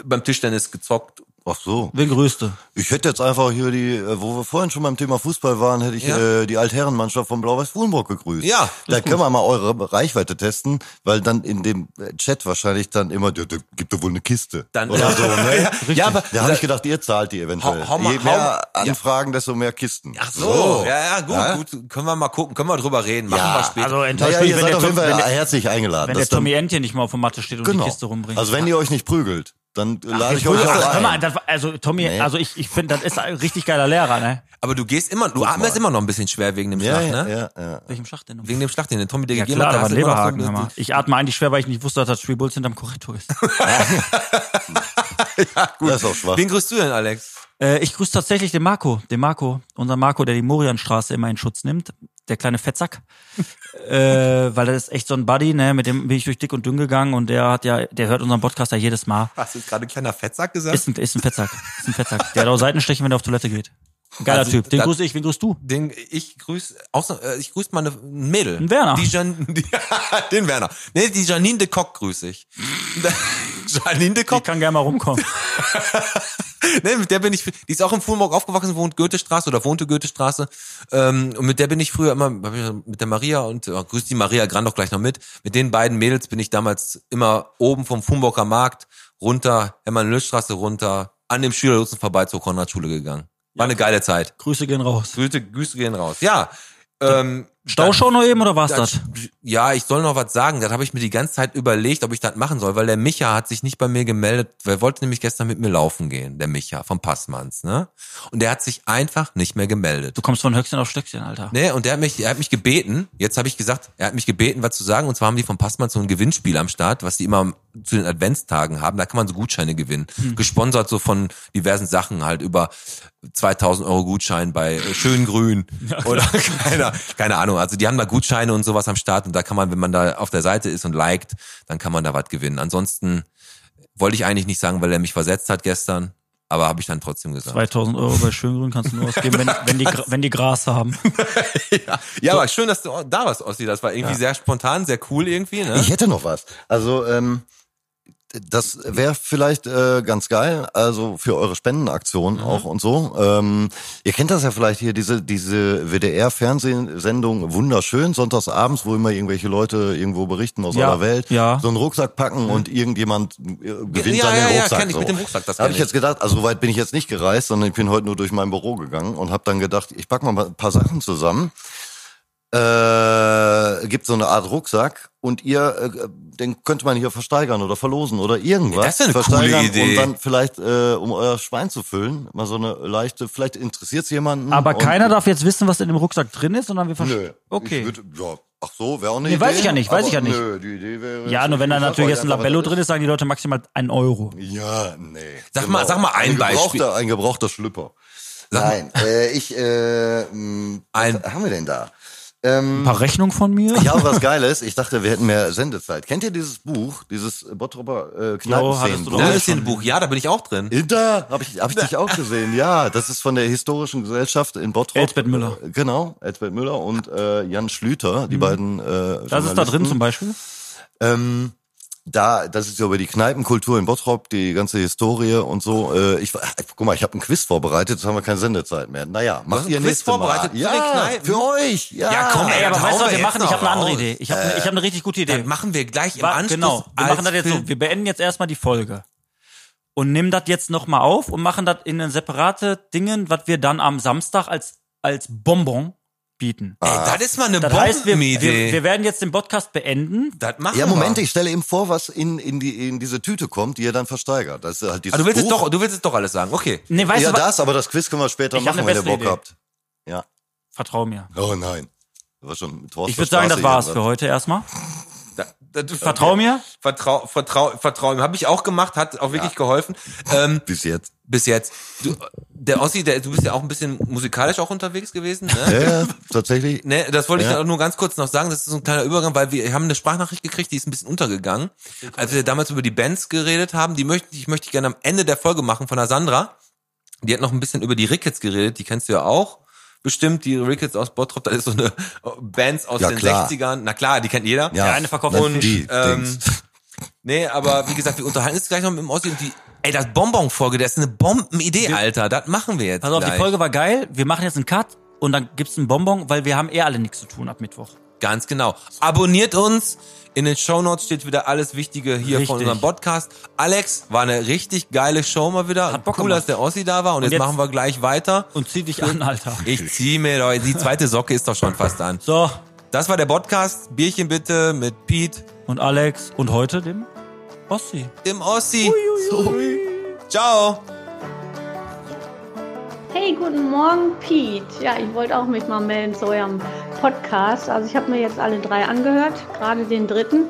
B: beim Tischtennis gezockt.
D: Ach so.
C: Wen grüßte?
D: Ich hätte jetzt einfach hier die, äh, wo wir vorhin schon beim Thema Fußball waren, hätte ich
B: Ja.
D: äh, die Altherrenmannschaft von Blau-Weiß Fulenbrock gegrüßt.
B: Ja,
D: Da können wir mal eure Reichweite testen, weil dann in dem äh, Chat wahrscheinlich dann immer, der, der gibt da wohl eine Kiste.
B: Dann-
D: oder so, ne?
B: (laughs) Ja, ja, aber-
D: da habe ich gedacht, ihr zahlt die eventuell.
B: Hau- hau mal-
D: Je mehr
B: hau- ja.
D: Anfragen, desto mehr Kisten.
B: Ach so, ja, ja, gut, gut, können wir mal gucken, können wir drüber reden, machen wir später.
C: Also enttäuscht
D: Naja,
C: mich,
D: ihr
C: wenn
D: seid
C: der,
D: auf
C: Tom,
D: jeden Fall
C: wenn der,
D: herzlich eingeladen.
C: wenn der
D: dass dann-
C: Tommy Entchen nicht mal auf der Matte steht und
D: genau.
C: die Kiste rumbringt.
D: Also wenn ihr euch nicht prügelt, dann äh, lade ich euch
C: Hör
D: auch ein.
C: mal, das, war- also Tommy,
D: Nee.
C: also ich, ich finde, das ist ein richtig geiler Lehrer, ne?
B: aber du gehst immer, du
D: Guck
B: atmest
D: mal.
B: immer noch ein bisschen schwer wegen dem
D: ja,
B: Schlag,
D: ja,
B: ne?
D: ja, ja.
C: Welchem Schacht denn?
B: Wegen dem Schlag, den der Tommy dir
C: ja
B: gegeben
C: klar, da
B: hat.
C: war ein
B: hast du immer noch so-
C: Leberhaken. hör mal. Ich atme eigentlich schwer, weil ich nicht wusste, dass das Spielbulls hinterm Korridor ist.
D: Das ist auch schwach.
B: Wen grüßt du denn, Alex?
C: Äh, ich grüße tatsächlich den Marco, den Marco, unseren Marco, der die Morianstraße immer in Schutz nimmt. der kleine Fettsack. äh, weil das ist echt so ein Buddy, ne? Mit dem bin ich durch dick und dünn gegangen und der hat ja, der hört unseren Podcast ja jedes Mal.
B: Hast du jetzt gerade kleiner Fettsack gesagt?
C: Ist ein, ist ein Fettsack. Ist ein Fettsack. Der hat auch Seitenstechen, wenn er auf Toilette geht. Ein Geiler
B: Also,
C: Typ. Den
B: da-
C: grüße ich, wen grüßt du?
B: den ich grüße außer äh, ich grüße meine ein Mädel
C: Ein Werner.
B: die Jan, (laughs) die, den Werner nee die Janine de Kock grüße
C: (laughs)
B: ich Janine de
C: Die
B: Kock
C: kann gerne mal rumkommen.
B: nee, mit der bin ich die ist auch in Fulmburg aufgewachsen wohnt Goethestraße oder wohnte Goethestraße ähm, und mit der bin ich früher immer mit der Maria und äh, grüßt die Maria Grand auch gleich noch mit mit den beiden Mädels bin ich damals immer oben vom Fulmburger Markt runter Hermann-Lösch-Straße runter an dem Schülerlotsen vorbei zur Konradschule gegangen war eine geile Zeit
C: Grüße gehen raus.
B: Grüße, Grüße gehen raus ja ähm,
C: Stauschau noch eben oder war's
B: das-
C: das?
B: Ja, ich soll noch was sagen. Das habe ich mir die ganze Zeit überlegt, ob ich das machen soll, weil der Micha hat sich nicht bei mir gemeldet. Er wollte nämlich gestern mit mir laufen gehen, der Micha vom Passmanns, ne? Und der hat sich einfach nicht mehr gemeldet.
C: Du kommst von Höchstchen auf Stöckchen, Alter.
B: Ne, und der hat mich, er hat mich gebeten, jetzt habe ich gesagt, er hat mich gebeten, was zu sagen. Und zwar haben die vom Passmann so ein Gewinnspiel am Start, was die immer am- zu den Adventstagen haben. Da kann man so Gutscheine gewinnen. Gesponsert so von diversen Sachen, halt über 2000 Euro Gutschein bei äh, Schöngrün oder (laughs) keiner, keine Ahnung. Also die haben da Gutscheine und sowas am Start. Und da kann man, wenn man da auf der Seite ist und liked, dann kann man da was gewinnen. Ansonsten wollte ich eigentlich nicht sagen, weil er mich versetzt hat gestern. Aber habe ich dann trotzdem gesagt.
C: 2000 Euro bei Schöngrün kannst du nur ausgeben, (laughs) wenn, wenn, die, Gra- wenn die Gras (laughs) haben.
B: Ja, aber schön, dass du da warst, Ossi. Das war irgendwie sehr spontan, sehr cool irgendwie. Ne?
D: Ich hätte noch was. Also, ähm, das wäre vielleicht äh, ganz geil, also für eure Spendenaktion
B: Mhm.
D: auch und so. Ähm, ihr kennt das ja vielleicht hier, diese, diese WDR-Fernsehsendung Wunderschön, sonntagsabends, wo immer irgendwelche Leute irgendwo berichten aus
C: Ja,
D: aller Welt,
C: ja.
D: so einen Rucksack packen und irgendjemand äh, gewinnt
B: Mhm. Ja,
D: dann
B: ja,
D: den
B: ja,
D: Rucksack.
B: kenn ich
D: so.
B: mit dem Rucksack, das
D: Da hab
B: kenn
D: ich jetzt gedacht, also so weit bin ich jetzt nicht gereist, sondern ich bin heute nur durch mein Büro gegangen und habe dann gedacht, ich pack mal ein paar Sachen zusammen äh, gibt so eine Art Rucksack und ihr, äh, den könnte man hier versteigern oder verlosen oder irgendwas.
B: Das ist eine coole
D: versteigern
B: Idee.
D: Und dann vielleicht, äh, um euer Schwein zu füllen, mal so eine leichte, vielleicht interessiert es jemanden.
C: Aber
D: und-
C: keiner darf jetzt wissen, was in dem Rucksack drin ist, sondern wir versch-
D: Nö.
C: Okay.
D: Ich würd, ja, ach so, wäre auch eine
C: Nee,
D: Idee.
C: weiß ich ja nicht, weiß
D: aber
C: ich ja nicht.
D: Nö, die Idee wäre
C: Ja, nur wenn da
D: Ich sag
C: natürlich
D: euch
C: jetzt ein
D: einfach, was
C: Labello
D: das
C: drin ist, sagen die Leute maximal 1 Euro.
D: ist. Ja, nee.
B: Sag mal- sag mal ein Beispiel.
D: Gebrauchter, ein gebrauchter Schlüpper. Nein, äh, ich, äh, mh,
B: Ein-
D: was haben wir denn da? Ähm,
C: Ein paar Rechnungen von mir?
D: Ja, aber was geil ist, ich dachte, wir hätten mehr Sendezeit. Kennt ihr dieses Buch, dieses Bottropper äh,
C: Jo, hattest du
D: Kneipenszenen?
C: doch.
B: Da ist ein Buch, ja, da bin ich auch drin.
D: Inter, habe ich, hab ich dich auch gesehen, ja. Das ist von der Historischen Gesellschaft in Bottrop.
C: Elsbeth Müller. Mhm.
D: Äh, Genau, Elsbeth Müller und äh, Jan Schlüter, die beiden äh,
C: Das ist da drin
D: Journalisten.
C: zum Beispiel.
D: Ähm, da, das ist ja über die Kneipenkultur in Bottrop, die ganze Historie und so. Äh, ich, guck mal, ich habe einen Quiz vorbereitet, jetzt haben wir keine Sendezeit mehr. Naja, macht
B: einen
D: ihr
B: Quiz
D: nächstes Mal.
B: vorbereitet zu
D: ja,
B: den Kneipen?
D: für euch. Ja,
B: Ja, komm, ey,
D: Ah,
C: Ey, aber
B: dann
C: weißt
B: hauen
C: du, was wir
B: jetzt
C: machen? Ich
B: noch
C: habe eine andere
B: raus.
C: Idee. Ich habe ich hab eine richtig gute Idee.
B: Dann machen wir gleich im
C: Wa-
B: Anschluss.
C: genau, wir
B: als
C: machen das jetzt so.
B: Film.
C: Wir beenden jetzt erstmal die Folge. Und nehmen das jetzt nochmal auf und machen das in separate Dingen, was wir dann am Samstag als, als Bonbon bieten.
B: Ey, das ist mal eine
C: Das heißt, wir, wir,
B: Bombenidee.
C: wir werden jetzt den Podcast beenden.
B: das machen
D: Ja, Moment,
B: wir.
D: ich stelle eben vor, was in, in, die, in diese Tüte kommt, die ihr dann versteigert. Das ist halt dieses
B: Ah, du willst es
D: Buch.
B: doch, du willst es doch alles sagen. Okay.
C: Nee, weißt
D: ja,
C: du was?
D: das, aber das Quiz können wir später
C: Ich hab
D: machen,
C: eine
D: wenn ihr
C: bessere
D: Bock
C: Idee.
D: habt. Ja.
C: Vertrau mir.
D: Oh nein. Das war schon mit Horst
C: Ich
D: der
C: würde sagen,
D: Straße
C: das war's für
D: irgendwas.
C: heute erstmal.
B: Da, da,
C: Vertrau mir.
B: Vertrau, vertrau, vertrau. Habe ich auch gemacht, hat auch wirklich geholfen. Ähm,
D: Bis jetzt.
B: bis jetzt. Du, der Ossi, der, du bist ja auch ein bisschen musikalisch auch unterwegs gewesen. Ne?
D: Ja, ja, tatsächlich.
B: Ne, das wollte
D: Ja.
B: ich nur ganz kurz noch sagen. Das ist so ein kleiner Übergang, weil wir haben eine Sprachnachricht gekriegt, die ist ein bisschen untergegangen. Als wir damals über die Bands geredet haben, die möchte ich möchte ich gerne am Ende der Folge machen von der Sandra. Die hat noch ein bisschen über die Rickets geredet, die kennst du ja auch. Bestimmt die Rickets aus Bottrop, das ist so eine Band aus
D: Ja,
B: den
D: klar.
B: 60ern. Na klar, die kennt jeder.
D: Ja,
C: Der eine verkauft
D: dann
C: uns,
D: die
B: ähm,
D: Dings.
B: Nee, aber wie gesagt, wir unterhalten uns gleich noch mit dem Ossi und die Ey, das Bonbon-Folge, das ist eine Bombenidee, Alter. Das machen wir jetzt.
C: Pass auf,
B: gleich.
C: die Folge war geil. Wir machen jetzt einen Cut und dann gibt's einen Bonbon, weil wir haben eh alle nichts zu tun ab Mittwoch.
B: Ganz genau. Abonniert uns. In den Shownotes steht wieder alles Wichtige hier
C: Richtig.
B: von unserem Podcast. Alex, war eine richtig geile Show mal wieder.
C: Hat Bock
B: cool,
C: gemacht.
B: dass der Ossi da war. Und, jetzt,
C: jetzt-
B: machen wir gleich weiter.
C: Und zieh dich an, Alter.
B: Ich zieh mir doch, die zweite Socke ist doch schon fast an.
C: So,
B: Das war der Podcast. Bierchen bitte mit Pete,
C: und Alex und heute dem Ossi.
B: dem Ossi. So. Ciao.
H: Hey, guten Morgen, Pete. Ja, ich wollte auch mich mal melden zu eurem Podcast. Also ich habe mir jetzt alle drei angehört, gerade den dritten.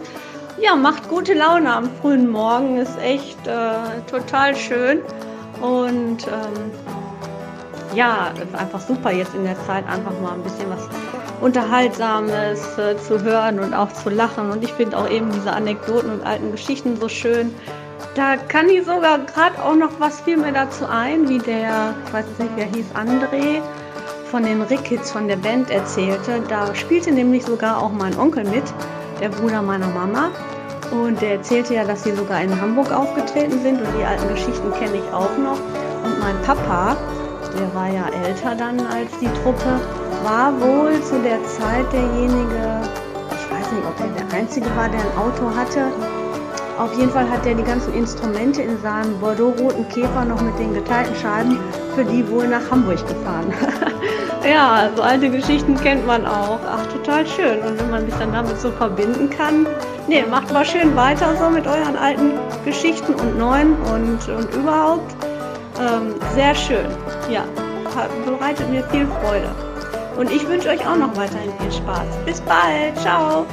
H: Ja, macht gute Laune am frühen Morgen, ist echt äh, total schön. Und ähm, ja, ist einfach super jetzt in der Zeit einfach mal ein bisschen was Unterhaltsames äh, zu hören und auch zu lachen. Und ich finde auch eben diese Anekdoten und alten Geschichten so schön. Da kann ich sogar gerade auch noch was fiel mir dazu ein, wie der, ich weiß nicht, wer hieß, André von den Rickets von der Band erzählte. Da spielte nämlich sogar auch mein Onkel mit, der Bruder meiner Mama. Und der erzählte ja, dass sie sogar in Hamburg aufgetreten sind und die alten Geschichten kenne ich auch noch. Und mein Papa, der war ja älter dann als die Truppe, war wohl zu der Zeit derjenige, ich weiß nicht, ob er der Einzige war, der ein Auto hatte. Auf jeden Fall hat er die ganzen Instrumente in seinem Bordeaux-roten Käfer noch mit den geteilten Scheiben für die wohl nach Hamburg gefahren. (laughs) ja, so alte Geschichten kennt man auch. Ach, total schön. Und wenn man sich dann damit so verbinden kann, nee, macht mal schön weiter so mit euren alten Geschichten und neuen und, und überhaupt. Ähm, sehr schön. Ja, hat- bereitet mir viel Freude. Und ich wünsche euch auch noch weiterhin viel Spaß. Bis bald. Ciao.